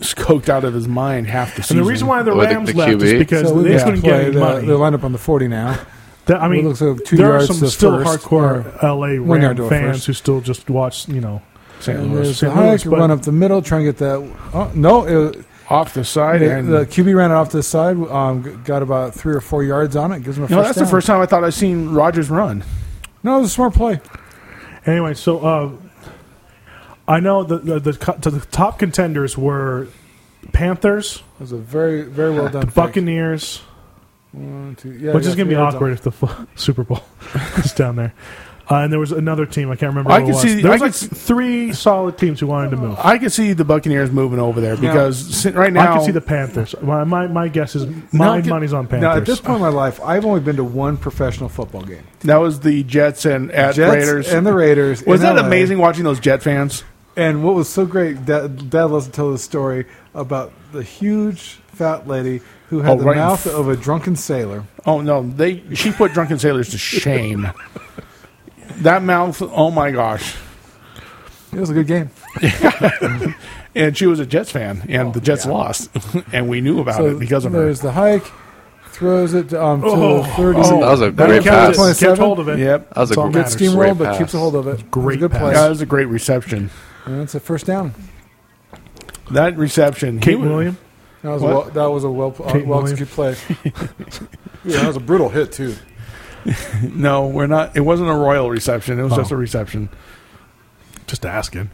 Speaker 3: coked out of his mind half the season.
Speaker 2: And the reason why the
Speaker 4: Or the-
Speaker 2: Rams
Speaker 4: the
Speaker 2: left is
Speaker 4: QB.
Speaker 2: because
Speaker 1: we
Speaker 2: they
Speaker 1: just
Speaker 2: couldn't get any money.
Speaker 1: They lined up on the forty now.
Speaker 2: That- I mean,
Speaker 1: looks like two
Speaker 2: there are
Speaker 1: yards
Speaker 2: some
Speaker 1: to
Speaker 2: still
Speaker 1: first,
Speaker 2: hardcore LA
Speaker 1: one yard
Speaker 2: Ram
Speaker 1: to a
Speaker 2: fans
Speaker 1: first.
Speaker 2: who still just watch, you know,
Speaker 3: St.
Speaker 1: And
Speaker 3: Louis
Speaker 1: there's the
Speaker 2: St. Louis,
Speaker 1: Hayek
Speaker 2: but-
Speaker 1: run up the middle, trying to get that. Oh, no, it,
Speaker 3: off the side,
Speaker 1: the,
Speaker 3: and
Speaker 1: the QB ran it off to the side. Um, g- got about three or four yards on it. Gives him a
Speaker 3: you know,
Speaker 1: first
Speaker 3: that's
Speaker 1: down.
Speaker 3: the first time I thought I'd seen Rogers run.
Speaker 1: No, it was a smart play.
Speaker 2: Anyway, so uh, I know the the, the, co- the top contenders were Panthers,
Speaker 1: It was a very, very well done. pick.
Speaker 2: Buccaneers,
Speaker 1: One, two- yeah,
Speaker 2: which
Speaker 1: yeah,
Speaker 2: is going to
Speaker 1: three
Speaker 2: be
Speaker 1: yards on
Speaker 2: awkward if the fu- Super Bowl is down there. Uh, and there was another team I can't remember.
Speaker 3: I
Speaker 2: who it
Speaker 3: can
Speaker 2: was.
Speaker 3: see-
Speaker 2: there
Speaker 3: I
Speaker 2: was
Speaker 3: can
Speaker 2: like three solid teams who wanted to move.
Speaker 3: I could see the Buccaneers moving over there because si- right now
Speaker 2: I can see the Panthers. My my, my guess is
Speaker 3: Now
Speaker 2: my
Speaker 3: I can-
Speaker 2: money's on
Speaker 1: it.
Speaker 2: Panthers.
Speaker 1: Now, at this point in my life, I've only been to one professional football game:
Speaker 3: that was the Jets and at
Speaker 1: Jets
Speaker 3: Raiders.
Speaker 1: and the Raiders.
Speaker 3: was
Speaker 1: in
Speaker 3: that
Speaker 1: LA.
Speaker 3: amazing watching those Jet fans?
Speaker 1: And what was so great, Dad, Dad loves to tell the story about the huge fat lady who had
Speaker 3: Oh,
Speaker 1: the
Speaker 3: right in
Speaker 1: mouth
Speaker 3: f-
Speaker 1: of a drunken sailor.
Speaker 3: Oh no, they she put drunken sailors to shame. that mouth, oh my gosh.
Speaker 1: It was a good game.
Speaker 3: And she was a Jets fan, and
Speaker 2: Oh,
Speaker 3: the Jets lost, and we knew about it because of her.
Speaker 1: there's the hike, throws it um, to
Speaker 2: Oh,
Speaker 1: thirty.
Speaker 2: oh,
Speaker 4: That was a
Speaker 1: That
Speaker 4: great
Speaker 1: was
Speaker 4: pass.
Speaker 1: twenty-
Speaker 4: That
Speaker 1: 27?
Speaker 2: Kept hold of it.
Speaker 3: Yep,
Speaker 4: was a
Speaker 2: It's all
Speaker 4: great,
Speaker 1: good
Speaker 2: matters.
Speaker 1: steamroll,
Speaker 4: great
Speaker 1: but
Speaker 4: pass.
Speaker 1: keeps a hold of it. it was
Speaker 2: Great
Speaker 1: a good
Speaker 2: pass.
Speaker 1: play.
Speaker 3: Yeah, that was a great reception.
Speaker 1: And it's a first down.
Speaker 3: That reception, he
Speaker 2: Kate
Speaker 3: was-
Speaker 2: William.
Speaker 1: That was
Speaker 3: What?
Speaker 1: a well, that was a well uh,
Speaker 2: Kate
Speaker 1: well executed play. yeah, that was a brutal hit too.
Speaker 3: No, we're not. It wasn't a royal reception. It was
Speaker 2: Oh.
Speaker 3: just a reception.
Speaker 2: Just asking.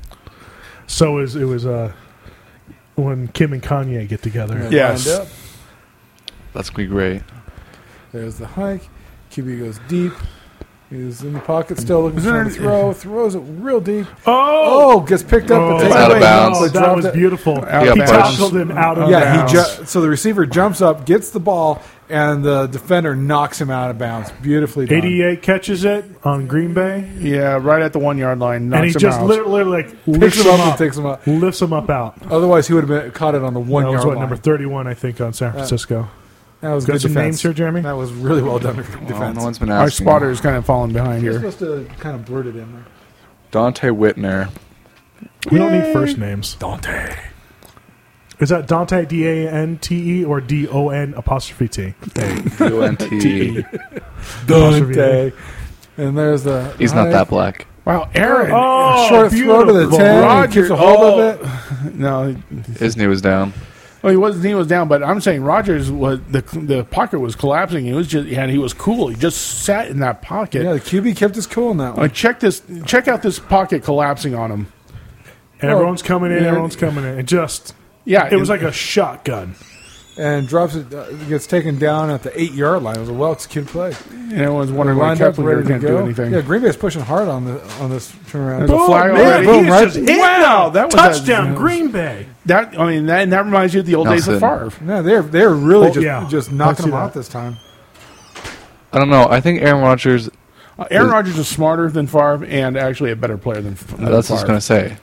Speaker 2: So is it was uh, when Kim and Kanye get together.
Speaker 1: And
Speaker 3: Yes.
Speaker 1: lined up.
Speaker 4: That's gonna be great.
Speaker 1: There's the hike. QB goes deep. He's in the pocket still looking
Speaker 3: Is there
Speaker 1: for the
Speaker 3: any-
Speaker 1: throw. Throws it real deep.
Speaker 2: Oh,
Speaker 1: Oh, gets picked up.
Speaker 2: Oh,
Speaker 1: and taken
Speaker 4: out of
Speaker 1: away.
Speaker 4: bounds.
Speaker 1: They
Speaker 2: oh, that
Speaker 1: dropped
Speaker 2: was
Speaker 1: it.
Speaker 2: beautiful.
Speaker 3: Out
Speaker 4: of
Speaker 2: he
Speaker 4: bounds.
Speaker 2: tackled him out of
Speaker 1: Yeah,
Speaker 2: bounds.
Speaker 1: he ju- so the receiver jumps up, gets the ball, and the defender knocks him out of bounds. Beautifully done.
Speaker 2: 88 catches it on Green Bay,
Speaker 3: Yeah, right at the one yard line. Knocks
Speaker 2: and he
Speaker 3: him
Speaker 2: just
Speaker 3: out.
Speaker 2: literally like
Speaker 1: Picks
Speaker 2: lifts
Speaker 1: him up and
Speaker 2: him
Speaker 1: takes him up.
Speaker 2: up, lifts him up out.
Speaker 1: Otherwise, he would have been caught it on the one
Speaker 2: That was
Speaker 1: yard
Speaker 2: what
Speaker 1: line.
Speaker 2: number 31, I think, on San Francisco.
Speaker 1: that was
Speaker 2: Got
Speaker 1: good
Speaker 2: some
Speaker 1: defense.
Speaker 2: names here, Jeremy?
Speaker 1: That was really well done
Speaker 4: Well,
Speaker 1: defense.
Speaker 4: Oh, no one's been
Speaker 3: Our
Speaker 4: asking.
Speaker 3: spotter is kind of falling behind
Speaker 1: You're
Speaker 3: here.
Speaker 1: supposed to kind of blurt it in there.
Speaker 4: Dante Whitner.
Speaker 2: We don't need first names. Dante. Is that Dante D A N T E or D O N apostrophe T?
Speaker 3: E.
Speaker 4: UNT.
Speaker 2: Dante.
Speaker 1: And there's the.
Speaker 4: He's not that black.
Speaker 3: Wow, Aaron.
Speaker 2: Oh,
Speaker 1: Short throw to the
Speaker 2: beautiful.
Speaker 1: 10.
Speaker 3: Roger-
Speaker 1: Gets a hold
Speaker 3: oh.
Speaker 1: of it.
Speaker 3: No, he-
Speaker 4: His knee was down.
Speaker 3: well, he was he was down, but I'm saying Rogers was the the pocket was collapsing. He was just and he was cool. He just sat in that pocket.
Speaker 1: Yeah, the QB kept his cool in that one.
Speaker 3: Like check this, check out this pocket collapsing on him.
Speaker 2: And everyone's coming in,
Speaker 3: Yeah.
Speaker 2: everyone's coming in. And just,
Speaker 3: Yeah,
Speaker 2: it was like a shotgun.
Speaker 1: And drops it, uh, gets taken down at the eight yard line. It was a well executed play.
Speaker 3: and everyone's wondering why
Speaker 1: Lined up,
Speaker 3: Kepler
Speaker 1: ready to
Speaker 3: can't do
Speaker 1: go.
Speaker 3: anything.
Speaker 1: Yeah, Green Bay's pushing hard on the on this turnaround.
Speaker 3: There's a flag
Speaker 1: man,
Speaker 3: already.
Speaker 1: boom,
Speaker 2: Oh, He
Speaker 1: right-
Speaker 2: just hit
Speaker 3: Wow,
Speaker 2: them.
Speaker 3: that was a-
Speaker 2: touchdown, Green Bay.
Speaker 3: That I mean, that, and that reminds you of the old days of
Speaker 4: Nelson.
Speaker 3: Favre.
Speaker 1: No, they're they're really
Speaker 2: Oh,
Speaker 1: just
Speaker 2: yeah.
Speaker 1: just
Speaker 2: I see
Speaker 1: knocking them
Speaker 2: that.
Speaker 1: out this time.
Speaker 4: I don't know. I think Aaron Rodgers.
Speaker 3: Uh, Aaron Rodgers is smarter than Favre and actually a better player than, than
Speaker 4: That's what I was
Speaker 3: Favre.
Speaker 4: gonna say.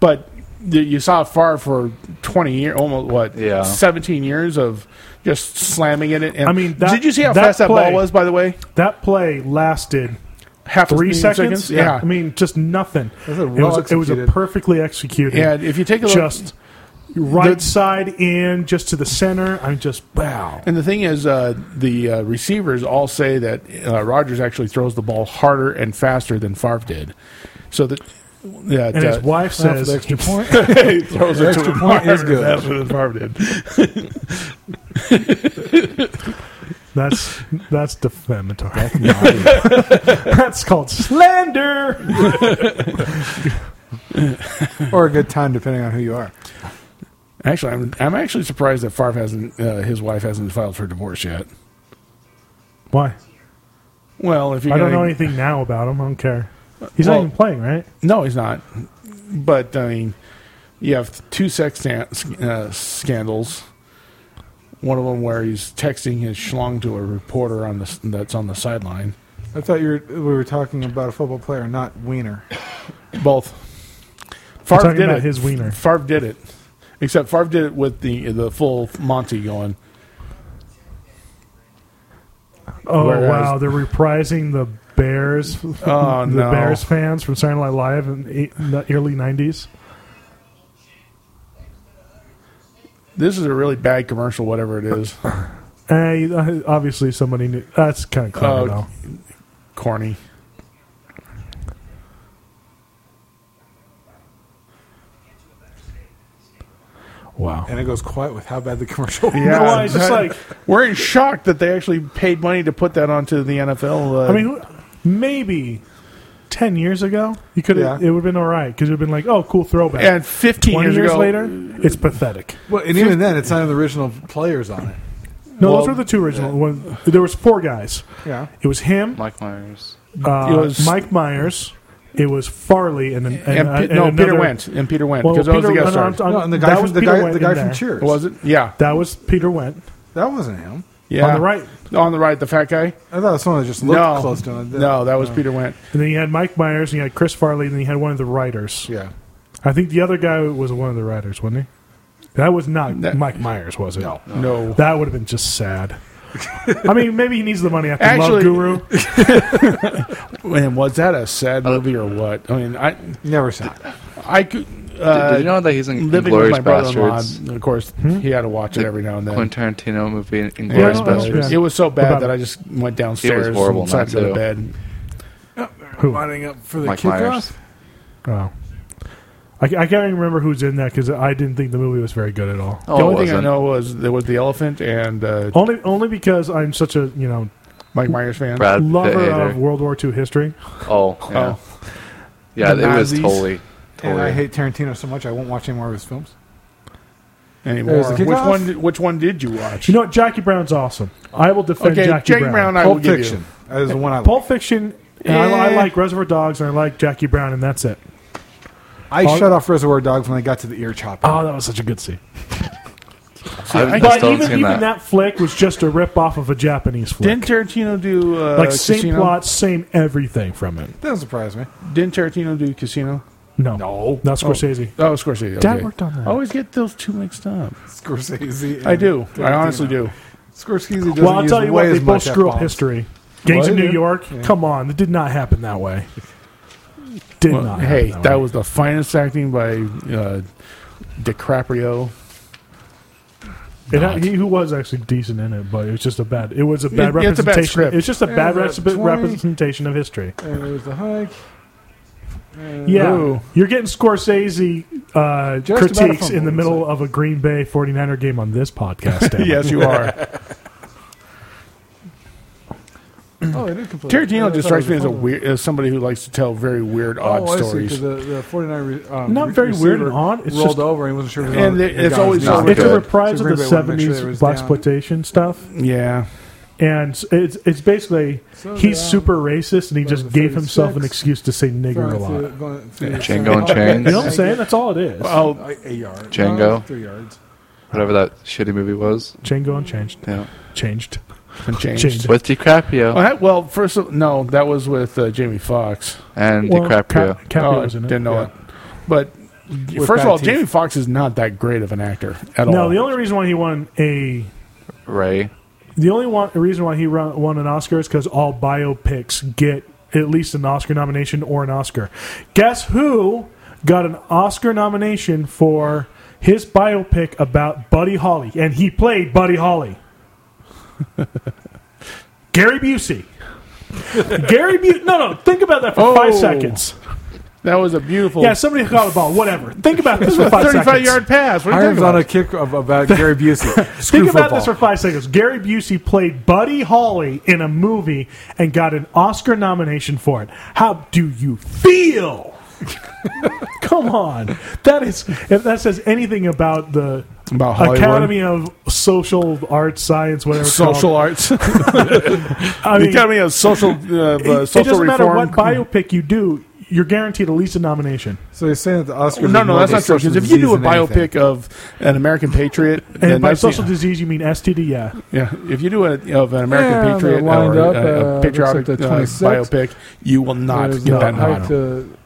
Speaker 3: but th- you saw Favre for twenty years, almost what,
Speaker 4: Yeah.
Speaker 3: seventeen years of just slamming it. in. And
Speaker 2: I mean, that-
Speaker 3: did you see how
Speaker 2: that
Speaker 3: fast that
Speaker 2: play-
Speaker 3: ball was? By the way,
Speaker 2: That play lasted
Speaker 3: half a
Speaker 2: three
Speaker 3: million
Speaker 2: seconds.
Speaker 3: Yeah,
Speaker 2: I mean, just nothing.
Speaker 1: That's a
Speaker 2: it, was, it was a
Speaker 1: well-executed-
Speaker 2: perfectly executed.
Speaker 3: yeah. If you take a look,
Speaker 2: just right
Speaker 3: The-
Speaker 2: side in, just to the center. I'm just wow.
Speaker 3: and the thing is, uh, the uh, receivers all say that uh, Rodgers actually throws the ball harder and faster than Favre did. So that. Yeah,
Speaker 2: And his wife
Speaker 1: Now for
Speaker 2: says,
Speaker 1: the extra point.
Speaker 3: he throws
Speaker 1: The
Speaker 3: it to
Speaker 1: extra
Speaker 3: him
Speaker 1: point is
Speaker 3: harder
Speaker 1: good.
Speaker 3: than Favre- than Favre did.
Speaker 2: "That's that's defamatory. that's called slander."
Speaker 1: or a good time, depending on who you are.
Speaker 3: Actually, I'm I'm actually surprised that Favre hasn't uh, his wife hasn't filed for divorce yet.
Speaker 2: Why?
Speaker 3: Well, if you
Speaker 2: I don't know anything now about him. I don't care. He's
Speaker 3: Well-
Speaker 2: not even playing, right?
Speaker 3: No, he's not. But I mean, you have two sex stan- uh, scandals. One of them where he's texting his schlong to a reporter on the s- that's on the sideline.
Speaker 1: I thought you were, we were talking about a football player, not Wiener.
Speaker 3: Both.
Speaker 2: We're
Speaker 3: Favre
Speaker 2: talking
Speaker 3: did
Speaker 2: about
Speaker 3: it.
Speaker 2: his wiener.
Speaker 3: Favre did it. Except Favre did it with the the full Monty going.
Speaker 2: Oh
Speaker 3: Whereas-
Speaker 2: wow, they're reprising the Bears,
Speaker 3: Oh
Speaker 2: Uh, the
Speaker 3: no!
Speaker 2: Bears fans from Saturday Night Live in the eight- in the early '90s.
Speaker 3: This is a really bad commercial, whatever it is.
Speaker 2: Uh, you- uh, obviously, somebody knew. That's kind of clever,
Speaker 3: Oh,
Speaker 2: though.
Speaker 3: Corny. Wow.
Speaker 1: And it goes quiet with how bad the commercial was.
Speaker 2: Yeah. No, I was just like-
Speaker 3: we're in shock that they actually paid money to put that onto the NFL. Uh,
Speaker 2: I mean, who- maybe ten years ago, you could
Speaker 1: Yeah.
Speaker 2: have it would have been all right because it'd been like, oh, cool throwback.
Speaker 3: and 15
Speaker 2: Twenty
Speaker 3: years,
Speaker 2: years,
Speaker 3: ago-
Speaker 2: later, it's pathetic.
Speaker 1: Well, and even then, it's not even the original players on it.
Speaker 2: No,
Speaker 3: Well,
Speaker 2: those were the two original. One, there was four guys.
Speaker 1: Yeah.
Speaker 2: It was him,
Speaker 4: Mike Myers.
Speaker 2: uh,
Speaker 3: It was-
Speaker 2: Mike Myers. It was Farley, and, and,
Speaker 3: and,
Speaker 2: uh,
Speaker 3: Pe-
Speaker 2: and
Speaker 3: no, Peter
Speaker 2: another-
Speaker 3: went and Peter went
Speaker 2: Well,
Speaker 3: because that was the
Speaker 2: Peter- no,
Speaker 3: guy
Speaker 2: no,
Speaker 3: started.
Speaker 2: I'm-
Speaker 1: No, and the guy
Speaker 2: Um, that
Speaker 1: from
Speaker 2: was
Speaker 1: the
Speaker 2: Peter
Speaker 1: guy,
Speaker 2: Wendt
Speaker 1: the
Speaker 2: in
Speaker 1: guy
Speaker 2: there.
Speaker 1: from Cheers.
Speaker 3: Was it? Yeah,
Speaker 2: That was Peter Went
Speaker 1: That wasn't him.
Speaker 3: yeah.
Speaker 2: on the right.
Speaker 3: on the right, the fat guy.
Speaker 1: I thought it was someone that just looked
Speaker 3: no,
Speaker 1: close to him.
Speaker 3: no, that was Peter Went.
Speaker 2: And then you had Mike Myers, and you had Chris Farley, and then you had one of the writers.
Speaker 1: Yeah.
Speaker 2: I think the other guy was one of the writers, wasn't he? That was not
Speaker 3: That-
Speaker 2: Mike Myers, was it?
Speaker 1: No.
Speaker 4: Oh.
Speaker 3: No,
Speaker 2: That would have been just sad. I mean, maybe he needs the money after
Speaker 3: Actually-
Speaker 2: Love Guru.
Speaker 3: and was that a sad
Speaker 2: Uh,
Speaker 3: movie or what? I mean, I,
Speaker 1: Never saw it.
Speaker 3: I could.
Speaker 4: Did,
Speaker 3: Uh,
Speaker 4: did you know that he's in
Speaker 3: living with
Speaker 4: Inglorious
Speaker 3: my brother-in-law,
Speaker 4: Bastards?
Speaker 3: of course,
Speaker 2: Hmm?
Speaker 3: he had to watch it every now and then.
Speaker 4: Quentin Tarantino movie,
Speaker 3: Yeah,
Speaker 4: Inglorious
Speaker 2: I don't know.
Speaker 4: Bastards.
Speaker 2: Yeah.
Speaker 3: It was so
Speaker 2: About-
Speaker 3: bad that I just went downstairs
Speaker 4: horrible
Speaker 3: and decided to
Speaker 4: night,
Speaker 3: go to bed.
Speaker 1: Lining up for the
Speaker 4: Mike Myers.
Speaker 1: kickoff.
Speaker 2: Oh. I, I can't even remember who's in that because I didn't think the movie was very good at all.
Speaker 4: Oh,
Speaker 3: the
Speaker 4: it
Speaker 3: only thing I
Speaker 4: wasn't.
Speaker 3: know was there was the elephant and uh,
Speaker 2: Only, only because I'm such a you know
Speaker 3: Mike Myers fan.
Speaker 4: Brad Pitt
Speaker 2: lover of
Speaker 4: hater.
Speaker 2: World War II history.
Speaker 4: Oh, yeah.
Speaker 3: Oh,
Speaker 4: Yeah,
Speaker 3: The
Speaker 4: it was
Speaker 3: Nazis.
Speaker 4: totally.
Speaker 1: And I
Speaker 4: totally.
Speaker 1: hate Tarantino so much I won't watch any more of his films.
Speaker 3: anymore.
Speaker 1: There's the
Speaker 3: which
Speaker 1: kickoff.
Speaker 3: one? did- Which one did you watch?
Speaker 2: You know what? Jackie Brown's awesome. I will defend
Speaker 3: okay,
Speaker 2: Jackie
Speaker 3: Jake
Speaker 2: Brown.
Speaker 3: Brown. I will
Speaker 1: Pulp
Speaker 3: give
Speaker 1: Fiction
Speaker 3: you.
Speaker 1: is the one I like.
Speaker 2: Pulp Fiction. And I, I
Speaker 3: Eh.
Speaker 2: like Reservoir Dogs and I like Jackie Brown, and that's it.
Speaker 1: I shut off Reservoir Dogs when I got to the ear chopper.
Speaker 2: Oh, that was such a good scene.
Speaker 4: I,
Speaker 3: But
Speaker 2: But
Speaker 4: I still haven't
Speaker 2: even,
Speaker 4: seen
Speaker 2: even that.
Speaker 4: that.
Speaker 2: flick was just a rip off of a Japanese flick.
Speaker 3: Didn't Tarantino do uh,
Speaker 2: like same
Speaker 3: Casino?
Speaker 2: plot, same everything from it.
Speaker 1: Doesn't surprise me.
Speaker 3: Didn't Tarantino do Casino?
Speaker 2: No, no, not Scorsese.
Speaker 3: Oh, Scorsese. Okay. Oh,
Speaker 2: Dad worked on that.
Speaker 3: I always get those two mixed up.
Speaker 1: Scorsese. and
Speaker 3: I do. I
Speaker 1: Tarantino.
Speaker 3: honestly do.
Speaker 1: Scorsese doesn't
Speaker 2: Well, I'll
Speaker 1: use
Speaker 2: tell you
Speaker 1: way
Speaker 2: what,
Speaker 1: as
Speaker 2: they both
Speaker 1: much
Speaker 2: screw up
Speaker 1: F-bombs.
Speaker 2: history. Gangs
Speaker 3: What?
Speaker 2: of New
Speaker 3: Yeah.
Speaker 2: York. Come on, it did not happen that way. Did
Speaker 3: Well,
Speaker 2: not. happen
Speaker 3: hey,
Speaker 2: that,
Speaker 3: that
Speaker 2: way.
Speaker 3: was the finest acting by uh, DiCaprio.
Speaker 2: It had- he who was actually decent in it, but it was just a bad. It was a bad
Speaker 3: It- it's a bad
Speaker 2: representation.
Speaker 3: script.
Speaker 2: It's just a
Speaker 1: Yeah,
Speaker 2: bad
Speaker 1: about
Speaker 2: res-
Speaker 1: 20.
Speaker 2: representation of history.
Speaker 1: And there's the hike.
Speaker 2: Yeah,
Speaker 3: Ooh.
Speaker 2: you're getting Scorsese uh,
Speaker 1: Just about a
Speaker 2: critiques
Speaker 1: fumble,
Speaker 2: in the
Speaker 1: I'd
Speaker 2: middle of a Green Bay 49er game on this podcast. damn it.
Speaker 3: yes, you are.
Speaker 1: Oh, they did complete. it.
Speaker 3: Tarantino
Speaker 1: I thought it
Speaker 3: just strikes
Speaker 1: was
Speaker 3: me as a
Speaker 1: fumble.
Speaker 3: weird, as somebody who likes to tell very weird, odd
Speaker 1: oh, I see, 'cause
Speaker 3: stories.
Speaker 1: the, the 49 re- um,
Speaker 2: Not
Speaker 1: re-
Speaker 2: very
Speaker 1: receiver
Speaker 2: weird and odd, it's
Speaker 1: rolled
Speaker 2: just-
Speaker 1: over and he wasn't sure. If he was
Speaker 3: And
Speaker 1: on-
Speaker 3: it-
Speaker 1: the
Speaker 3: it's
Speaker 1: guy
Speaker 3: always
Speaker 1: was
Speaker 4: over-
Speaker 1: down.
Speaker 2: It's a
Speaker 4: Good.
Speaker 2: reprise
Speaker 1: So
Speaker 2: of the
Speaker 1: Green Bay wanted to make sure there
Speaker 2: '70s
Speaker 1: was
Speaker 2: black
Speaker 1: down.
Speaker 2: exploitation stuff,
Speaker 3: Yeah,
Speaker 2: and s- it's it's basically
Speaker 1: So
Speaker 2: he's
Speaker 1: down.
Speaker 2: super racist, and he just
Speaker 1: the
Speaker 2: gave himself an
Speaker 1: 36.
Speaker 2: excuse to say nigger
Speaker 1: Going
Speaker 2: a lot.
Speaker 1: through-
Speaker 2: You
Speaker 1: going through the
Speaker 4: Django and
Speaker 1: center.
Speaker 4: Chains.
Speaker 2: know what I'm saying? That's all it is.
Speaker 3: I'll,
Speaker 1: A- A yard.
Speaker 4: Django.
Speaker 1: No, three yards.
Speaker 4: Whatever that shitty movie was.
Speaker 2: Django unchanged,
Speaker 4: Yeah.
Speaker 2: changed.
Speaker 3: i changed.
Speaker 2: Changed.
Speaker 4: With DiCaprio.
Speaker 3: Well, I- well, first of no, that was with uh, Jamie Foxx.
Speaker 4: And
Speaker 2: Cap-
Speaker 4: DiCaprio.
Speaker 2: Caprio
Speaker 3: Oh,
Speaker 2: was in it.
Speaker 3: didn't know
Speaker 1: Yeah.
Speaker 3: it. But
Speaker 1: With
Speaker 3: first of all,
Speaker 1: bad teeth.
Speaker 3: Jamie Foxx is not that great of an actor at all.
Speaker 2: No, the only reason why he won a
Speaker 4: Ray.
Speaker 2: the only one, reason why he run, won an Oscar is because all biopics get at least an Oscar nomination or an Oscar. Guess who got an Oscar nomination for his biopic about Buddy Holly, and he played Buddy Holly. Gary Busey. Gary Busey. No, no. Think about that for five
Speaker 3: Oh.
Speaker 2: seconds.
Speaker 3: that was a beautiful.
Speaker 2: Yeah, somebody caught a ball. Whatever. Think about this for
Speaker 3: a
Speaker 2: five seconds.
Speaker 3: thirty-five yard pass. What are you
Speaker 1: Irons
Speaker 3: talking
Speaker 1: on
Speaker 3: about?
Speaker 1: a kick of about Gary Busey. Screw
Speaker 2: Think about
Speaker 1: football.
Speaker 2: this for five seconds. Gary Busey played Buddy Holly in a movie and got an Oscar nomination for it. How do you feel? Come on, that is if that says anything about the
Speaker 3: About Hollywood?
Speaker 2: Academy of Social Arts, Science, whatever. It's
Speaker 3: social
Speaker 2: called.
Speaker 3: arts. the
Speaker 2: I mean,
Speaker 3: Academy of Social uh, uh,
Speaker 2: it, it
Speaker 3: Social
Speaker 2: doesn't matter
Speaker 3: Reform.
Speaker 2: what biopic you do. you're guaranteed at least a nomination.
Speaker 1: So you're saying that the Oscars?
Speaker 3: no,
Speaker 1: are
Speaker 3: no,
Speaker 1: more
Speaker 3: that's
Speaker 1: about
Speaker 3: not true. Because if
Speaker 1: social
Speaker 3: you do a
Speaker 1: disease than anything.
Speaker 3: biopic of an American patriot,
Speaker 2: And
Speaker 3: then
Speaker 2: by
Speaker 3: that's-
Speaker 2: social disease, you mean STD? Yeah.
Speaker 3: yeah, if you do a of an American
Speaker 1: Yeah, they
Speaker 3: patriot
Speaker 1: lined
Speaker 3: or
Speaker 1: up,
Speaker 3: a-
Speaker 1: uh,
Speaker 3: a,
Speaker 1: looks
Speaker 3: patriotic
Speaker 1: like the
Speaker 3: uh,
Speaker 1: 26th.
Speaker 3: biopic, you will not
Speaker 1: There's
Speaker 3: get
Speaker 1: no
Speaker 3: that
Speaker 1: height
Speaker 3: nomination.
Speaker 1: to-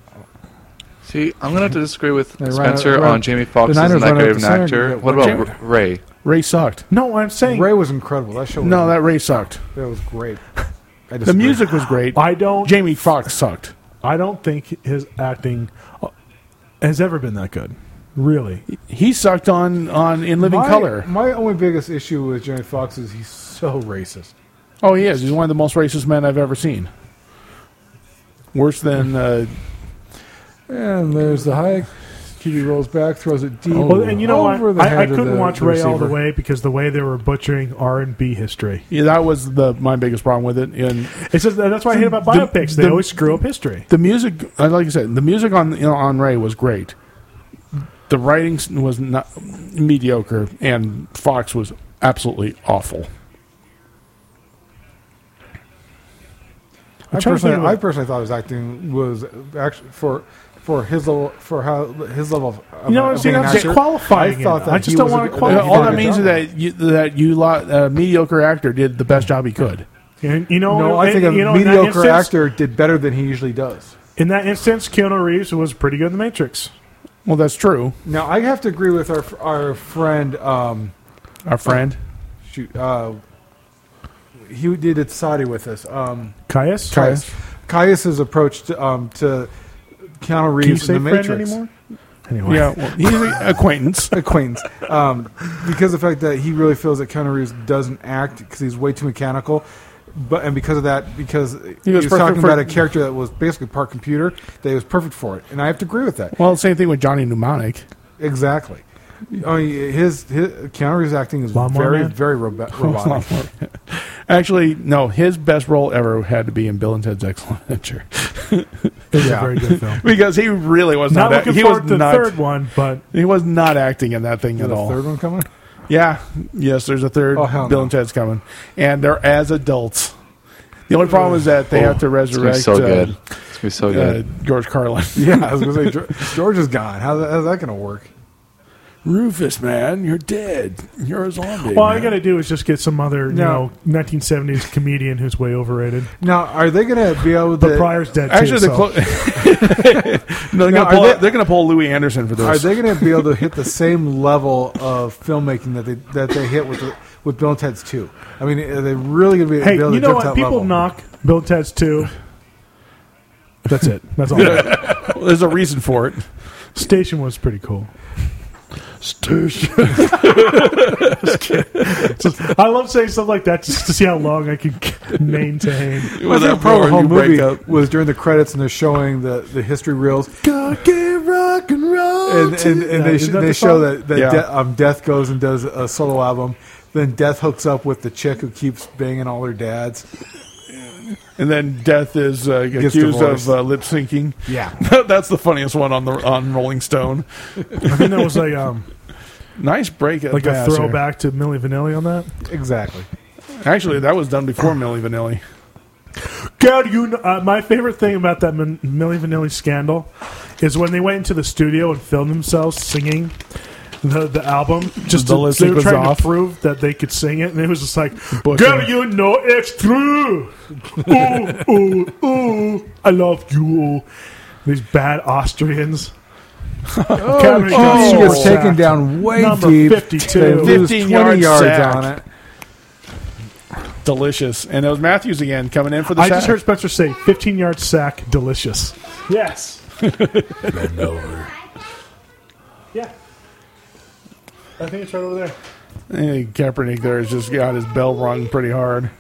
Speaker 4: See, I'm gonna have to disagree with
Speaker 1: They ran out-
Speaker 4: Spencer
Speaker 1: ran-
Speaker 4: on Jamie Foxx
Speaker 1: the
Speaker 4: isn't
Speaker 1: Niners
Speaker 4: that
Speaker 1: ran out
Speaker 4: great
Speaker 1: of
Speaker 4: of an
Speaker 1: center to
Speaker 4: actor.
Speaker 1: get
Speaker 4: What
Speaker 1: one.
Speaker 4: about R- Ray?
Speaker 3: Ray sucked.
Speaker 2: No, I'm saying
Speaker 1: Ray was incredible. That show. Was,
Speaker 3: No, that Ray sucked.
Speaker 1: that was great. I
Speaker 3: The music was great.
Speaker 2: I don't.
Speaker 3: Jamie Foxx sucked.
Speaker 2: I don't think his acting uh, has ever been that good. Really,
Speaker 3: He sucked on on in Living
Speaker 1: my,
Speaker 3: Color.
Speaker 1: My only biggest issue with Jamie Foxx is he's so racist.
Speaker 3: Oh, he is. He's one of the most racist men I've ever seen. Worse than uh,
Speaker 1: And there's the hike. QB rolls back, throws it deep.
Speaker 2: well, and you know
Speaker 1: Oh, over
Speaker 2: what?
Speaker 1: the
Speaker 2: I, I
Speaker 1: head of
Speaker 2: couldn't
Speaker 1: the-
Speaker 2: watch
Speaker 1: the
Speaker 2: Ray all the
Speaker 1: receiver.
Speaker 2: way because the way they were butchering R and B history.
Speaker 3: yeah, that was the my biggest problem with it. And
Speaker 2: It's just, that's what I hate about
Speaker 3: The-
Speaker 2: biopics. They
Speaker 3: the-
Speaker 2: always screw up history.
Speaker 3: the music, uh, like I said, the music on you know, on Ray was great. The writing s- was not mediocre, and Fox was absolutely awful.
Speaker 1: I
Speaker 2: I'm trying to
Speaker 1: personally,
Speaker 2: think of-
Speaker 1: I personally thought his acting was actually for for his level for how his level of of
Speaker 2: You know what I'm
Speaker 1: being
Speaker 2: saying?
Speaker 1: an
Speaker 2: I'm just
Speaker 1: actor,
Speaker 2: qualifying
Speaker 1: I thought
Speaker 2: it.
Speaker 1: that
Speaker 2: I just
Speaker 1: he
Speaker 2: don't
Speaker 1: was
Speaker 2: wanna
Speaker 1: a-
Speaker 2: qualify
Speaker 1: he
Speaker 3: all
Speaker 1: did a
Speaker 3: that
Speaker 1: good
Speaker 3: means is
Speaker 1: job.
Speaker 3: that you, that you lot, uh, mediocre actor did the best job he could.
Speaker 2: And, you know,
Speaker 1: no, I
Speaker 2: and-
Speaker 1: think a
Speaker 2: you know, in that
Speaker 1: mediocre
Speaker 2: instance-
Speaker 1: actor did better than he usually does.
Speaker 2: In that instance, Keanu Reeves was pretty good in The Matrix.
Speaker 3: Well, that's true.
Speaker 1: Now I have to agree with our our friend. Um,
Speaker 3: Our friend
Speaker 1: shoot, uh, he did it Saudi with us. Um,
Speaker 2: Caius.
Speaker 3: Caius.
Speaker 1: Caius's approach to, um, to Keanu
Speaker 2: Do you
Speaker 1: Reeves
Speaker 2: say
Speaker 1: in The
Speaker 2: friend
Speaker 1: Matrix.
Speaker 2: anymore? Anyway,
Speaker 3: Yeah, well, he's an acquaintance.
Speaker 1: acquaintance um, because the fact that he really feels that Keanu Reeves doesn't act because he's way too mechanical. But and because of that, because he was,
Speaker 3: was perfect
Speaker 1: talking
Speaker 3: for-
Speaker 1: about a character that was basically part computer, that he was perfect for it, and I have to agree with that
Speaker 3: Well, same thing with Johnny Mnemonic.
Speaker 1: exactly. I mean, his, his Keanu Reeves acting is
Speaker 2: Lawnmower
Speaker 1: very,
Speaker 2: Man?
Speaker 1: very robo- robotic.
Speaker 3: Actually, no, his best role ever had to be in Bill and Ted's Excellent Adventure
Speaker 2: it was
Speaker 1: Yeah.
Speaker 2: a very good film.
Speaker 3: because he really was
Speaker 2: Not
Speaker 3: not. act-
Speaker 2: looking
Speaker 3: he
Speaker 2: forward
Speaker 3: was
Speaker 2: to the
Speaker 3: not.
Speaker 2: third one, but
Speaker 3: He was not acting in that thing
Speaker 1: Is
Speaker 3: at
Speaker 1: the
Speaker 3: all.
Speaker 1: third one coming?
Speaker 3: Yeah, yes, there's a third
Speaker 1: Oh, hell
Speaker 3: Bill
Speaker 1: no.
Speaker 3: and Ted's coming, and they're as adults. The only problem is that they
Speaker 4: Oh,
Speaker 3: have to
Speaker 4: It's gonna be
Speaker 3: resurrect
Speaker 4: so
Speaker 3: uh,
Speaker 4: good. It's gonna be so
Speaker 3: uh,
Speaker 4: good.
Speaker 3: George Carlin.
Speaker 1: Yeah, I was going to say Geor- George is gone. How's that, how's that going to work?
Speaker 3: Rufus, man, you're dead. You're a zombie.
Speaker 2: all I
Speaker 3: man.
Speaker 2: got to do is just get some other, you
Speaker 1: No.
Speaker 2: know, 1970s comedian who's way overrated.
Speaker 1: Now, are they going to be able
Speaker 2: But
Speaker 1: to?
Speaker 2: Pryor's dead
Speaker 3: Actually,
Speaker 2: too.
Speaker 3: the clo-
Speaker 2: so.
Speaker 3: no, they're
Speaker 1: Now,
Speaker 3: gonna
Speaker 1: are
Speaker 3: pull.
Speaker 1: they-
Speaker 3: They, are gonna pull Louis Anderson for this.
Speaker 1: Are they going to be able to hit the same level of filmmaking that they that they hit with the, with Bill and Ted's Two? I mean, are they really going to be
Speaker 2: hey,
Speaker 1: able to
Speaker 2: you
Speaker 1: get
Speaker 2: know
Speaker 1: to
Speaker 2: what?
Speaker 1: that
Speaker 2: People
Speaker 1: level?
Speaker 2: knock Bill and Ted's too. That's it. That's all.
Speaker 3: There's a reason for it.
Speaker 2: Station was pretty cool.
Speaker 3: Station.
Speaker 2: I love saying stuff like that just to see how long I can maintain.
Speaker 1: I think
Speaker 3: Was that pro
Speaker 1: the
Speaker 3: or
Speaker 1: whole
Speaker 3: you
Speaker 1: movie
Speaker 3: break up?
Speaker 1: was during the credits and they're showing the, the history reels
Speaker 3: rock and roll.
Speaker 1: and and, and they,
Speaker 2: Isn't
Speaker 1: sh-
Speaker 2: that
Speaker 1: they
Speaker 2: the
Speaker 1: show
Speaker 2: song?
Speaker 1: that, that
Speaker 3: Yeah.
Speaker 1: De- um, Death goes and does a solo album. Then Death hooks up with the chick who keeps banging all her dads.
Speaker 3: And then death is uh, accused
Speaker 1: divorced.
Speaker 3: of uh, lip syncing.
Speaker 1: Yeah,
Speaker 3: That's the funniest one on the on Rolling Stone.
Speaker 2: I think that was like um
Speaker 3: Nice break,
Speaker 2: like a throwback to Millie Vanilli on that.
Speaker 1: exactly.
Speaker 3: Actually, that was done before Millie Vanilli.
Speaker 2: God, you know, uh, my favorite thing about that Min- Millie Vanilli scandal is when they went into the studio and filmed themselves singing the the album. Just
Speaker 3: The
Speaker 2: to,
Speaker 3: lip
Speaker 2: they were
Speaker 3: sync was
Speaker 2: trying
Speaker 3: off.
Speaker 2: to prove that they could sing it, and it was just like,
Speaker 3: Book
Speaker 2: "Girl,
Speaker 3: it.
Speaker 2: you know it's true. Ooh, ooh, ooh, I love you." These bad Austrians.
Speaker 1: Oh,
Speaker 2: Cameron Diaz
Speaker 1: she gets
Speaker 2: sacked.
Speaker 1: taken down way
Speaker 2: Number
Speaker 1: deep.
Speaker 2: 52.
Speaker 1: They lose
Speaker 3: 15
Speaker 1: 20
Speaker 3: yard
Speaker 1: yards
Speaker 3: sack.
Speaker 1: on it.
Speaker 3: Delicious. And it was Matthews again coming in for the
Speaker 2: I just
Speaker 3: sack.
Speaker 2: heard Spencer say 15 yard sack, delicious. Yes. Yeah. I think it's right over there.
Speaker 3: Hey, Kaepernick there has just got his bell rung pretty hard.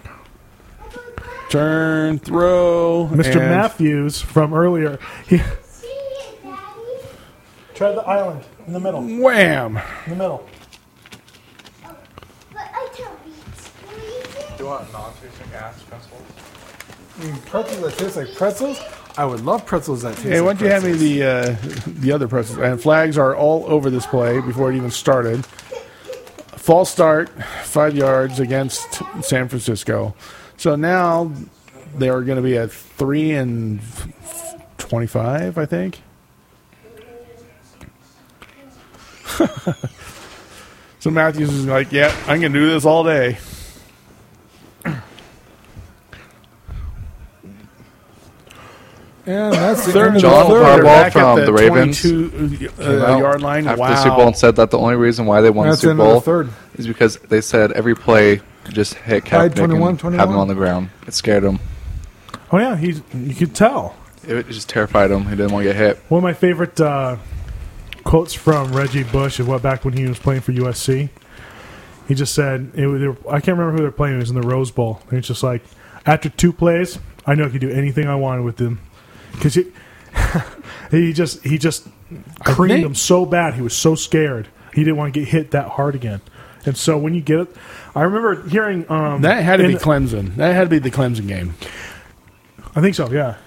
Speaker 3: Turn, throw.
Speaker 2: Mr.
Speaker 3: and-
Speaker 2: Matthews from earlier. He, try the island in the middle. In
Speaker 3: Wham!
Speaker 2: the middle.
Speaker 1: Do you want non-tasting ass pretzels? pretzels that taste like pretzels? I would love pretzels that taste
Speaker 3: Hey, why
Speaker 1: like
Speaker 3: don't you hand me
Speaker 1: pretzels.
Speaker 3: the uh, the other pretzels? And flags are all over this play before it even started. False start, five yards against San Francisco. So now they are going to be at three and 25, I think. so Matthews is like, yeah, I'm going to do this all day.
Speaker 1: And that's the
Speaker 3: Third
Speaker 1: end
Speaker 3: and
Speaker 1: of
Speaker 4: John
Speaker 3: third,
Speaker 4: Harbaugh
Speaker 3: they're back at
Speaker 4: from the Ravens
Speaker 3: 22, uh,
Speaker 4: Came out
Speaker 3: yard line.
Speaker 4: after
Speaker 3: wow.
Speaker 4: the Super Bowl and said that the only reason why they won
Speaker 1: That's
Speaker 4: the Super
Speaker 1: in the
Speaker 4: Bowl
Speaker 1: third.
Speaker 4: is because they said every play could just hit
Speaker 1: Tied
Speaker 4: Kaepernick
Speaker 1: 21,
Speaker 4: and
Speaker 1: 21.
Speaker 4: have him on the ground. It scared him.
Speaker 2: Oh yeah, he's you could tell.
Speaker 4: It it just terrified him. He didn't want to get hit.
Speaker 2: One of my favorite uh, quotes from Reggie Bush is what back when he was playing for USC. He just said, it was, they were- I can't remember who they're playing. It was in the Rose Bowl. And it's just like, after two plays, I knew I could do anything I wanted with them. Because he, he just he just creamed
Speaker 3: think-
Speaker 2: him so bad. He was so scared. He didn't want to get hit that hard again. And so when you get it, I remember hearing um,
Speaker 3: That had to
Speaker 2: in
Speaker 3: be Clemson. That had to be the Clemson game.
Speaker 2: I think so, yeah.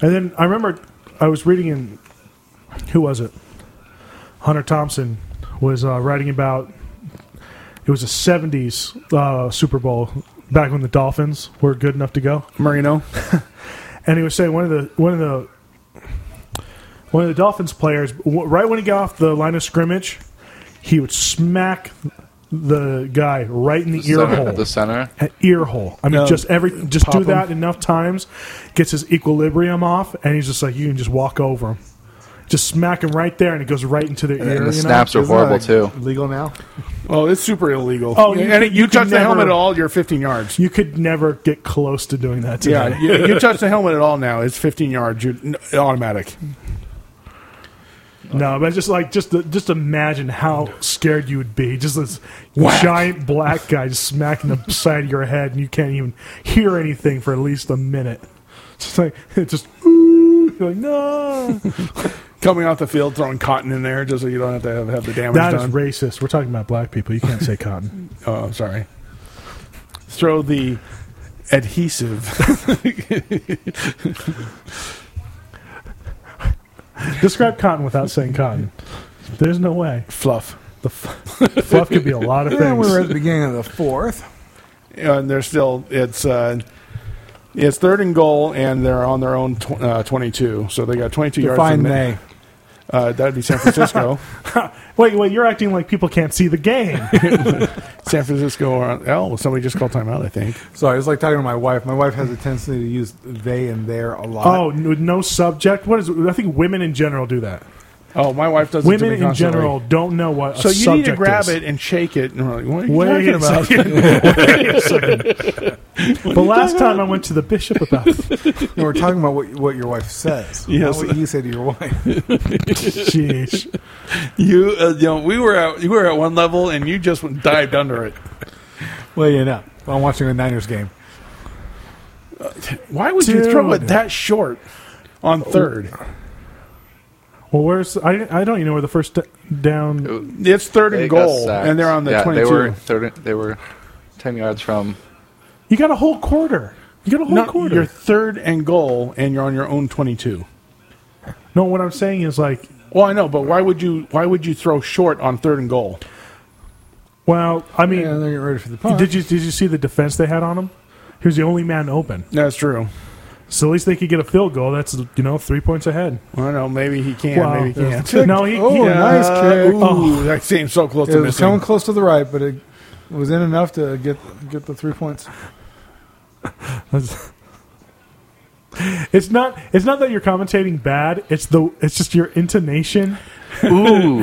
Speaker 2: And then I remember I was reading in who was it? Hunter Thompson was uh, writing about it was a '70s uh, Super Bowl back when the Dolphins were good enough to go,
Speaker 3: Marino.
Speaker 2: and he was saying one of the one of the one of the Dolphins players w- right when he got off the line of scrimmage, he would smack the guy right in the, ear
Speaker 4: Center-
Speaker 2: hole
Speaker 4: the center.
Speaker 2: an ear hole. I mean,
Speaker 3: No,
Speaker 2: just every just
Speaker 3: pop
Speaker 2: do
Speaker 3: him.
Speaker 2: that enough times, gets his equilibrium off, and he's just like you can just walk over him, just smack him right there, and it goes right into their ear.
Speaker 4: And the
Speaker 2: you know?
Speaker 4: snaps are
Speaker 1: Isn't
Speaker 4: horrible
Speaker 1: that
Speaker 4: too.
Speaker 1: Legal now.
Speaker 3: Oh, it's super illegal.
Speaker 2: Oh, you
Speaker 3: and
Speaker 2: could-
Speaker 3: you,
Speaker 2: you could
Speaker 3: touch the
Speaker 2: never-
Speaker 3: helmet at all, you're 15 yards.
Speaker 2: You could never get close to doing that. Today.
Speaker 3: Yeah, you, you touch the helmet at all now, it's 15 yards. You're n- automatic.
Speaker 2: no, but just like just just imagine how scared you would be. Just this
Speaker 3: Whack.
Speaker 2: giant black guy just smacking the side of your head, and you can't even hear anything for at least a minute. Just like it's just ooh, you're like no.
Speaker 3: Coming off the field, throwing cotton in there just so you don't have to have, have the damage
Speaker 2: That is
Speaker 3: done.
Speaker 2: racist. We're talking about black people. You can't say cotton.
Speaker 3: oh, I'm sorry. Throw the adhesive.
Speaker 2: Describe cotton without saying cotton. There's no way.
Speaker 3: Fluff.
Speaker 2: The f- fluff could be a lot of
Speaker 1: And
Speaker 2: things.
Speaker 1: we're at the beginning of the fourth.
Speaker 3: and they're still it's uh, it's third and goal, and they're on their own tw- uh, twenty-two. So they got twenty-two yards.
Speaker 1: Define
Speaker 3: in the-
Speaker 1: they.
Speaker 3: Uh, that'd be San Francisco.
Speaker 2: wait, wait, you're acting like people can't see the game.
Speaker 3: San Francisco or L. Well, somebody just called timeout. I think.
Speaker 1: So I was like talking to my wife. My wife has a tendency to use they and their a lot.
Speaker 2: oh, n- with no subject. What is? I think women in general do that.
Speaker 3: Oh, my wife does. it to
Speaker 2: Women
Speaker 3: me
Speaker 2: in
Speaker 3: constantly.
Speaker 2: general don't know what.
Speaker 3: So
Speaker 2: a
Speaker 3: you need to
Speaker 2: subject
Speaker 3: grab
Speaker 2: is.
Speaker 3: it and shake it, and we're like, "What are you
Speaker 2: Wait
Speaker 3: talking
Speaker 2: a
Speaker 3: about?"
Speaker 2: second. Wait a second. But last time I went to the bishop about.
Speaker 1: You know, we're talking about what, what your wife says.
Speaker 3: Yes.
Speaker 1: Not what you say to your wife.
Speaker 2: Sheesh.
Speaker 3: You, uh, you know, we were at you were at one level, and you just went- dived under it.
Speaker 1: well, you know, I'm watching a Niners game.
Speaker 3: Why would you throw it
Speaker 2: Dude.
Speaker 3: that short on third?
Speaker 2: Well, where's I? I don't even know where the first d- down.
Speaker 3: It's third
Speaker 4: They
Speaker 3: and
Speaker 4: got
Speaker 3: goal,
Speaker 4: sacked.
Speaker 3: and they're on the
Speaker 4: yeah,
Speaker 3: twenty-two.
Speaker 4: They were, 30, they were 10 yards from.
Speaker 2: You got a whole quarter. You got a whole
Speaker 3: No,
Speaker 2: quarter.
Speaker 3: You're third and goal, and you're on your own twenty-two.
Speaker 2: no, what I'm saying is like
Speaker 3: Well, I know, but why would you? Why would you throw short on third and goal?
Speaker 2: Well, I mean,
Speaker 1: And they're getting ready for the punt.
Speaker 2: did you did you see the defense they had on him? He was the only man open,
Speaker 3: That's true.
Speaker 2: so at least they could get a field goal. That's you know three points ahead.
Speaker 3: I don't know. Maybe he can.
Speaker 2: Wow.
Speaker 3: Maybe he can't.
Speaker 2: No, he,
Speaker 1: Oh,
Speaker 2: he-
Speaker 1: nice. kick.
Speaker 3: Ooh,
Speaker 2: Oh.
Speaker 3: that seems so close
Speaker 1: It
Speaker 3: to
Speaker 1: was
Speaker 3: missing.
Speaker 1: coming close to the right, but it was in enough to get get the three points.
Speaker 2: That's- It's not. It's not that you're commentating bad. It's the. It's just your intonation,
Speaker 4: Ooh.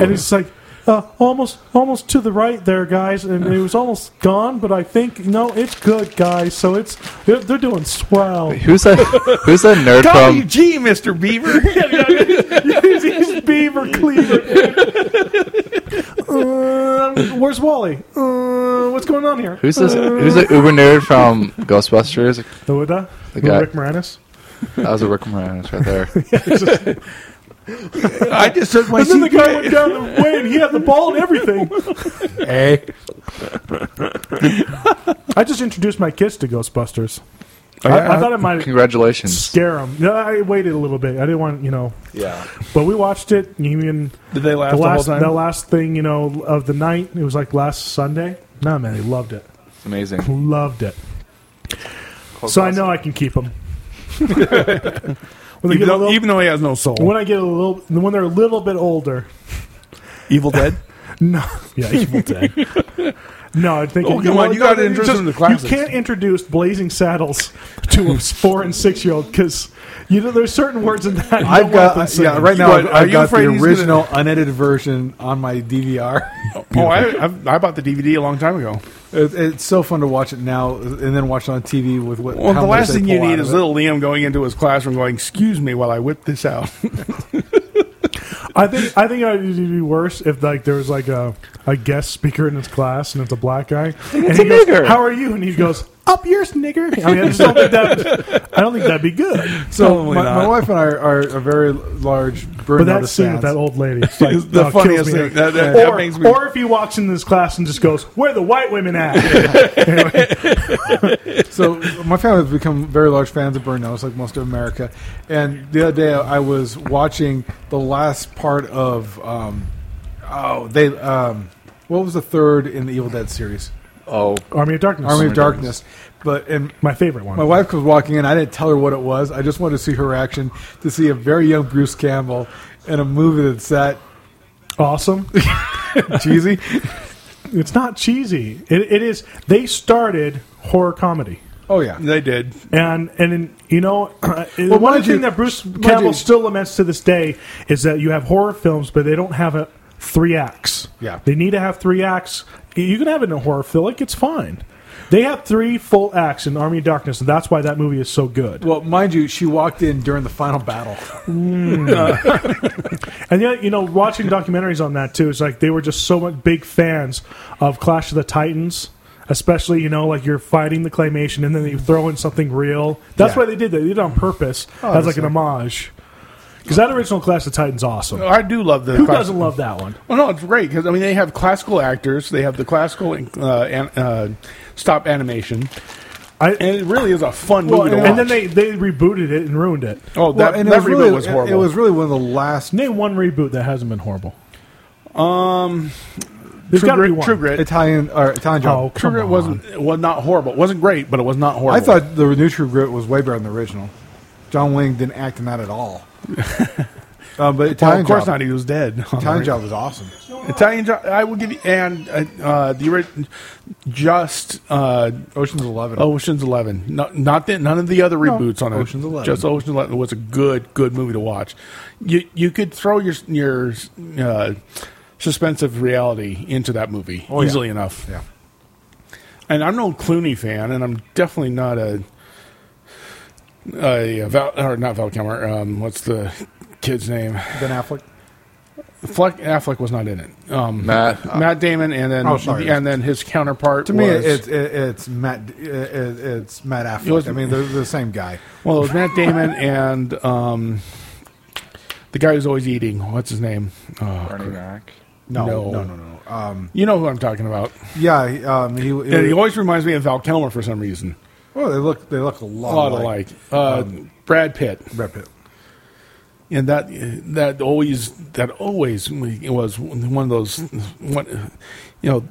Speaker 2: and it's like uh, almost, almost to the right there, guys. And it was almost gone, but I think no, it's good, guys. So it's they're, they're doing swell.
Speaker 4: who's that? Who's that nerd from?
Speaker 3: WG, Mr. Beaver.
Speaker 2: He's- he's Beaver Cleaver. Um, where's Wally? Uh, what's going on here?
Speaker 4: Who's this? Who's the Uber nerd from Ghostbusters?
Speaker 2: The Wada?
Speaker 4: The guy.
Speaker 2: Rick Moranis?
Speaker 4: That was a Rick Moranis right there.
Speaker 3: I just took my
Speaker 2: And then the guy went down the way and he had the ball and everything.
Speaker 1: Hey,
Speaker 2: I just introduced my kids to Ghostbusters. I, I
Speaker 4: Oh,
Speaker 3: Yeah.
Speaker 2: thought it might
Speaker 4: Congratulations.
Speaker 2: scare them. No, I waited a little bit. I didn't want, you know.
Speaker 4: Yeah.
Speaker 2: But we watched it. Even
Speaker 3: Did they laugh
Speaker 2: the
Speaker 3: the,
Speaker 2: last,
Speaker 3: whole
Speaker 2: the
Speaker 3: time?
Speaker 2: last thing, you know, of the night, it was like last Sunday. No, man, they loved it.
Speaker 4: It's amazing.
Speaker 2: Loved it. So I know I can keep them. When they
Speaker 3: even
Speaker 2: get a
Speaker 3: though,
Speaker 2: little-
Speaker 3: even though he has no soul.
Speaker 2: When I get a little, when they're a little bit older,
Speaker 5: Evil Dead.
Speaker 2: no,
Speaker 5: yeah, Evil Dead.
Speaker 2: no, I think.
Speaker 3: Oh, come on, you
Speaker 2: no,
Speaker 3: got
Speaker 2: it's
Speaker 3: interest
Speaker 2: just-
Speaker 3: in the classics.
Speaker 2: You can't introduce Blazing Saddles to a four and six year old because you know there's certain words in that. you
Speaker 1: I've
Speaker 2: don't want them
Speaker 1: got
Speaker 2: saying.
Speaker 1: yeah. Right now,
Speaker 3: What,
Speaker 1: I've,
Speaker 3: are
Speaker 1: I've
Speaker 3: you
Speaker 1: got the
Speaker 3: afraid he's gonna-
Speaker 1: original unedited version on my DVR.
Speaker 3: oh, I, I've, I bought the DVD a long time ago.
Speaker 1: It, it's so fun to watch it now and then watch it on TV with what.
Speaker 3: Well,
Speaker 1: how
Speaker 3: the
Speaker 1: much
Speaker 3: last
Speaker 1: they
Speaker 3: thing you
Speaker 1: pull out
Speaker 3: need
Speaker 1: of
Speaker 3: is
Speaker 1: it.
Speaker 3: little Liam going into his classroom going, "Excuse me, while I whip this out."
Speaker 2: I think I think it would be worse if like there was like a, a guest speaker in his class and it's a black guy and he
Speaker 4: a
Speaker 2: goes,
Speaker 4: nigger.
Speaker 2: "How are you?" and he goes, "Up yours, nigger." I mean, I just don't think that I don't think that'd be good.
Speaker 1: So my,
Speaker 3: not.
Speaker 1: my wife and I are, are a very large burn
Speaker 2: But that
Speaker 1: notice
Speaker 2: scene with
Speaker 1: fans.
Speaker 2: that old lady, it's like,
Speaker 3: It's the
Speaker 2: oh, it
Speaker 3: funniest
Speaker 2: kills me.
Speaker 3: thing. That- that-
Speaker 2: or,
Speaker 3: that makes me-
Speaker 2: or if he walks in this class and just goes, "Where the white women at?"
Speaker 1: so my family has become very large fans of Burn Notice, like most of America. And the other day, I was watching the last part of um, oh they um, what was the third in the Evil Dead series,
Speaker 4: Oh,
Speaker 2: Army of Darkness,
Speaker 1: Army of
Speaker 4: Darkness.
Speaker 1: Darkness. But and
Speaker 2: my favorite one.
Speaker 1: my wife was walking in. I didn't tell her what it was. I just wanted to see her reaction to see a very young Bruce Campbell in a movie that's that
Speaker 2: awesome.
Speaker 1: cheesy.
Speaker 2: it's not cheesy. It, it is. They started horror comedy.
Speaker 1: Oh yeah,
Speaker 3: they did.
Speaker 2: And and in, you know,
Speaker 1: Well,
Speaker 2: one
Speaker 1: mind
Speaker 2: thing
Speaker 1: you-
Speaker 2: that Bruce
Speaker 1: mind
Speaker 2: Campbell
Speaker 1: you-
Speaker 2: still laments to this day is that you have horror films, but they don't have a three acts.
Speaker 1: Yeah.
Speaker 2: they need to have three acts. You can have it in a horror film; like it's fine. They have three full acts in Army of Darkness, and that's why that movie is so good.
Speaker 1: Well, mind you, she walked in during the final battle.
Speaker 2: And yet, you know, watching documentaries on that too, it's like they were just so much big fans of Clash of the Titans. Especially, you know, like you're fighting the claymation and then you throw in something real. That's
Speaker 1: Yeah.
Speaker 2: why they did that. They did it on purpose
Speaker 3: Oh,
Speaker 2: as like an homage. Because that original Clash of the Titans awesome.
Speaker 3: I do love the.
Speaker 2: Who
Speaker 3: class-
Speaker 2: doesn't love that one?
Speaker 3: Well, no, it's great because I mean they have classical actors. They have the classical uh, an, uh, stop animation,
Speaker 2: I,
Speaker 3: and it really is a fun
Speaker 1: Well,
Speaker 3: movie to watch.
Speaker 2: and then they, they rebooted it and ruined it.
Speaker 3: oh, that,
Speaker 1: Well, and it
Speaker 3: that
Speaker 1: was
Speaker 3: reboot
Speaker 1: really,
Speaker 3: was
Speaker 1: it-
Speaker 3: horrible.
Speaker 1: It was really one of the last.
Speaker 2: Name one reboot that hasn't been horrible.
Speaker 3: um,
Speaker 2: There's
Speaker 3: True
Speaker 2: got to be
Speaker 3: Grit.
Speaker 2: one.
Speaker 3: True Grit.
Speaker 1: Italian or Italian
Speaker 2: Oh,
Speaker 1: job.
Speaker 3: True
Speaker 2: come
Speaker 3: Grit
Speaker 2: on.
Speaker 3: wasn't it was not horrible. It wasn't great, but it was not horrible.
Speaker 1: I thought the new True Grit was way better than the original. John Wayne didn't act in that at all. um, but
Speaker 3: Well,
Speaker 1: Italian
Speaker 3: of course
Speaker 1: job,
Speaker 3: not. He was dead.
Speaker 1: Italian job was awesome.
Speaker 3: Italian job. I will give you and uh, uh, the ori- just uh,
Speaker 1: Ocean's Eleven.
Speaker 3: Ocean's Eleven. Not not the, none of the other reboots on it.
Speaker 1: Ocean's Eleven.
Speaker 3: Just Ocean's Eleven was a good good movie to watch. You you could throw your your uh, suspense of reality into that movie
Speaker 1: Oh, yeah.
Speaker 3: easily enough.
Speaker 1: yeah.
Speaker 3: And I'm no Clooney fan, and I'm definitely not a a Val or not Val Kilmer. Um, what's the kid's name?
Speaker 1: Ben Affleck.
Speaker 3: Fleck, Affleck was not in it. Um,
Speaker 4: Matt, uh,
Speaker 3: Matt Damon, and then
Speaker 1: Oh, sorry.
Speaker 3: and then his counterpart
Speaker 1: To me,
Speaker 3: was-
Speaker 1: it's it, it's Matt it, it- it's Matt Affleck.
Speaker 3: was-
Speaker 1: I mean, they're the same guy.
Speaker 3: Well, it was Matt Damon and um, the guy who's always eating. What's his name? Uh,
Speaker 4: Bernie Mac.
Speaker 1: No,
Speaker 3: No.
Speaker 1: no, no, no. no. Um,
Speaker 3: you know who I'm talking about.
Speaker 1: yeah, he- um, he. he,
Speaker 3: And he always reminds me of Val Kilmer for some reason.
Speaker 1: well, they look they look a
Speaker 3: A
Speaker 1: lot,
Speaker 3: lot
Speaker 1: alike.
Speaker 3: alike. Uh, Brad Pitt,
Speaker 1: Brad Pitt.
Speaker 3: and that that always that always was one of those. One, you know,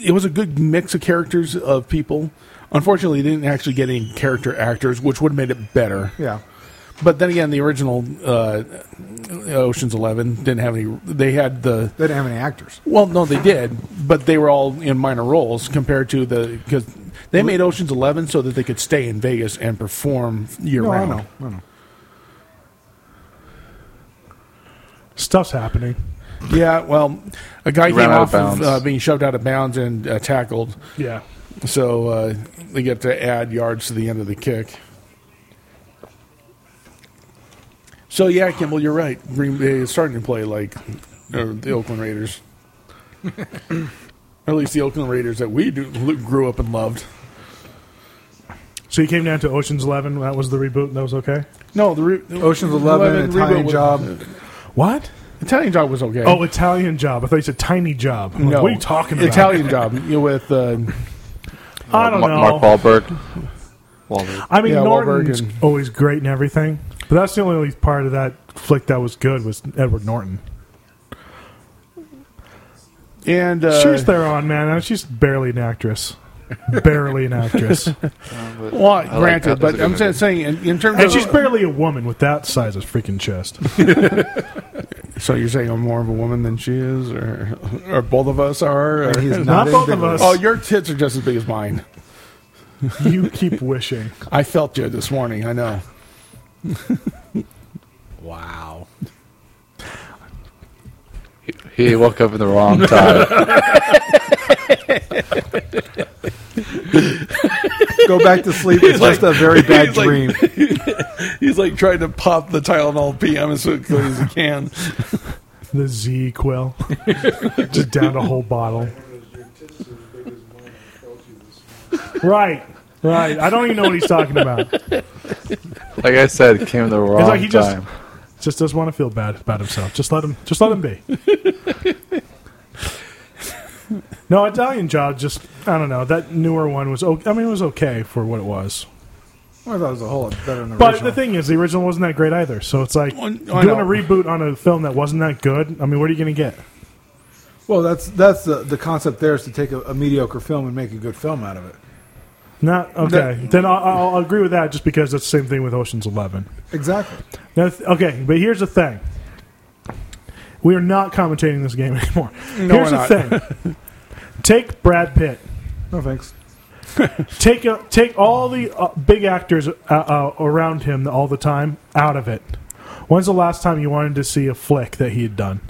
Speaker 3: it was a good mix of characters of people. Unfortunately, they didn't actually get any character actors, which would have made it better.
Speaker 1: Yeah.
Speaker 3: But then again, the original uh, Ocean's Eleven didn't have any. They had the
Speaker 1: They didn't have any actors.
Speaker 3: Well, no, they did, but they were all in minor roles compared to the because they made Ocean's Eleven so that they could stay in Vegas and perform year
Speaker 1: No, I
Speaker 3: round.
Speaker 1: know. I know.
Speaker 2: Stuff's happening.
Speaker 3: Yeah, well, a guy
Speaker 4: He
Speaker 3: came
Speaker 4: ran out
Speaker 3: off
Speaker 4: of
Speaker 3: of
Speaker 4: bounds.
Speaker 3: uh, being shoved out of bounds and uh, tackled,
Speaker 2: Yeah.
Speaker 3: so uh, they get to add yards to the end of the kick. So yeah, Kimball, you're right. Green Bay is starting to play like uh, the Oakland Raiders, or at least the Oakland Raiders that we do, grew up and loved.
Speaker 2: So you came down to Ocean's Eleven. That was the reboot. and That was okay.
Speaker 3: No, the re-
Speaker 1: Ocean's Eleven, Italian
Speaker 3: reboot was-
Speaker 1: Job.
Speaker 2: What?
Speaker 3: Italian job was okay.
Speaker 2: Oh, Italian Job. I thought you said Tiny Job. I'm like,
Speaker 3: no,
Speaker 2: what are you talking about?
Speaker 3: Italian job you know, with uh,
Speaker 2: I don't
Speaker 4: Ma-
Speaker 2: know.
Speaker 4: Mark Wahlberg. Wahlberg.
Speaker 2: I mean,
Speaker 3: Yeah, Wahlberg
Speaker 2: Norton's
Speaker 3: and-
Speaker 2: always great and everything, but that's the only part of that flick that was good was Edward Norton.
Speaker 3: and uh,
Speaker 2: She's Theron, man. She's Uh, barely an actress. barely an actress,
Speaker 3: Well,
Speaker 4: that.
Speaker 3: granted,
Speaker 4: That's a
Speaker 3: but
Speaker 4: good
Speaker 3: I'm
Speaker 4: movie.
Speaker 3: just saying in, in terms
Speaker 2: and
Speaker 3: of
Speaker 2: she's barely a woman with that size of freaking chest.
Speaker 3: so you're saying I'm more of a woman than she is, or or both of us are. Or,
Speaker 1: And he's
Speaker 2: Not
Speaker 1: not,
Speaker 2: both of
Speaker 1: ambiguous.
Speaker 2: us.
Speaker 3: oh, your tits are just as big as mine.
Speaker 2: You keep wishing.
Speaker 3: I felt you this morning. I know.
Speaker 5: Wow.
Speaker 4: He, he woke up at the wrong time.
Speaker 1: Go back to sleep. It's
Speaker 3: like-
Speaker 1: just a very bad
Speaker 3: he's like-
Speaker 1: dream.
Speaker 3: He's like trying to pop the Tylenol PM as quickly as he can.
Speaker 2: The Z Quill. Just down a whole bottle. Right. Right. I don't even know what he's talking about.
Speaker 4: like I said, came at the wrong
Speaker 2: like he just-
Speaker 4: time.
Speaker 2: Just doesn't want to feel bad about himself. Just let him just let him be. No, Italian Job just I don't know. That newer one was okay. I mean it was okay for what it was.
Speaker 1: Well, I thought it was a whole lot better than the
Speaker 2: But
Speaker 1: original.
Speaker 2: the thing is the original wasn't that great either. So it's like
Speaker 3: I- I
Speaker 2: doing
Speaker 3: know.
Speaker 2: a reboot on a film that wasn't that good. I mean, what are you going to get?
Speaker 1: well, that's that's the, the concept there is to take a, a mediocre film and make a good film out of it.
Speaker 2: Not okay. then I'll, I'll agree with that, just because that's the same thing with Ocean's Eleven.
Speaker 1: Exactly.
Speaker 2: Now, th- okay, but here's the thing: we are not commentating this game anymore. here's
Speaker 3: we're
Speaker 2: the thing: take Brad Pitt,
Speaker 1: No thanks.
Speaker 2: take a, take all the uh, big actors uh, uh, around him all the time out of it. When's the last time you wanted to see a flick that he had done?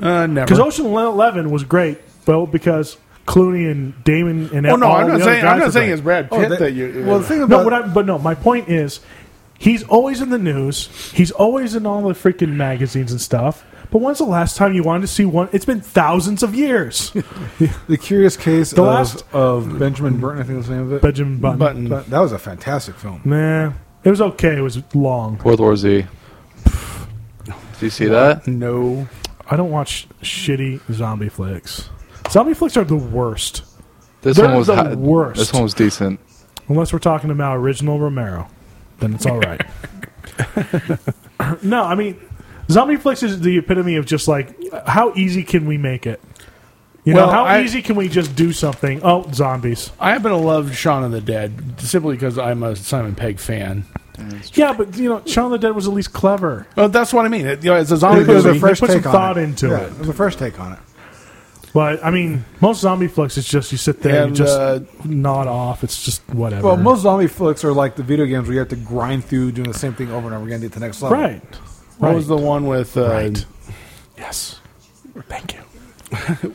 Speaker 3: Uh, never.
Speaker 2: Because Ocean Eleven was great, well, because Clooney and Damon and
Speaker 3: Oh no,
Speaker 2: all
Speaker 3: I'm
Speaker 2: the
Speaker 3: not
Speaker 2: other
Speaker 3: saying
Speaker 2: guys
Speaker 3: I'm
Speaker 2: were
Speaker 3: not saying
Speaker 2: great.
Speaker 3: it's Brad Pitt Oh, that you.
Speaker 1: well, the thing
Speaker 2: No,
Speaker 1: about
Speaker 2: what I, but no, my point is, he's always in the news. He's always in all the freaking magazines and stuff. But when's the last time you wanted to see one? It's been thousands of years.
Speaker 1: the curious case
Speaker 2: The
Speaker 1: of,
Speaker 2: last-
Speaker 1: of Benjamin Burton, I think was the name of it.
Speaker 2: Benjamin Button.
Speaker 3: Button.
Speaker 1: But that was a fantastic film.
Speaker 2: Nah, it was okay. It was long.
Speaker 4: World War Z. Do you see that?
Speaker 3: no.
Speaker 2: I don't watch shitty zombie flicks. Zombie flicks are the worst,
Speaker 4: This
Speaker 2: They're
Speaker 4: one was
Speaker 2: the
Speaker 4: hi-
Speaker 2: worst.
Speaker 4: This one was decent.
Speaker 2: unless we're talking about original Romero. Then it's all right. no, I mean, zombie flicks is the epitome of just like how easy can we make it. You
Speaker 3: Well,
Speaker 2: know, how
Speaker 3: I-
Speaker 2: easy can we just do something? Oh, zombies.
Speaker 3: I happen to love Shaun of the Dead simply because I'm a Simon Pegg fan.
Speaker 2: Yeah, but you know, Shaun of the Dead was at least clever.
Speaker 3: Well, that's what I mean. It, you know, it's a zombie
Speaker 1: It was
Speaker 2: they
Speaker 1: a
Speaker 3: movie.
Speaker 1: fresh
Speaker 2: put some
Speaker 1: take on
Speaker 2: thought
Speaker 1: it.
Speaker 2: into
Speaker 1: Yeah,
Speaker 2: it.
Speaker 1: It was a fresh take on it.
Speaker 2: But I mean, most zombie flicks it's just you sit there and,
Speaker 3: And,
Speaker 2: you just
Speaker 3: uh,
Speaker 2: nod off. It's just whatever.
Speaker 1: Well, most zombie flicks are like the video games where you have to grind through doing the same thing over and over again to get to the next level.
Speaker 2: right.
Speaker 3: What
Speaker 2: right.
Speaker 3: was the one with? Uh,
Speaker 2: Right. yes? Thank you.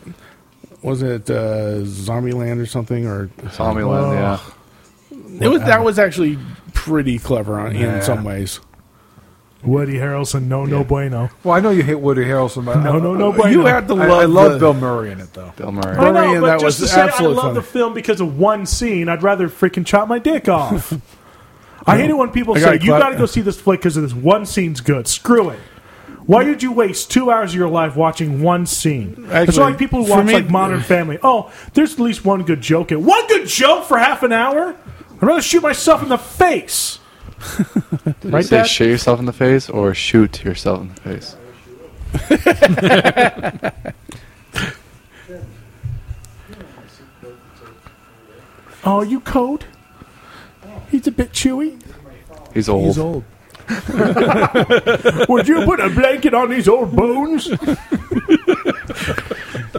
Speaker 3: Was it uh, Zombieland or something? Or
Speaker 4: Zombieland, yeah.
Speaker 3: it was that was actually pretty clever on,
Speaker 1: Yeah.
Speaker 3: in some ways.
Speaker 2: Woody Harrelson, no, no bueno.
Speaker 1: Well, I know you hate Woody Harrelson, but
Speaker 2: No,
Speaker 1: I,
Speaker 2: no, no bueno.
Speaker 3: you had to
Speaker 1: I, I
Speaker 3: love.
Speaker 1: love
Speaker 3: the-
Speaker 1: Bill Murray in it though.
Speaker 4: Bill Murray.
Speaker 2: I
Speaker 3: Murray,
Speaker 2: know,
Speaker 3: and
Speaker 2: but
Speaker 3: that
Speaker 2: just
Speaker 3: was
Speaker 2: to say, I
Speaker 3: absolutely
Speaker 2: love
Speaker 3: funny.
Speaker 2: the film because of one scene. I'd rather freaking chop my dick off. I hate it when people
Speaker 3: I
Speaker 2: say
Speaker 3: gotta
Speaker 2: you
Speaker 3: clap-
Speaker 2: got to go see this flick because this one scene's good. Screw it. Why did you waste two hours of your life watching one scene? it's
Speaker 3: Actually,
Speaker 2: like people who
Speaker 3: for
Speaker 2: watch
Speaker 3: me-
Speaker 2: like Modern Family. Oh, there's at least one good joke. In. One good joke for half an hour. I'd rather shoot myself in the face.
Speaker 4: Did
Speaker 2: Right,
Speaker 4: you say
Speaker 2: Dad?
Speaker 4: shoot yourself in the face or shoot yourself in the face?
Speaker 2: Oh, you code? He's a bit chewy.
Speaker 4: He's old.
Speaker 5: He's old.
Speaker 2: Would you put a blanket on these old bones?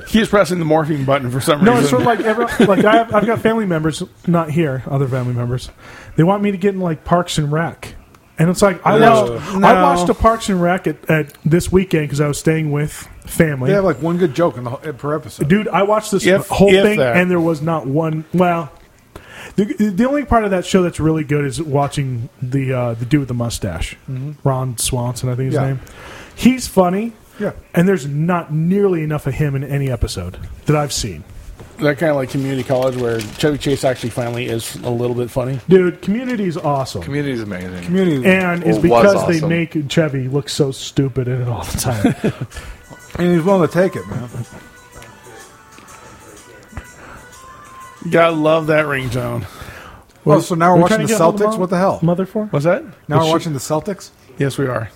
Speaker 3: He's pressing the morphine button for some
Speaker 2: No,
Speaker 3: reason.
Speaker 2: it's sort of like every, like I have, I've got family members not here, other family members. They want me to get in like Parks and Rec, and it's like I
Speaker 1: No.
Speaker 2: watched
Speaker 1: No.
Speaker 2: I watched a Parks and Rec at, at this weekend because I was staying with family.
Speaker 1: They have like one good joke in the whole- per episode.
Speaker 2: Dude, I watched this
Speaker 3: If-
Speaker 2: whole
Speaker 3: if
Speaker 2: thing,
Speaker 3: that.
Speaker 2: and there was not one. Well, the, the only part of that show that's really good is watching the uh, the dude with the mustache, Ron Swanson, I think his
Speaker 1: Mm-hmm. Yeah.
Speaker 2: name. He's funny,
Speaker 1: Yeah.
Speaker 2: and there's not nearly enough of him in any episode that I've seen.
Speaker 3: that kind of like community college where Chevy Chase actually finally is a little bit funny.
Speaker 2: Dude, Community is awesome.
Speaker 4: Community's amazing.
Speaker 1: Community
Speaker 2: and it's
Speaker 4: Or was
Speaker 2: because they
Speaker 4: awesome.
Speaker 2: make Chevy look so stupid in it all the time.
Speaker 1: and he's willing to take it, man.
Speaker 3: You gotta love that ringtone.
Speaker 1: Well, Oh, so now we're
Speaker 2: trying
Speaker 1: watching
Speaker 2: to
Speaker 1: the
Speaker 2: get hold of
Speaker 1: Celtics.
Speaker 2: Mom-
Speaker 1: What the hell?
Speaker 2: Mother for?
Speaker 3: What's that?
Speaker 1: Now we're watching the Celtics.
Speaker 3: Yes, we are.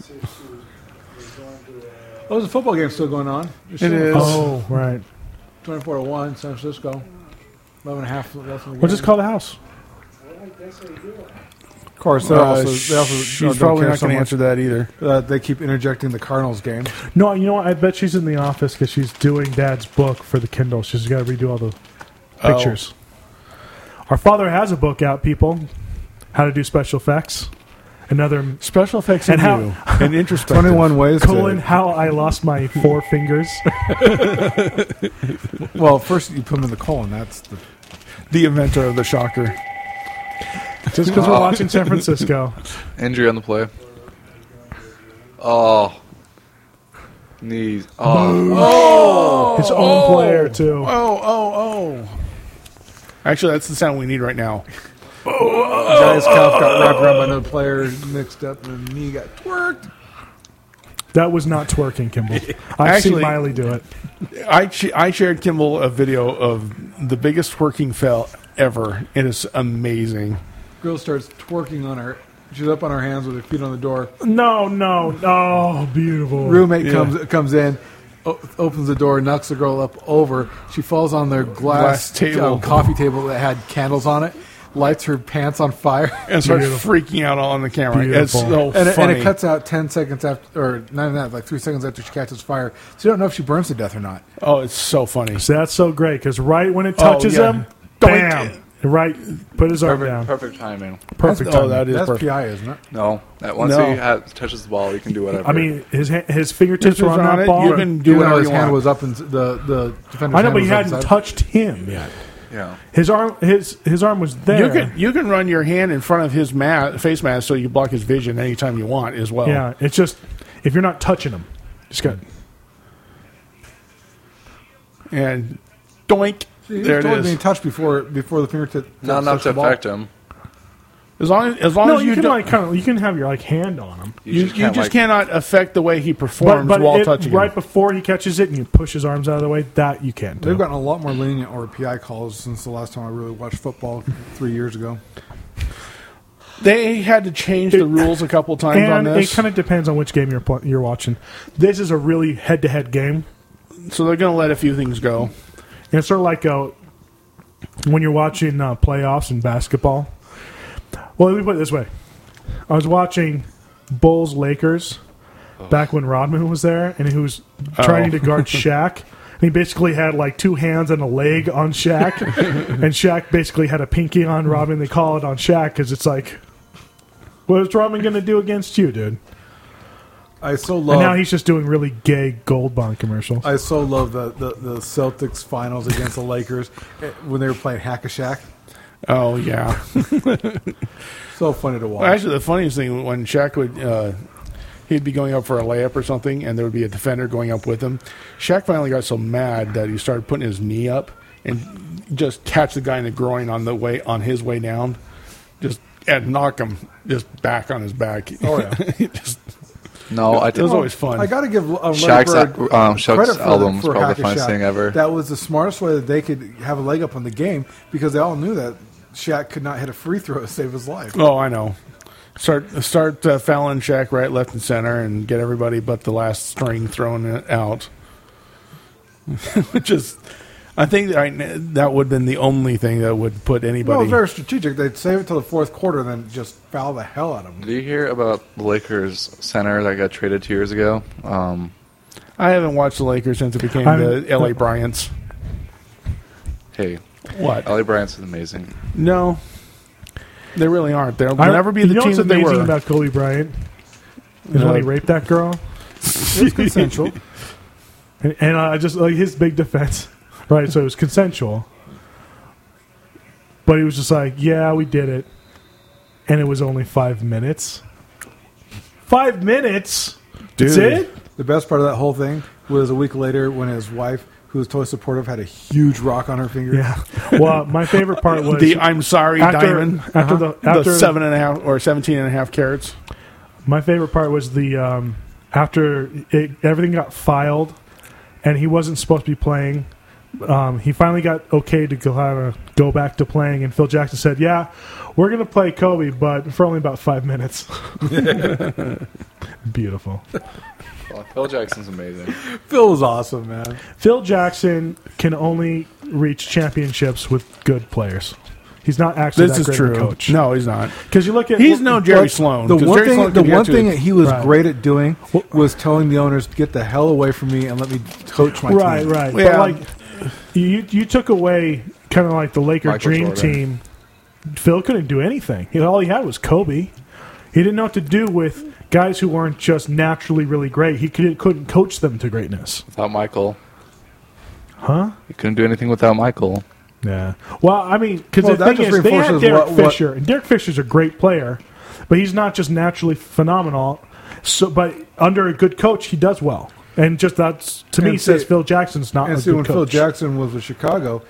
Speaker 1: Oh, there's a football game still going on.
Speaker 3: It is.
Speaker 2: Oh, right.
Speaker 1: twenty-four to one, San Francisco. Eleven and a half. That's when we
Speaker 2: We'll
Speaker 1: got
Speaker 2: just
Speaker 1: it.
Speaker 2: call the house.
Speaker 1: Of course, they're
Speaker 3: Uh,
Speaker 1: also, they also
Speaker 3: she's
Speaker 1: don't
Speaker 3: probably
Speaker 1: care
Speaker 3: not
Speaker 1: so
Speaker 3: going to
Speaker 1: much.
Speaker 3: answer that either.
Speaker 1: Uh, they keep interjecting the Cardinals game.
Speaker 2: No, you know what? I bet she's in the office because she's doing Dad's book for the Kindle. She's got to redo all the pictures. Our father has a book out, people. How to do special effects. Another
Speaker 5: Special effects
Speaker 2: And
Speaker 5: and
Speaker 2: how-
Speaker 5: how and introspective.
Speaker 1: Twenty-one ways.
Speaker 2: colon.
Speaker 1: To,
Speaker 2: How I lost my four fingers.
Speaker 1: well, first you put them in the colon. That's the
Speaker 3: The inventor of the shocker.
Speaker 2: Just because we're watching San Francisco.
Speaker 4: Injury on the play. Oh. Knees. Oh.
Speaker 2: His own player too.
Speaker 3: Oh, oh, oh. Actually, that's the sound we need right now.
Speaker 1: guy's calf got wrapped around by another player, mixed up, and the knee got twerked.
Speaker 2: That was not twerking, Kimball. I've seen
Speaker 3: Actually-
Speaker 2: Miley do it.
Speaker 3: I sh- I shared Kimball a video of the biggest twerking fail ever. It is amazing.
Speaker 1: Girl starts twerking on her. She's up on her hands with her feet on the door.
Speaker 3: Hmm.
Speaker 2: No, no, no. Beautiful.
Speaker 1: Roommate comes comes in, o- opens the door, knocks the girl up over. She falls on their glass,
Speaker 3: Glass table.
Speaker 1: uh, coffee table that had candles on it. Lights her pants on fire,
Speaker 3: And starts
Speaker 2: Beautiful.
Speaker 3: freaking out on the camera. It's
Speaker 2: Beautiful.
Speaker 3: so
Speaker 1: and, it, and
Speaker 3: funny.
Speaker 1: it cuts out ten seconds after, or not even that, like three seconds after she catches fire. So you don't know if she burns to death or not.
Speaker 3: oh, it's so funny.
Speaker 2: So that's so great because right when it touches
Speaker 3: Oh, yeah.
Speaker 2: him,
Speaker 3: Doink.
Speaker 2: bam! Right, put his arm down.
Speaker 4: Perfect timing.
Speaker 2: Perfect.
Speaker 3: oh,
Speaker 2: timing.
Speaker 3: that is
Speaker 1: That's
Speaker 3: perfect.
Speaker 1: PI, isn't it?
Speaker 4: No. That once
Speaker 3: No.
Speaker 4: he ha touches the ball, he can do whatever.
Speaker 2: I mean, his ha- his fingertips were on,
Speaker 3: on
Speaker 2: that
Speaker 3: it,
Speaker 2: ball.
Speaker 3: you can do
Speaker 1: Even though
Speaker 3: whatever
Speaker 1: his
Speaker 3: you
Speaker 1: hand
Speaker 3: want.
Speaker 1: was up and the the defender's
Speaker 2: I know,
Speaker 1: hand
Speaker 2: but
Speaker 1: was
Speaker 2: he hadn't
Speaker 1: upside.
Speaker 2: touched him yet.
Speaker 4: yeah.
Speaker 2: His arm, his his arm was there.
Speaker 3: You can you can run your hand in front of his ma- face mask so you block his vision anytime you want as well.
Speaker 2: yeah, it's just if you're not touching him, just got
Speaker 3: And doink.
Speaker 1: He was
Speaker 3: there it
Speaker 1: totally being
Speaker 3: is.
Speaker 1: touched before before the fingertip.
Speaker 4: Not enough
Speaker 1: touched
Speaker 4: to
Speaker 1: the ball.
Speaker 4: affect him.
Speaker 3: As long as, as long
Speaker 2: no.
Speaker 3: as
Speaker 2: You,
Speaker 3: you,
Speaker 2: can
Speaker 3: don't,
Speaker 2: like kind of you can have your like hand on him,
Speaker 3: you, you just,
Speaker 4: can't, like-
Speaker 3: cannot affect the way he
Speaker 2: but,
Speaker 3: performs
Speaker 2: but
Speaker 3: while
Speaker 2: it-
Speaker 3: touching
Speaker 2: right
Speaker 3: him.
Speaker 2: before he catches it and you push his arms out of the way, that you can
Speaker 1: They've
Speaker 2: do.
Speaker 1: gotten a lot more lenient over PI calls since the last time I really watched football three years ago.
Speaker 3: They had to change the rules a couple times on
Speaker 2: And it
Speaker 3: this,
Speaker 2: kind of depends on which game you're pl- you're watching. This is a really head to head game.
Speaker 3: so they're going to let a few things go.
Speaker 2: And it's sort of like uh, when you're watching uh, playoffs in basketball. Well, let me put it this way: I was watching Bulls Lakers back when Rodman was there, and he was trying to guard Shaq. And he basically had like two hands and a leg on Shaq, and Shaq basically had a pinky on Rodman. They call it on Shaq because it's like, what is Rodman going to do against you, dude?
Speaker 1: I so
Speaker 2: And
Speaker 1: love.
Speaker 2: now he's just doing really gay gold bond commercials.
Speaker 1: I so love the, the, the Celtics finals against the Lakers eh, when they were playing Hack a Shack.
Speaker 3: Oh yeah.
Speaker 1: So funny to
Speaker 3: Well,
Speaker 1: watch.
Speaker 3: actually, the funniest thing when Shaq would uh, he'd be going up for a layup or something, and there would be a defender going up with him. Shaq finally got so mad that he started putting his knee up and just catch the guy in the groin on the way on his way down, just and knock him just back on his back.
Speaker 1: Oh, yeah.
Speaker 3: It just,
Speaker 4: No, I
Speaker 3: it was
Speaker 4: think
Speaker 3: always fun.
Speaker 1: I got to give uh, Larry
Speaker 4: Shaq's,
Speaker 1: Bird
Speaker 4: uh, um, Shaq's
Speaker 1: credit for,
Speaker 4: album is
Speaker 1: for
Speaker 4: probably
Speaker 1: Hack
Speaker 4: the
Speaker 1: a
Speaker 4: funniest
Speaker 1: Shack.
Speaker 4: thing ever.
Speaker 1: That was the smartest way that they could have a leg up on the game because they all knew that Shaq could not hit a free throw to save his life.
Speaker 3: oh, I know. Start start uh, fouling Shaq right, left, and center, and get everybody but the last string thrown it out. Which is, I think that, I, that would have been the only thing that would put
Speaker 1: No, it
Speaker 3: anybody.
Speaker 1: was very strategic. They'd save it till the fourth quarter, and then just foul the hell out of him.
Speaker 4: Did you hear about the Lakers center that got traded two years ago? Um,
Speaker 3: I haven't watched the Lakers since it became
Speaker 2: I'm-
Speaker 3: the L.A. Bryants.
Speaker 4: hey,
Speaker 3: What?
Speaker 4: Ellie Bryant's amazing.
Speaker 3: No, they really aren't. They'll
Speaker 2: I-
Speaker 3: never be the
Speaker 2: you know
Speaker 3: team
Speaker 2: what's
Speaker 3: that they
Speaker 2: amazing
Speaker 3: were.
Speaker 2: about Kobe Bryant is
Speaker 3: No.
Speaker 2: when he raped that girl.
Speaker 1: It's consensual.
Speaker 2: And, and I just like his big defense, right? So it was consensual, but he was just like, "Yeah, we did it," and it was only five minutes. Five minutes. That's
Speaker 3: Dude.
Speaker 2: it.
Speaker 1: The best part of that whole thing was a week later when his wife, who was totally supportive, had a huge rock on her finger.
Speaker 2: Yeah. Well, my favorite part was
Speaker 3: the I'm sorry
Speaker 2: after,
Speaker 3: diamond. Uh-huh.
Speaker 2: after the
Speaker 3: The
Speaker 2: after
Speaker 3: seven and a half or seventeen and a half carats.
Speaker 2: My favorite part was the um, after it, everything got filed, and he wasn't supposed to be playing. Um, he finally got okay to go, uh, go back to playing, and Phil Jackson said, "Yeah, we're gonna play Kobe, but for only about five minutes." Beautiful.
Speaker 4: Phil Jackson's amazing.
Speaker 1: Phil was awesome, man.
Speaker 2: Phil Jackson can only reach championships with good players. He's not actually
Speaker 3: This
Speaker 2: that
Speaker 3: is
Speaker 2: great of a
Speaker 3: true.
Speaker 2: coach.
Speaker 3: No, he's not.
Speaker 2: because you look at
Speaker 3: He's no Jerry
Speaker 1: But
Speaker 3: Sloan.
Speaker 1: The
Speaker 3: 'cause
Speaker 1: one
Speaker 3: Jerry
Speaker 1: thing,
Speaker 3: Sloan
Speaker 1: the
Speaker 3: could get
Speaker 1: one
Speaker 3: to
Speaker 1: thing
Speaker 3: his-
Speaker 1: that he was
Speaker 2: Right.
Speaker 1: great at doing was telling the owners to get the hell away from me and let me coach my
Speaker 2: right,
Speaker 1: team.
Speaker 2: right.
Speaker 3: Yeah.
Speaker 2: But like you, you took away kind of like the Laker
Speaker 4: Michael
Speaker 2: dream
Speaker 4: Jordan.
Speaker 2: team. Phil couldn't do anything. He- all he had was Kobe. He didn't know what to do with guys who weren't just naturally really great. He could, couldn't coach them to greatness.
Speaker 4: Without Michael,
Speaker 2: Huh?
Speaker 4: you couldn't do anything without Michael.
Speaker 2: Yeah. Well, I mean, because
Speaker 1: Well,
Speaker 2: the
Speaker 1: that
Speaker 2: thing
Speaker 1: just
Speaker 2: is, they had
Speaker 1: reinforces
Speaker 2: Derek
Speaker 1: what- what-
Speaker 2: Fisher, and Derek Fisher's a great player, but he's not just naturally phenomenal. So, but under a good coach, he does well, and just that's to me
Speaker 1: And
Speaker 2: says
Speaker 1: see-
Speaker 2: Phil Jackson's not
Speaker 1: And
Speaker 2: a
Speaker 1: see, when
Speaker 2: good
Speaker 1: Phil
Speaker 2: coach.
Speaker 1: Jackson was with Chicago,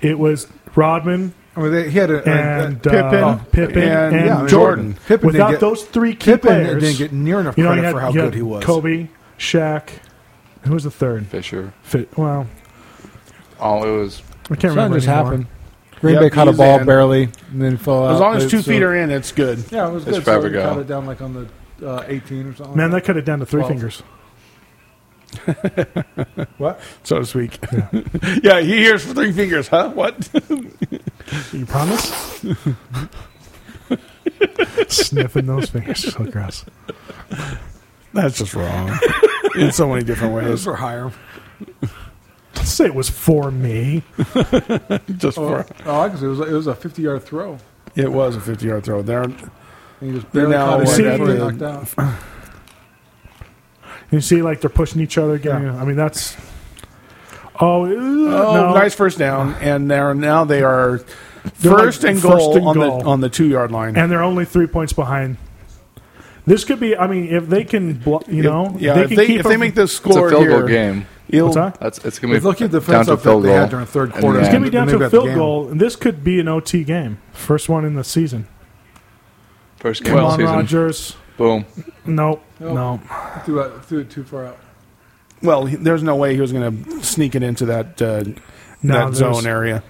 Speaker 2: it was Rodman
Speaker 1: I mean, they, he had a, a-
Speaker 2: and
Speaker 1: a-
Speaker 2: uh, Pippen,
Speaker 1: Pippen
Speaker 2: and,
Speaker 1: yeah, I mean,
Speaker 2: Jordan.
Speaker 1: Pippen
Speaker 2: Without
Speaker 1: didn't get-
Speaker 2: those three key
Speaker 1: Pippen
Speaker 2: players,
Speaker 1: didn't get near enough
Speaker 2: you know,
Speaker 1: credit
Speaker 2: you had-
Speaker 1: for how
Speaker 2: you had
Speaker 1: good he was.
Speaker 2: Kobe, Shaq, who was the third?
Speaker 4: Fisher.
Speaker 2: Fit, well,
Speaker 4: Oh, it was.
Speaker 2: I can't
Speaker 1: Something
Speaker 2: remember.
Speaker 1: just
Speaker 2: anymore.
Speaker 1: happened. Green
Speaker 3: Yep,
Speaker 1: Bay caught a
Speaker 3: he's
Speaker 1: ball
Speaker 3: in.
Speaker 1: barely, and then fell
Speaker 2: Oh,
Speaker 1: out. uh,
Speaker 3: as long as
Speaker 1: But
Speaker 3: two
Speaker 1: so-
Speaker 3: feet are in, it's good.
Speaker 1: yeah, it was
Speaker 4: It's
Speaker 1: good. So they
Speaker 4: Fabregas.
Speaker 1: cut it down like on the uh, 18 or something.
Speaker 2: Man,
Speaker 1: like
Speaker 2: that cut it down to three
Speaker 1: Well,
Speaker 2: fingers.
Speaker 1: that. what?
Speaker 3: so to speak. Yeah. he hears three fingers, huh? What?
Speaker 2: You promise? Sniffing those fingers, so gross.
Speaker 3: That's just wrong in so many different
Speaker 1: Those
Speaker 3: ways.
Speaker 1: were higher.
Speaker 2: Don't say it was for me.
Speaker 3: Just for
Speaker 1: Oh, I can see it was it was a 50 yard throw.
Speaker 3: it was a fifty-yard throw. There,
Speaker 1: And he just
Speaker 3: They're
Speaker 1: barely
Speaker 3: now
Speaker 1: caught it
Speaker 2: what,
Speaker 1: before
Speaker 2: at
Speaker 1: he
Speaker 3: the-
Speaker 1: knocked out.
Speaker 2: You see, like they're pushing each other. Getting, I mean, that's. Oh, ew,
Speaker 3: oh,
Speaker 2: no.
Speaker 3: nice first down, and they're now they are
Speaker 2: They're like
Speaker 3: first and
Speaker 2: first
Speaker 3: goal,
Speaker 2: and
Speaker 3: on
Speaker 2: goal.
Speaker 3: the on the two-yard line.
Speaker 2: and they're only three points behind. This could be. I mean, if they can, blo- you know,
Speaker 3: yeah, if
Speaker 2: can
Speaker 3: they
Speaker 2: keep
Speaker 3: if they
Speaker 2: them-
Speaker 3: make this
Speaker 4: It's
Speaker 3: score
Speaker 4: a field
Speaker 3: here,
Speaker 4: goal game.
Speaker 3: it'll-
Speaker 2: What's that?
Speaker 4: That's it's gonna be
Speaker 1: If look at the
Speaker 4: down
Speaker 1: defense
Speaker 4: to a
Speaker 1: up that
Speaker 4: field
Speaker 1: they
Speaker 4: goal.
Speaker 1: had during the third
Speaker 4: And
Speaker 1: quarter.
Speaker 4: then-
Speaker 2: It's gonna be down
Speaker 1: Then
Speaker 2: to
Speaker 1: they've
Speaker 2: a
Speaker 1: got the
Speaker 2: field
Speaker 1: game.
Speaker 2: goal, and this could be an OT game. First one in the season.
Speaker 4: First game
Speaker 2: Come
Speaker 4: of
Speaker 2: on,
Speaker 4: the season.
Speaker 2: Rogers.
Speaker 4: Boom.
Speaker 2: Nope,
Speaker 1: Nope.
Speaker 2: no.
Speaker 1: Threw, out, threw it too far out.
Speaker 3: Well, he- there's no way he was going to sneak it into that uh,
Speaker 2: No, there's-
Speaker 3: that zone area.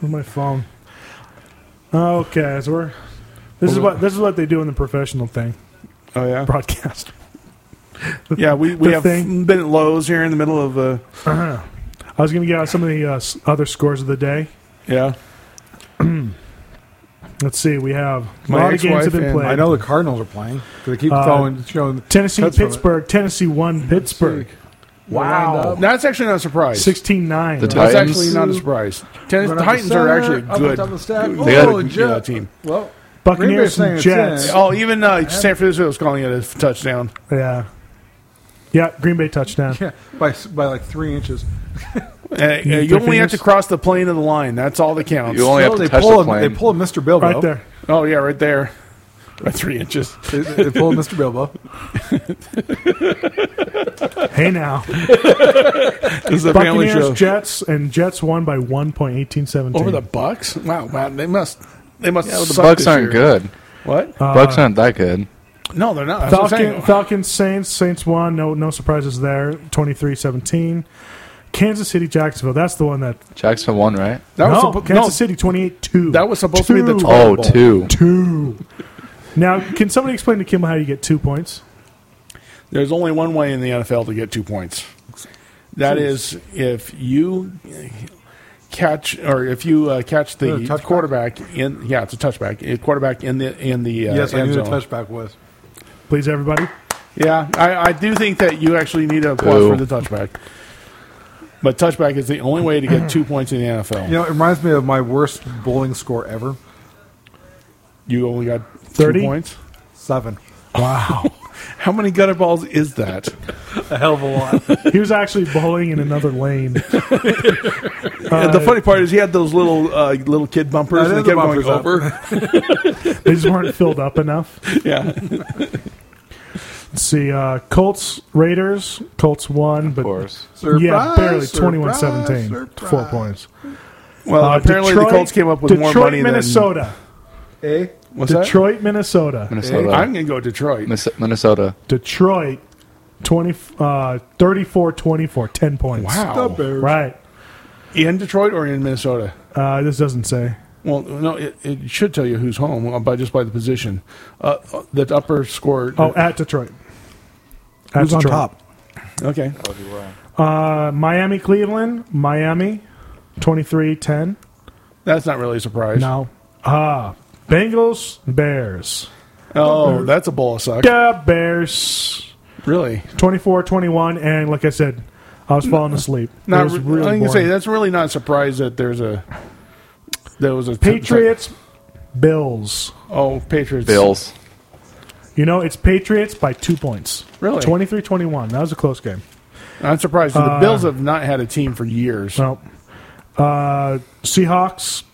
Speaker 2: Where's my phone? Okay, so we're. This is what this is what they do in the professional thing
Speaker 3: Oh yeah,
Speaker 2: broadcast.
Speaker 3: yeah. We we
Speaker 2: The
Speaker 3: have
Speaker 2: thing.
Speaker 3: been at lows here in the middle of uh,
Speaker 2: I was going to get out some of the uh, s- other scores of the day.
Speaker 3: yeah.
Speaker 2: Let's see. We have a
Speaker 3: My
Speaker 2: lot of games have
Speaker 3: ex-wife
Speaker 2: been
Speaker 3: and-
Speaker 2: played.
Speaker 1: I know the Cardinals are playing because they keep
Speaker 2: Uh,
Speaker 1: throwing, showing
Speaker 2: Tennessee,
Speaker 1: cuts from it.
Speaker 2: Pittsburgh. Tennessee won Pittsburgh
Speaker 1: Wow.
Speaker 3: That's actually not a surprise.
Speaker 2: 16 9.
Speaker 4: The
Speaker 3: That's
Speaker 4: Titans.
Speaker 3: actually not a surprise. Tennis,
Speaker 1: Run
Speaker 3: the
Speaker 1: up the
Speaker 3: Titans are
Speaker 1: center,
Speaker 3: actually
Speaker 1: up
Speaker 3: good.
Speaker 1: on top of the stack.
Speaker 3: They
Speaker 1: Oh,
Speaker 3: had a
Speaker 1: Jet.
Speaker 3: good uh, team.
Speaker 1: Well, Green Bay's
Speaker 2: Buccaneers
Speaker 1: saying
Speaker 2: and
Speaker 1: it's
Speaker 2: Jets.
Speaker 1: in.
Speaker 3: Oh, even uh, San Francisco was calling it a touchdown.
Speaker 2: Yeah. Yeah, Green Bay touchdown.
Speaker 1: yeah, by s- by like three inches.
Speaker 3: Uh, uh,
Speaker 2: Three
Speaker 3: you only have to
Speaker 2: fingers?
Speaker 3: cross the plane of the line. That's all that counts.
Speaker 4: You only
Speaker 1: No,
Speaker 4: have to
Speaker 1: they
Speaker 4: touch
Speaker 1: pull
Speaker 4: the
Speaker 1: him-
Speaker 4: plane.
Speaker 1: They pull a Mr. Bilbo
Speaker 2: Right there.
Speaker 3: oh yeah, right there, by three inches.
Speaker 1: They, they pull a Mr. Bilbo.
Speaker 2: Hey now.
Speaker 3: This is a family show.
Speaker 2: Buccaneers, Jets, and Jets won by 1.1817.
Speaker 3: Over the Bucks? Wow, wow, they must. They must.
Speaker 4: Yeah, well, the
Speaker 3: suck
Speaker 4: Bucks
Speaker 3: this
Speaker 4: aren't
Speaker 3: year.
Speaker 4: good.
Speaker 3: What?
Speaker 4: Bucks
Speaker 1: Uh,
Speaker 4: aren't that good.
Speaker 3: no, they're not. That's what I'm
Speaker 2: Falcon,
Speaker 3: saying.
Speaker 2: Falcons, Saints, Saints won. No, no surprises there. 23-17. Kansas City, Jacksonville. That's the one that.
Speaker 4: Jackson won, right?
Speaker 3: That was
Speaker 2: no,
Speaker 3: suppo-
Speaker 2: Kansas
Speaker 3: no.
Speaker 2: City, twenty-eight-two.
Speaker 3: That was supposed to be the top.
Speaker 4: Oh,
Speaker 3: Bowl.
Speaker 4: two.
Speaker 2: two. Now, can somebody explain to Kimmel how you get two points?
Speaker 3: There's only one way in the NFL to get two points. That is if you catch or if you uh, catch the
Speaker 1: Is it a touchback?
Speaker 3: quarterback in yeah it's a touchback a quarterback in the in the uh,
Speaker 1: yes, I
Speaker 3: end
Speaker 1: knew the
Speaker 3: zone.
Speaker 1: touchback was.
Speaker 2: Please, everybody.
Speaker 3: yeah I, I do think that you actually need a plus
Speaker 4: Boo.
Speaker 3: for the touchback but touchback is the only way to get two points in the NFL
Speaker 1: You know, it reminds me of my worst bowling score ever.
Speaker 3: you only got
Speaker 2: 30?
Speaker 3: two points
Speaker 1: Seven.
Speaker 3: wow how many gutter balls is that
Speaker 1: A hell of a lot.
Speaker 2: He was actually bowling in another lane. Uh,
Speaker 3: And the funny part is he had those little uh, little kid bumpers
Speaker 1: I
Speaker 3: and they
Speaker 1: did the
Speaker 3: kept going
Speaker 1: bumpers up.
Speaker 3: over
Speaker 2: They just weren't filled up enough.
Speaker 3: yeah
Speaker 2: Let's see. Uh, Colts, Raiders. Colts won, but
Speaker 4: Of course.
Speaker 2: yeah, barely
Speaker 1: Surprise,
Speaker 2: 21-17.
Speaker 1: surprise,
Speaker 2: Four
Speaker 1: surprise.
Speaker 2: points.
Speaker 3: Well,
Speaker 2: Uh,
Speaker 3: apparently
Speaker 2: Detroit-
Speaker 3: the Colts came up with
Speaker 2: Detroit,
Speaker 3: more money
Speaker 2: Minnesota.
Speaker 1: Eh?
Speaker 3: than what's that?
Speaker 2: Detroit, Minnesota.
Speaker 4: Minnesota.
Speaker 3: I'm going to go Detroit.
Speaker 4: Miss- Minnesota.
Speaker 2: Detroit, 20, uh, 34-24, 10 points.
Speaker 3: Wow.
Speaker 1: The Bears.
Speaker 2: Right.
Speaker 3: In Detroit or in Minnesota?
Speaker 2: Uh, this doesn't say.
Speaker 3: Well, no, it, it should tell you who's home uh, by just by the position. Uh, the upper score.
Speaker 2: Oh, at Detroit.
Speaker 5: Who's on
Speaker 2: Detroit.
Speaker 5: top?
Speaker 3: Okay.
Speaker 2: Uh, Miami, Cleveland, Miami, 23 10.
Speaker 3: That's not really a surprise.
Speaker 2: No. Ah, Bengals, Bears.
Speaker 3: Oh, that's a bowl of suck.
Speaker 2: Yeah, Bears,
Speaker 3: Really?
Speaker 2: 24 21. And like I said, I was falling asleep. it
Speaker 3: Not
Speaker 2: was
Speaker 3: re-
Speaker 2: really
Speaker 3: I can
Speaker 2: boring.
Speaker 3: say that's really not a surprise that there's a there was a
Speaker 2: Patriots, Bills.
Speaker 3: Oh, Patriots.
Speaker 4: Bills.
Speaker 2: You know, it's Patriots by two points.
Speaker 3: Really?
Speaker 2: 23 21. That was a close game.
Speaker 3: I'm surprised. the Bills have not had a team for years.
Speaker 2: Uh, So, uh, Seahawks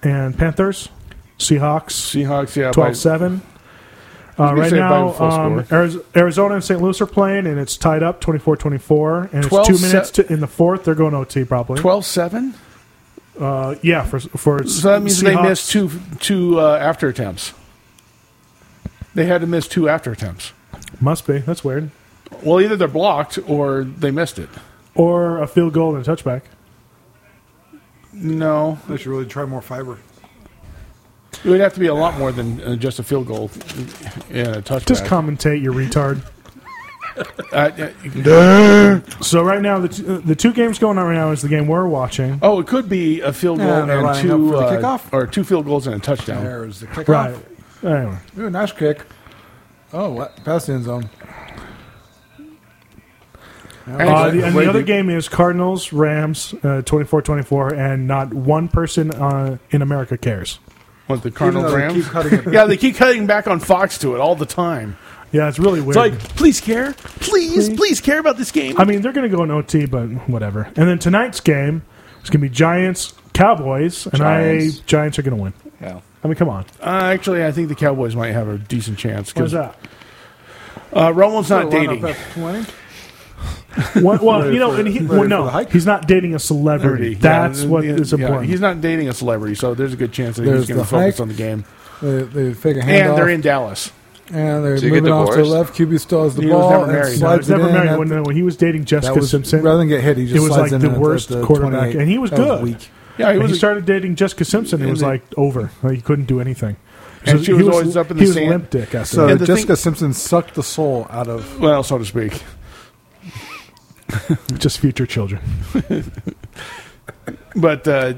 Speaker 2: and Panthers. Seahawks,
Speaker 3: Seahawks, yeah,
Speaker 2: 12
Speaker 3: by-
Speaker 2: 7. Uh,
Speaker 3: gonna
Speaker 2: right
Speaker 3: say
Speaker 2: now,
Speaker 3: by full
Speaker 2: um,
Speaker 3: score.
Speaker 2: Ariz- Arizona and St. Louis are playing, and it's tied up 24 24. And it's
Speaker 3: 12
Speaker 2: two minutes
Speaker 3: se-
Speaker 2: to, in the fourth. They're going OT probably.
Speaker 3: 12-7?
Speaker 2: Uh, yeah, for, for
Speaker 3: So that means they
Speaker 2: Seahawks.
Speaker 3: missed two two uh, after attempts. They had to miss two after attempts.
Speaker 2: Must be. That's weird.
Speaker 3: Well, either they're blocked or they missed it.
Speaker 2: Or a field goal and a touchback.
Speaker 3: No,
Speaker 1: They should really try more fiber.
Speaker 3: it would have to be a lot more than uh, just a field goal and a touchback.
Speaker 2: Just commentate, you retard.
Speaker 3: Uh, uh,
Speaker 2: So right now, the, t- uh, the two games going on right now is the game we're watching.
Speaker 3: oh, it could be a field goal
Speaker 1: Yeah, they're
Speaker 3: and
Speaker 1: lining
Speaker 3: two
Speaker 1: up for the
Speaker 3: uh,
Speaker 1: kickoff.
Speaker 3: or two field goals and a touchdown.
Speaker 1: There's the kickoff.
Speaker 2: Right. Anyway.
Speaker 1: Ooh, nice kick. Oh, what? Past the end zone.
Speaker 2: Uh,
Speaker 3: Actually,
Speaker 2: the, and
Speaker 3: wait,
Speaker 2: the other
Speaker 3: they-
Speaker 2: game is Cardinals, Rams, uh, 24-24, and not one person uh, in America cares.
Speaker 3: What the Cardinal
Speaker 1: Even though they
Speaker 3: Rams?
Speaker 1: keep cutting it.
Speaker 3: yeah, they keep cutting back on Fox to it all the time.
Speaker 2: Yeah, it's really weird.
Speaker 5: It's like, please care, please, please care about this game.
Speaker 2: I mean, they're going to go in OT, but whatever. And then tonight's game is going to be Giants, Cowboys, and
Speaker 4: Giants.
Speaker 2: I Giants are going to win.
Speaker 4: Yeah.
Speaker 2: I mean, come on.
Speaker 3: Uh, actually, I think the Cowboys might have a decent chance
Speaker 2: What's
Speaker 3: because uh,
Speaker 2: that?
Speaker 3: Romo's not
Speaker 1: Line up
Speaker 3: dating.
Speaker 1: at 20.
Speaker 2: What, well, you know, and he,
Speaker 1: Ready
Speaker 2: well,
Speaker 1: for the
Speaker 2: no,
Speaker 1: hike?
Speaker 2: he's not dating a celebrity.
Speaker 3: Yeah,
Speaker 2: That's
Speaker 3: yeah,
Speaker 2: what
Speaker 3: yeah,
Speaker 2: is
Speaker 3: yeah,
Speaker 2: important.
Speaker 3: He's not dating a celebrity, so there's a good chance that
Speaker 1: There's
Speaker 3: he's going
Speaker 1: the
Speaker 3: to focus
Speaker 1: hike.
Speaker 3: on the game.
Speaker 1: They, they fake a
Speaker 3: And
Speaker 1: handoff.
Speaker 3: they're in Dallas.
Speaker 1: And they're
Speaker 4: So you get
Speaker 1: moving off to the
Speaker 4: divorced?
Speaker 1: left. QB still has the
Speaker 3: He was
Speaker 1: ball.
Speaker 3: never
Speaker 1: and
Speaker 3: married.
Speaker 2: No, I
Speaker 1: slides
Speaker 2: was never
Speaker 1: it in
Speaker 2: married
Speaker 1: at
Speaker 2: when,
Speaker 1: the-
Speaker 2: when he was dating
Speaker 1: that
Speaker 2: Jessica
Speaker 1: was,
Speaker 2: Simpson.
Speaker 1: rather than get hit, he just
Speaker 2: it was
Speaker 1: slides
Speaker 2: like
Speaker 1: in
Speaker 2: the
Speaker 1: at
Speaker 2: worst
Speaker 1: the
Speaker 2: quarterback,
Speaker 1: 28.
Speaker 2: and he was
Speaker 1: That
Speaker 2: good.
Speaker 1: weak.
Speaker 3: Yeah, he
Speaker 2: And
Speaker 3: was.
Speaker 2: he started dating Jessica Simpson. It
Speaker 3: And
Speaker 2: was
Speaker 3: the-
Speaker 2: like over. Like, he couldn't do anything.
Speaker 3: And
Speaker 2: So
Speaker 3: she was always up in the
Speaker 2: he was
Speaker 3: sand.
Speaker 2: limp dick after
Speaker 1: So
Speaker 2: that.
Speaker 3: And the
Speaker 1: Jessica Simpson sucked the soul out of.
Speaker 3: well, so to speak.
Speaker 2: Just future children.
Speaker 3: But uh,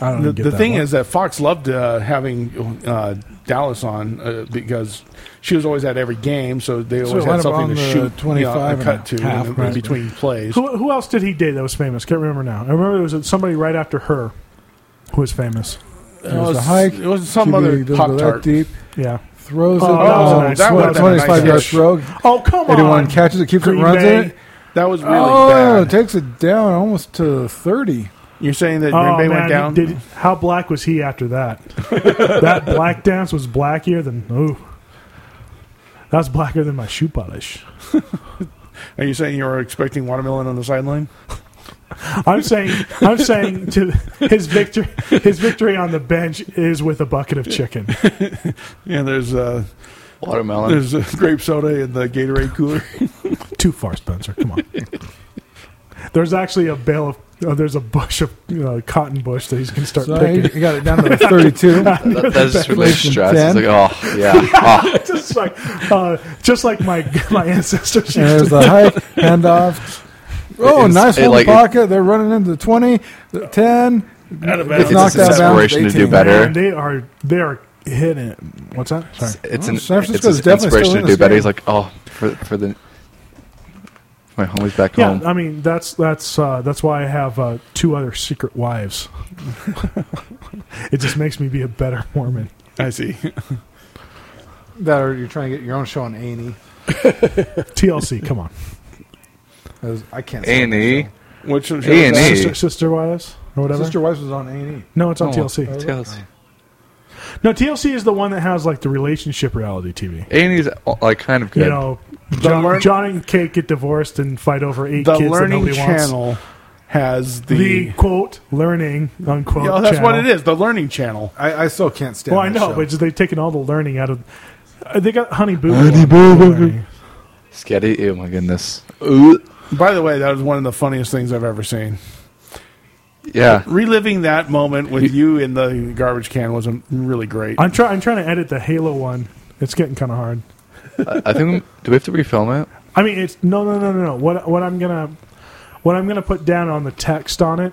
Speaker 2: I don't
Speaker 3: the,
Speaker 2: get
Speaker 3: the
Speaker 2: that
Speaker 3: thing
Speaker 2: one.
Speaker 3: is that Fox loved uh, having uh, Dallas on uh, because she was always at every game, so they
Speaker 1: it
Speaker 3: always
Speaker 1: went
Speaker 3: had
Speaker 1: up
Speaker 3: something
Speaker 1: on
Speaker 3: to
Speaker 1: the
Speaker 3: shoot, you know,
Speaker 1: 25
Speaker 3: a
Speaker 1: and
Speaker 3: cut
Speaker 1: a
Speaker 3: to
Speaker 1: half,
Speaker 3: in, in
Speaker 1: right.
Speaker 3: between plays.
Speaker 2: who, who else did he date that was famous? Can't remember now. I remember there was somebody right after her who was famous.
Speaker 1: It was,
Speaker 3: was-
Speaker 1: the hike.
Speaker 3: it was some
Speaker 1: QB
Speaker 3: other
Speaker 1: doesn't go
Speaker 3: Pop-Tart.
Speaker 1: that deep.
Speaker 2: Yeah.
Speaker 1: Throws
Speaker 2: Oh,
Speaker 1: it.
Speaker 2: that was a
Speaker 1: Oh,
Speaker 2: nice-
Speaker 1: that
Speaker 2: that
Speaker 1: was
Speaker 2: was a
Speaker 1: twenty-five
Speaker 3: nice
Speaker 1: yard
Speaker 3: catch.
Speaker 1: throw.
Speaker 2: Oh come on!
Speaker 1: Eighty-one catches it, keeps it,
Speaker 2: Green
Speaker 1: runs
Speaker 2: Bay.
Speaker 1: it.
Speaker 3: That was really
Speaker 1: Oh,
Speaker 3: bad.
Speaker 1: takes it down almost to thirty.
Speaker 3: You're saying that Green
Speaker 2: Oh
Speaker 3: Bay
Speaker 2: man,
Speaker 3: went down?
Speaker 2: he did- how black was he after that? that black dance was blackier than ooh. That was blacker than my shoe polish.
Speaker 3: Are you saying you were expecting watermelon on the sideline?
Speaker 2: I'm saying, I'm saying, to his victory, his victory on the bench is with a bucket of chicken.
Speaker 3: Yeah, there's uh,
Speaker 4: Watermelon.
Speaker 3: there's uh, grape soda in the Gatorade cooler.
Speaker 2: Too far, Spencer. Come on. There's actually a bale of, oh, there's a bush of uh, cotton bush that he's going to start
Speaker 1: So he,
Speaker 2: picking.
Speaker 1: he got it down to the thirty-two.
Speaker 4: That, that just relates to stress.
Speaker 1: Ten.
Speaker 4: It's like, oh, yeah. Oh,
Speaker 2: just like, uh, just like my my ancestors
Speaker 1: And
Speaker 2: used
Speaker 1: there's the
Speaker 2: to.
Speaker 1: hike, handoff. Oh,
Speaker 4: It's-
Speaker 1: nice
Speaker 4: it,
Speaker 1: hold
Speaker 4: like, it-
Speaker 1: pocket. They're running into the 20, the 10.
Speaker 4: it's
Speaker 1: knocked out of
Speaker 4: an
Speaker 1: bounds at
Speaker 4: inspiration to
Speaker 1: 18.
Speaker 4: do better.
Speaker 2: Man, they are they are hitting it. What's that? Sorry.
Speaker 4: It's
Speaker 1: Oh, San
Speaker 4: an, it's
Speaker 1: Francisco's
Speaker 4: an
Speaker 1: definitely still
Speaker 4: inspiration
Speaker 1: in
Speaker 4: to
Speaker 1: this
Speaker 4: do better.
Speaker 1: game.
Speaker 4: He's like, oh, for, for the. My homie's back
Speaker 2: Yeah,
Speaker 4: home.
Speaker 2: I mean that's that's uh, that's why I have uh, two other secret wives. it just makes me be a better Mormon.
Speaker 3: I see.
Speaker 1: That or you're trying to get your own show on E. A&E.
Speaker 2: TLC, come on,
Speaker 1: 'Cause I can't say
Speaker 4: A&E.
Speaker 3: Which show is
Speaker 4: A&E.
Speaker 3: that?
Speaker 2: sister, sister wives or
Speaker 1: that.
Speaker 2: whatever.
Speaker 1: Sister Wives was on E. A&E.
Speaker 2: No, it's on
Speaker 4: Oh.
Speaker 2: TLC.
Speaker 4: Tells.
Speaker 2: No, TLC is the one that has like the relationship reality TV.
Speaker 4: A&E's E uh, like kind of good.
Speaker 2: You know, John,
Speaker 3: learn-
Speaker 2: John and Kate get divorced and fight over eight
Speaker 3: The
Speaker 2: kids that
Speaker 3: Learning
Speaker 2: nobody wants.
Speaker 3: Channel has the.
Speaker 2: The quote learning unquote.
Speaker 3: Yeah, that's what
Speaker 2: channel.
Speaker 3: it is. The Learning Channel.
Speaker 1: I, I still can't stand
Speaker 2: Well, I
Speaker 1: that
Speaker 2: know,
Speaker 1: show.
Speaker 2: but they've taken all the learning out of. uh, They got Honey Boo. Honey Boo.
Speaker 4: Sketty. Oh my goodness.
Speaker 3: By the way, that was one of the funniest things I've ever seen.
Speaker 4: Yeah.
Speaker 3: Reliving that moment with you in the garbage can was um, really great.
Speaker 2: I'm trying. I'm trying to edit the Halo one. It's getting kind of hard.
Speaker 4: I I think do we have to refilm it?
Speaker 2: I mean, it's no, no, no, no, no. What what I'm gonna what I'm gonna put down on the text on it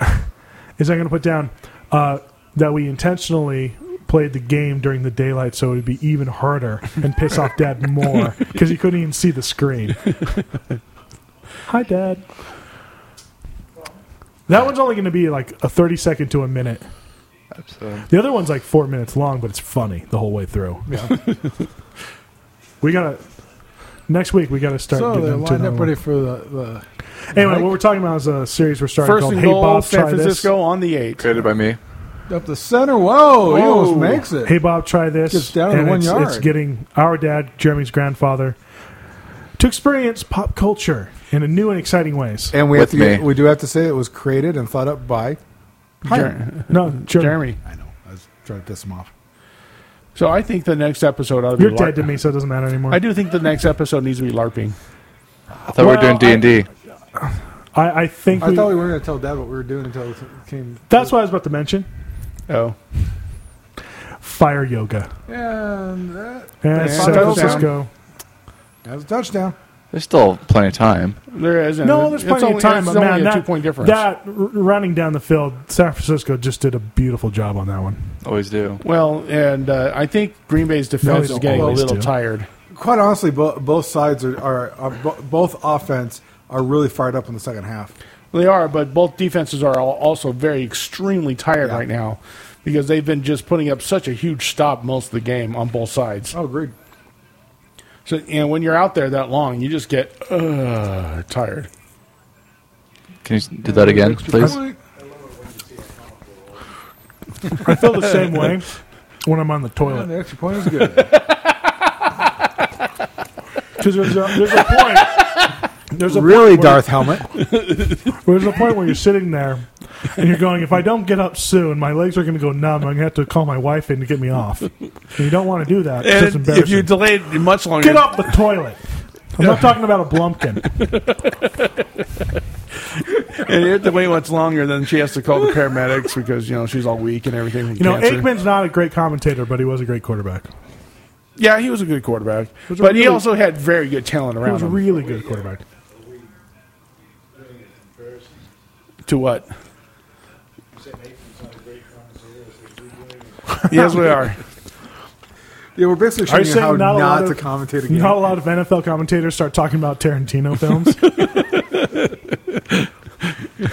Speaker 2: is I'm gonna put down uh, that we intentionally played the game during the daylight so it would be even harder and piss off Dad more because he couldn't even see the screen. Hi, Dad. That one's only going to be like a 30 second to a minute.
Speaker 4: So,
Speaker 2: The other one's like four minutes long, but it's funny the whole way through.
Speaker 1: Yeah.
Speaker 2: We gotta next week. We gotta start.
Speaker 1: so
Speaker 2: getting
Speaker 1: they're
Speaker 2: into
Speaker 1: lined
Speaker 2: another
Speaker 1: up
Speaker 2: one.
Speaker 1: ready for the. the
Speaker 2: Anyway,
Speaker 1: Mike?
Speaker 2: what we're talking about is a series we're starting
Speaker 3: First
Speaker 2: called
Speaker 3: and
Speaker 2: Hey
Speaker 3: goal,
Speaker 2: Bob,
Speaker 3: San
Speaker 2: try
Speaker 3: Francisco on the eight.
Speaker 4: created by me.
Speaker 1: up the center. Whoa, he almost
Speaker 2: Oh.
Speaker 3: Whoa.
Speaker 1: makes it.
Speaker 2: this. Hey Bob, try this.
Speaker 1: Gets down to
Speaker 2: And
Speaker 1: one
Speaker 2: it's,
Speaker 1: yard.
Speaker 2: It's getting our dad, Jeremy's grandfather, to experience pop culture in a new and exciting ways.
Speaker 1: and we have
Speaker 4: With
Speaker 1: to get,
Speaker 4: me.
Speaker 1: we do have to say it was created and thought up by.
Speaker 3: Jer-
Speaker 2: No, Jeremy,
Speaker 3: Jeremy.
Speaker 1: I know. I was trying to piss him off.
Speaker 3: So I think the next episode ought to be.
Speaker 2: you're
Speaker 3: LARP.
Speaker 2: dead to me, so it doesn't matter anymore.
Speaker 3: I do think the next episode needs to be LARPing.
Speaker 4: I thought we were doing D and D.
Speaker 2: I, I think
Speaker 1: I
Speaker 2: we,
Speaker 1: thought we weren't going to tell Dad what we were doing until it came.
Speaker 2: that's what I was about to mention.
Speaker 3: Oh,
Speaker 2: Fire yoga.
Speaker 1: And that,
Speaker 2: And
Speaker 1: Yeah.
Speaker 2: San
Speaker 1: Touchdown.
Speaker 2: Francisco.
Speaker 1: that was a touchdown.
Speaker 4: There's still plenty of time.
Speaker 3: there is
Speaker 2: No, there's plenty
Speaker 3: only,
Speaker 2: of time,
Speaker 3: It's
Speaker 2: but
Speaker 3: only
Speaker 2: man,
Speaker 3: a
Speaker 2: that,
Speaker 3: two point difference.
Speaker 2: that r- running down the field, San Francisco just did a beautiful job on that one.
Speaker 4: Always do.
Speaker 3: well, and uh, I think Green Bay's defense
Speaker 2: they
Speaker 3: is getting a
Speaker 2: always
Speaker 3: little
Speaker 2: do.
Speaker 3: tired.
Speaker 1: Quite honestly, bo- both sides are, are, are bo- both offense are really fired up in the second half.
Speaker 3: They are, but both defenses are al- also very extremely tired right now because they've been just putting up such a huge stop most of the game on both sides.
Speaker 1: Oh, agreed.
Speaker 3: So, and when you're out there that long, you just get uh, tired.
Speaker 4: Can you s- do that again, please?
Speaker 2: I feel the same way when I'm on the
Speaker 1: And
Speaker 2: toilet
Speaker 1: the extra point is good.
Speaker 2: because there's a, there's a point. There's a
Speaker 1: really,
Speaker 2: point where,
Speaker 1: Darth Helmet.
Speaker 2: There's a point where you're sitting there and you're going, if I don't get up soon, my legs are going to go numb. I'm going to have to call my wife in to get me off. And you don't want to do that. It's just embarrassing.
Speaker 5: delay it much longer,
Speaker 2: get off the toilet. I'm not talking about a blumpkin.
Speaker 3: And you have to wait much longer, then she has to call the paramedics because you know she's all weak and everything.
Speaker 2: You know, Aikman's not a great commentator, but he was a great quarterback.
Speaker 3: Yeah, he was a good quarterback,
Speaker 2: was
Speaker 3: but
Speaker 2: a
Speaker 3: he
Speaker 2: really-
Speaker 3: also had very good talent
Speaker 2: He
Speaker 3: around
Speaker 2: was a
Speaker 3: him.
Speaker 2: really good quarterback.
Speaker 3: to what? yes, we are.
Speaker 1: Yeah, we're basically
Speaker 2: Are you
Speaker 1: showing you
Speaker 2: saying
Speaker 1: how
Speaker 2: not a
Speaker 1: not,
Speaker 2: lot
Speaker 1: to
Speaker 2: of-
Speaker 1: commentate again.
Speaker 2: Not a lot of NFL commentators start talking about Tarantino films.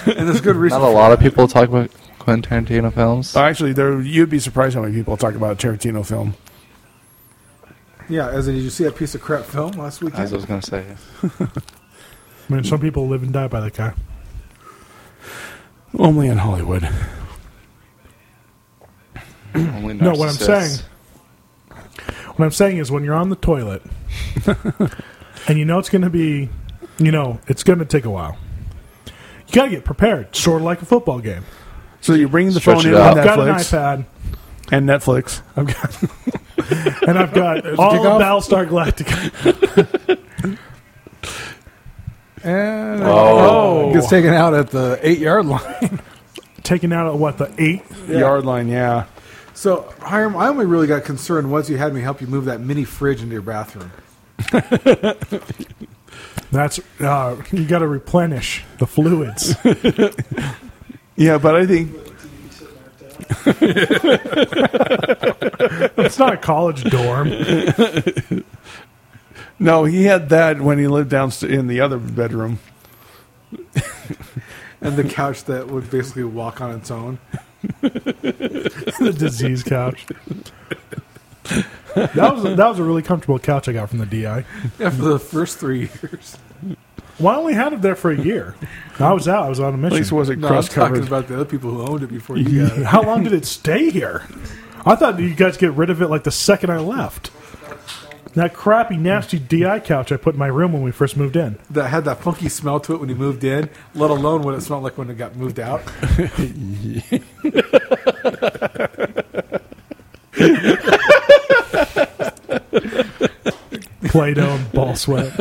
Speaker 1: And there's good reason.
Speaker 4: Not a lot of people talk about Quentin Tarantino films.
Speaker 3: Actually, there you'd be surprised how many people talk about a Tarantino film.
Speaker 1: Yeah, as in, did you see that piece of crap film last weekend?
Speaker 4: As I was gonna say,
Speaker 2: I mean, some people live and die by that guy.
Speaker 3: Only in Hollywood.
Speaker 4: only
Speaker 2: No, what I'm
Speaker 4: narcissists.
Speaker 2: saying- What I'm saying is, when you're on the toilet, and you know it's going to be, you know, it's going to take a while. You got to get prepared, sort of like a football game.
Speaker 3: So you bring the
Speaker 4: Stretch
Speaker 3: phone in
Speaker 4: it out.
Speaker 3: on
Speaker 2: I've got an iPad,
Speaker 3: Netflix and Netflix.
Speaker 2: I've got, and I've got all
Speaker 1: kick
Speaker 2: of Battlestar Galactica.
Speaker 1: And
Speaker 4: Oh.
Speaker 1: it gets taken out at the eight yard line.
Speaker 2: Taken out at what the eight?
Speaker 3: Yard line, yeah.
Speaker 1: So, Hiram, I only really got concerned once you had me help you move that mini fridge into your bathroom.
Speaker 2: That's uh, you got to replenish the fluids.
Speaker 3: Yeah, but I think
Speaker 2: It's not a college dorm.
Speaker 3: no, he had that when he lived downstairs in the other bedroom.
Speaker 1: And the couch that would basically walk on its own.
Speaker 2: the disease couch. That was that was a really comfortable couch I got from the DI.
Speaker 1: Yeah, for the first three years.
Speaker 2: Well, I only had it there for a year. I was out. I was on a
Speaker 3: At least it
Speaker 2: mission.
Speaker 3: wasn't
Speaker 1: No, I was
Speaker 3: cross
Speaker 1: talking
Speaker 3: covered.
Speaker 1: about the other people who owned it before you got it.
Speaker 2: How long did it stay here? I thought you guys get rid of it like the second I left. That crappy, nasty DI couch I put in my room when we first moved in.
Speaker 1: That had that funky smell to it when you moved in, let alone what it smelled like when it got moved out.
Speaker 2: Play-Doh and ball sweat.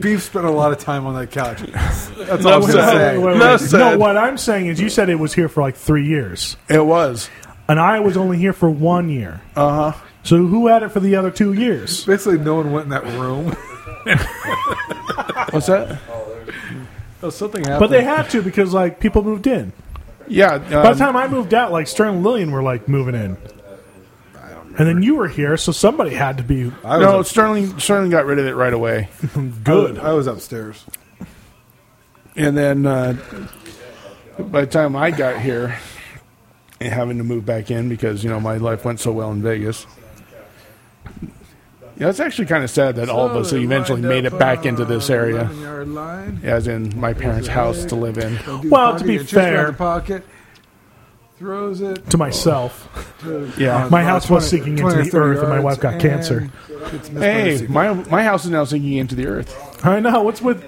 Speaker 1: Beef spent a lot of time on that couch. That's all I
Speaker 3: No,
Speaker 1: was
Speaker 3: sir.
Speaker 1: going to say.
Speaker 2: Wait, wait,
Speaker 3: No,
Speaker 2: wait.
Speaker 3: said.
Speaker 2: No, what I'm saying is you said it was here for like three years.
Speaker 3: It was.
Speaker 2: And I was only here for one year.
Speaker 3: Uh huh.
Speaker 2: So who had it for the other two years?
Speaker 1: Basically, no one went in that room.
Speaker 3: What's that?
Speaker 1: Oh, something happened.
Speaker 2: But they had to because like people moved in.
Speaker 3: Yeah.
Speaker 2: By
Speaker 3: Um,
Speaker 2: the time I moved out, like Stern and Lillian were like moving in. And then you were here, so somebody had to be
Speaker 1: I was
Speaker 3: no,
Speaker 1: up-
Speaker 3: Sterling Sterling got rid of it right away,
Speaker 2: good.
Speaker 1: I was upstairs.
Speaker 3: and then uh, by the time I got here, and having to move back in because you know my life went so well in Vegas. Yeah, it's actually kind of sad that all of us eventually made it back into this
Speaker 1: uh,
Speaker 3: area, as in my parents' house to live in.
Speaker 2: Well, to be fair-
Speaker 1: pocket, throws it.
Speaker 2: To myself,
Speaker 1: to-
Speaker 3: Yeah.
Speaker 1: uh,
Speaker 2: My house was sinking into
Speaker 1: 20 or
Speaker 2: the
Speaker 1: 30
Speaker 2: earth and my
Speaker 1: yards
Speaker 2: wife got cancer.
Speaker 1: and gets missed by the
Speaker 3: Hey,
Speaker 1: sea.
Speaker 3: my my house is now sinking into the earth.
Speaker 2: I know what's with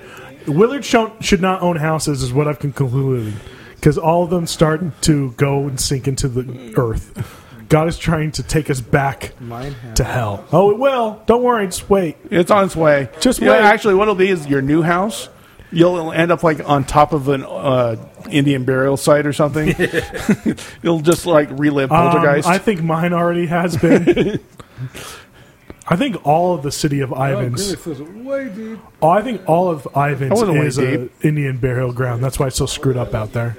Speaker 2: Willard shon- should not own houses is what I've con- concluded because all of them start to go and sink into the earth. God is trying to take us back
Speaker 1: Mine has.
Speaker 2: to hell. Oh, it will. Don't worry. Just wait.
Speaker 3: It's on its way.
Speaker 2: Just
Speaker 3: yeah,
Speaker 2: wait.
Speaker 3: Actually, what it'll be is your new house. You'll end up like on top of an uh, Indian burial site or something. You'll just like relive
Speaker 2: Um,
Speaker 3: Poltergeist.
Speaker 2: I think mine already has been. I think all of the city of
Speaker 1: Oh,
Speaker 2: Ivans.
Speaker 1: goodness, this is way deep.
Speaker 2: Oh, I think all of Ivan's
Speaker 3: wasn't way
Speaker 2: is an
Speaker 3: deep.
Speaker 2: Indian burial ground. That's why it's so screwed up out there.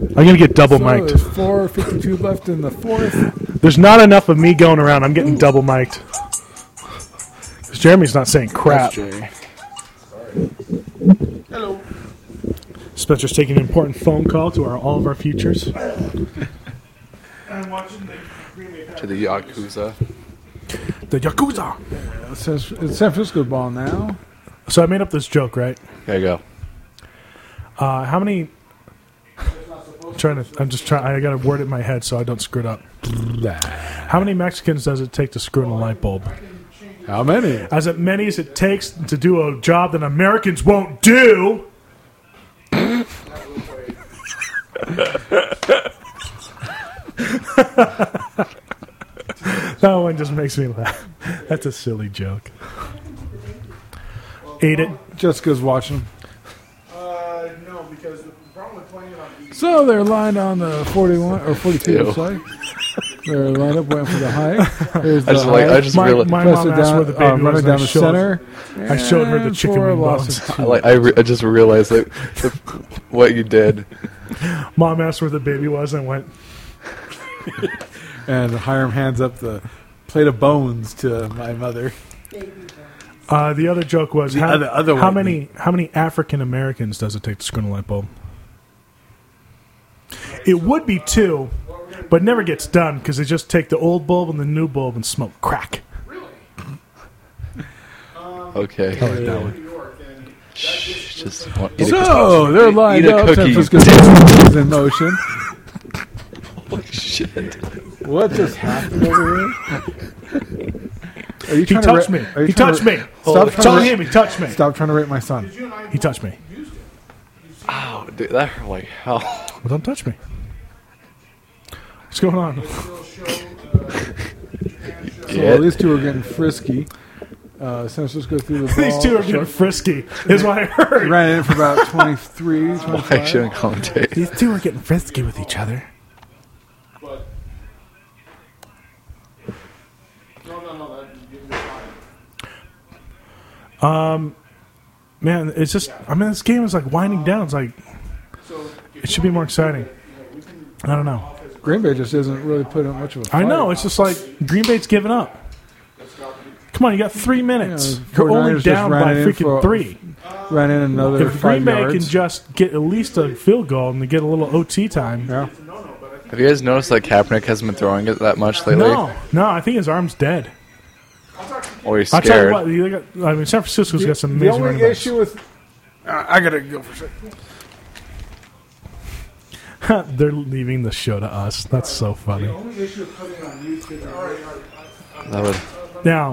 Speaker 2: I'm gonna get double
Speaker 1: So
Speaker 2: mic'd.
Speaker 1: there's four fifty-two left in the fourth.
Speaker 2: There's not enough of me going around. I'm getting double mic'd. 'Cause Jeremy's not saying crap. Spencer's taking an important phone call to our, all of our futures.
Speaker 4: to the Yakuza.
Speaker 2: The Yakuza.
Speaker 1: It says- It's San Francisco ball now.
Speaker 2: So I made up this joke, right?
Speaker 4: There you go.
Speaker 2: Uh, how many? I'm trying to. I'm just trying. I got to word it in my head so I don't screw it up. How many Mexicans does it take to screw in a light bulb?
Speaker 1: How many?
Speaker 2: As many as it takes to do a job that Americans won't do. that one just makes me laugh. That's a silly joke. Ate it.
Speaker 1: Jessica's watching.
Speaker 3: uh, no, because the problem with playing on
Speaker 1: So they're lined on the 41 or 42.
Speaker 4: Ew.
Speaker 1: I'm sorry. They're lined up waiting for the hike. There's the
Speaker 4: I just like. I
Speaker 1: hike.
Speaker 4: just
Speaker 2: My,
Speaker 4: really.
Speaker 2: my
Speaker 1: Press
Speaker 2: mom
Speaker 1: it
Speaker 2: asked
Speaker 1: down,
Speaker 2: where the baby
Speaker 1: uh, run
Speaker 2: was.
Speaker 1: it
Speaker 2: and I
Speaker 1: down the
Speaker 2: showed her-
Speaker 1: center.
Speaker 2: I showed her the
Speaker 1: and
Speaker 2: chicken
Speaker 1: for a
Speaker 2: wing
Speaker 1: loss
Speaker 2: bones.
Speaker 1: of
Speaker 4: I like. I, re- I just realized that the, what you did.
Speaker 2: Mom asked where the baby was and went,
Speaker 1: And Hiram hands up the plate of bones to my mother.
Speaker 2: Uh, the other joke was how,
Speaker 1: other- other
Speaker 2: how
Speaker 1: white
Speaker 2: many how many African Americans does it take to screw in a light bulb? It would be two, but never gets done because they just take the old bulb and the new bulb and smoke crack. Oh,
Speaker 4: Okay.
Speaker 1: That one.
Speaker 4: Just want, eat a
Speaker 1: So they're lined
Speaker 4: Eat a
Speaker 1: up. San
Speaker 4: cookie.
Speaker 1: Francisco is in motion.
Speaker 4: cookie. Shit.
Speaker 1: What just happened over here? Are you
Speaker 2: He
Speaker 1: trying to
Speaker 2: touched
Speaker 1: ra-
Speaker 2: me.
Speaker 1: are you
Speaker 2: He
Speaker 1: trying
Speaker 2: touched
Speaker 1: to ra-
Speaker 2: me.
Speaker 1: Stop
Speaker 2: Tell
Speaker 1: trying to
Speaker 2: him
Speaker 1: ra-
Speaker 2: he touched me.
Speaker 1: Stop trying to rape my son.
Speaker 2: He touched me.
Speaker 4: Oh, dude, that hurt like hell.
Speaker 2: Well, don't touch me. What's going on?
Speaker 1: So
Speaker 4: Yeah.
Speaker 1: these two are getting frisky. Uh, San Francisco through the ball.
Speaker 2: These two are getting frisky. Is what I heard.
Speaker 1: ran in for about 23, 25.
Speaker 4: I shouldn't commentate.
Speaker 2: These two are getting frisky with each other. Um, man, it's just. I mean, this game is like winding down. It's like it should be more exciting. I don't know.
Speaker 1: Green Bay just isn't really putting up much of a
Speaker 2: I
Speaker 1: fight.
Speaker 2: know. It's just like Green Bay's giving up. Come on, you got three minutes.
Speaker 1: Yeah,
Speaker 2: You're only
Speaker 1: 49ers just
Speaker 2: down
Speaker 1: ran
Speaker 2: by
Speaker 1: it in
Speaker 2: freaking
Speaker 1: for-
Speaker 2: three.
Speaker 1: Ran in another
Speaker 2: If
Speaker 1: five
Speaker 2: Green Bay
Speaker 1: yards.
Speaker 2: can just get at least a field goal and they get a little OT time,
Speaker 1: yeah.
Speaker 4: Have you guys noticed that Kaepernick hasn't been throwing it that much lately?
Speaker 2: No, no, I think his arm's dead.
Speaker 4: Or he's
Speaker 2: I tell you
Speaker 4: scared.
Speaker 2: what, you got, I mean, San Francisco's got some
Speaker 1: The
Speaker 2: amazing running
Speaker 1: only
Speaker 2: backs.
Speaker 1: issue with
Speaker 3: I gotta go for a second.
Speaker 2: They're leaving the show to us. That's so funny.
Speaker 4: That was,
Speaker 2: Now,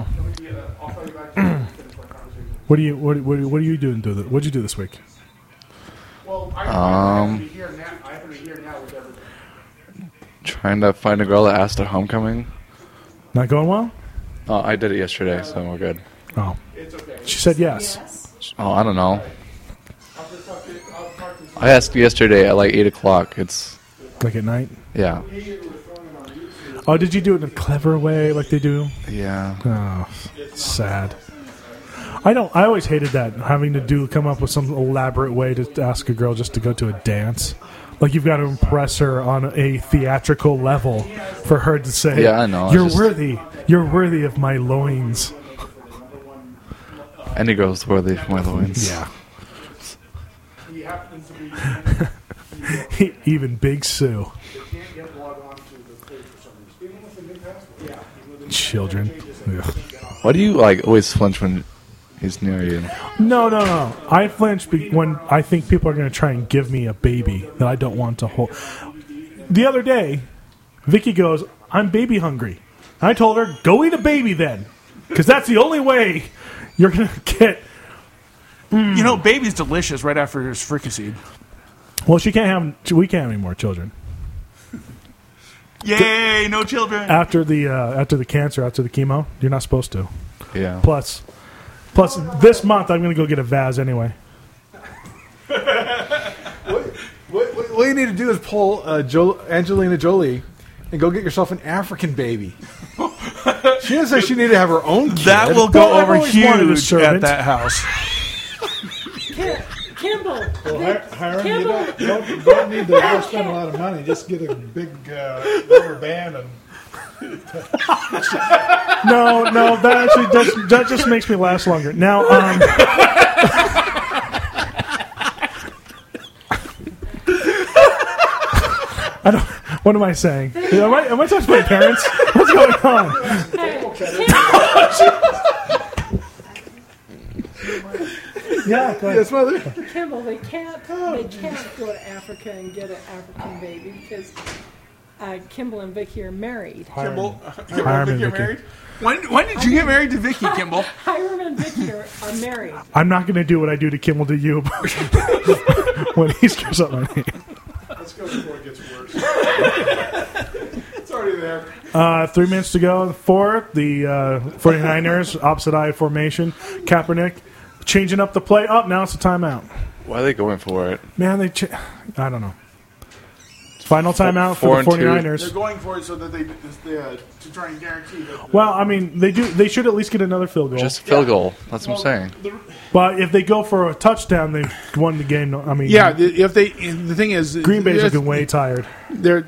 Speaker 2: what do you what what, what are you doing? Do that? What'd you do this week?
Speaker 4: um, trying to find a girl that asked her homecoming.
Speaker 2: Not going well.
Speaker 4: Oh, I did it yesterday, so we're good.
Speaker 2: Oh, she said yes.
Speaker 6: Yes.
Speaker 4: Oh, I don't know. I asked yesterday at like eight o'clock. It's
Speaker 2: Like at night.
Speaker 4: yeah,
Speaker 2: Oh, did you do it in a clever way like they do?
Speaker 4: yeah.
Speaker 2: Oh, sad. I don't. I always hated that having to do come up with some elaborate way to ask a girl just to go to a dance. Like you've got to impress her on a theatrical level for her to say,
Speaker 4: Yeah, I know, I
Speaker 2: you're
Speaker 4: just-
Speaker 2: worthy. You're worthy of my loins."
Speaker 4: Any girl's worthy for my loins.
Speaker 2: Even Big Sue. Children. Ugh.
Speaker 4: Why do you like always flinch when he's near you?
Speaker 2: No, no, no. I flinch be- when I think people are going to try and give me a baby that I don't want to hold. The other day, Vicky goes, "I'm baby hungry." I told her, "Go eat a baby then, because that's the only way you're going to get."
Speaker 3: You know, baby's delicious right after it's fricasseed.
Speaker 2: Well, she can't have. We can't have any more children
Speaker 5: Yay, no children.
Speaker 2: after the uh, after the cancer, after the chemo. You're not supposed to.
Speaker 4: Yeah.
Speaker 2: Plus, plus this month I'm going to go get a vase anyway.
Speaker 1: What, what, what you need to do is pull uh, jo- Angelina Jolie and go get yourself an African baby. she didn't say she needed to have her own kid.
Speaker 5: That will go
Speaker 2: Well, I've
Speaker 5: over
Speaker 2: always wanted a
Speaker 5: huge at
Speaker 2: servant.
Speaker 5: that house.
Speaker 6: Kimball.
Speaker 7: Hiram, you
Speaker 6: Campbell.
Speaker 7: don't, don't, don't need to go spend a lot of money. Just get a big uh, rubber band and
Speaker 2: No, no, that actually does, that just makes me last longer. Now, um, I don't. What am I saying? Am I, am I talking to my parents? What's going on? Yeah, go ahead.
Speaker 1: Yes, mother.
Speaker 6: Kimball, they can't, they can't go to Africa and get an African baby because uh, Kimball and Vicky are married.
Speaker 5: Kimball,
Speaker 2: Hiram and
Speaker 5: you're
Speaker 2: Vicky.
Speaker 5: married?
Speaker 3: When, when did you get married to Vicky, Kimball?
Speaker 6: Hiram and Vicky are, are married.
Speaker 2: I'm not going to do what I do to Kimmel to you when he screws up my name.
Speaker 7: let's go before it gets worse. it's already there.
Speaker 2: Uh, three minutes to go. Fourth, the uh, 49ers, opposite eye formation. Kaepernick changing up the play. Up, now it's a timeout.
Speaker 4: Why are they going for it?
Speaker 2: Man, they. Cha- I don't know. Final timeout
Speaker 4: Four
Speaker 2: for
Speaker 4: and
Speaker 2: the
Speaker 4: two.
Speaker 2: 49ers.
Speaker 7: going for it so that they, they uh, to try and guarantee that.
Speaker 2: Well, I mean, they do. They should at least get another field goal.
Speaker 4: Just a field goal. That's what I'm saying.
Speaker 2: but if they go for a touchdown, they won the game. I mean,
Speaker 3: Yeah, the- if they the thing is
Speaker 2: Green Bay's
Speaker 3: if,
Speaker 2: looking way tired.
Speaker 3: they're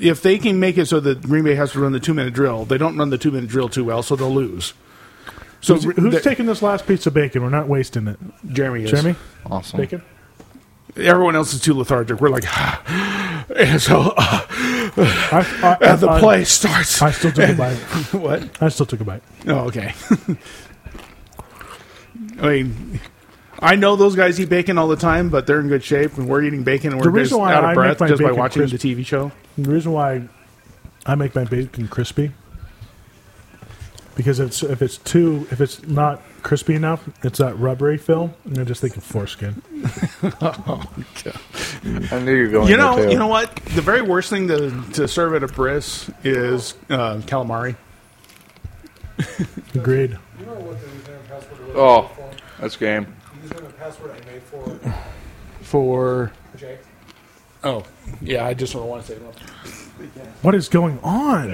Speaker 3: if they can make it so that Green Bay has to run the two minute drill, they don't run the two minute drill too well, so they'll lose. So
Speaker 2: Who's, who's
Speaker 3: the-
Speaker 2: taking this last piece of bacon? We're not wasting it.
Speaker 3: Jeremy? Is.
Speaker 2: Jeremy,
Speaker 4: Awesome.
Speaker 2: bacon.
Speaker 3: Everyone else is too lethargic. We're like, and so uh,
Speaker 2: I, I,
Speaker 3: and the
Speaker 2: I-
Speaker 3: play starts.
Speaker 2: I still took a bite.
Speaker 3: what?
Speaker 2: I still took a bite.
Speaker 3: Oh, okay. I mean, I know those guys eat bacon all the time, but they're in good shape, and we're eating bacon, and we're
Speaker 2: reason
Speaker 3: just
Speaker 2: why
Speaker 3: out
Speaker 2: I
Speaker 3: of
Speaker 2: make
Speaker 3: breath
Speaker 2: my
Speaker 3: just by
Speaker 2: bacon
Speaker 3: watching
Speaker 2: crisp-
Speaker 3: the TV show.
Speaker 2: The reason why I make my bacon crispy because if it's if it's too if it's not crispy enough, it's that rubbery film, and I just think of foreskin.
Speaker 4: I knew you were going
Speaker 3: You know,
Speaker 4: there too.
Speaker 3: you know what? The very worst thing to, to serve at a bris is uh, calamari.
Speaker 2: Agreed.
Speaker 7: You know what the username and password was
Speaker 4: Oh,
Speaker 7: for?
Speaker 4: that's game.
Speaker 7: The username and password I made for
Speaker 3: For
Speaker 7: Jake.
Speaker 3: oh yeah, I just want to say that.
Speaker 2: What is going on?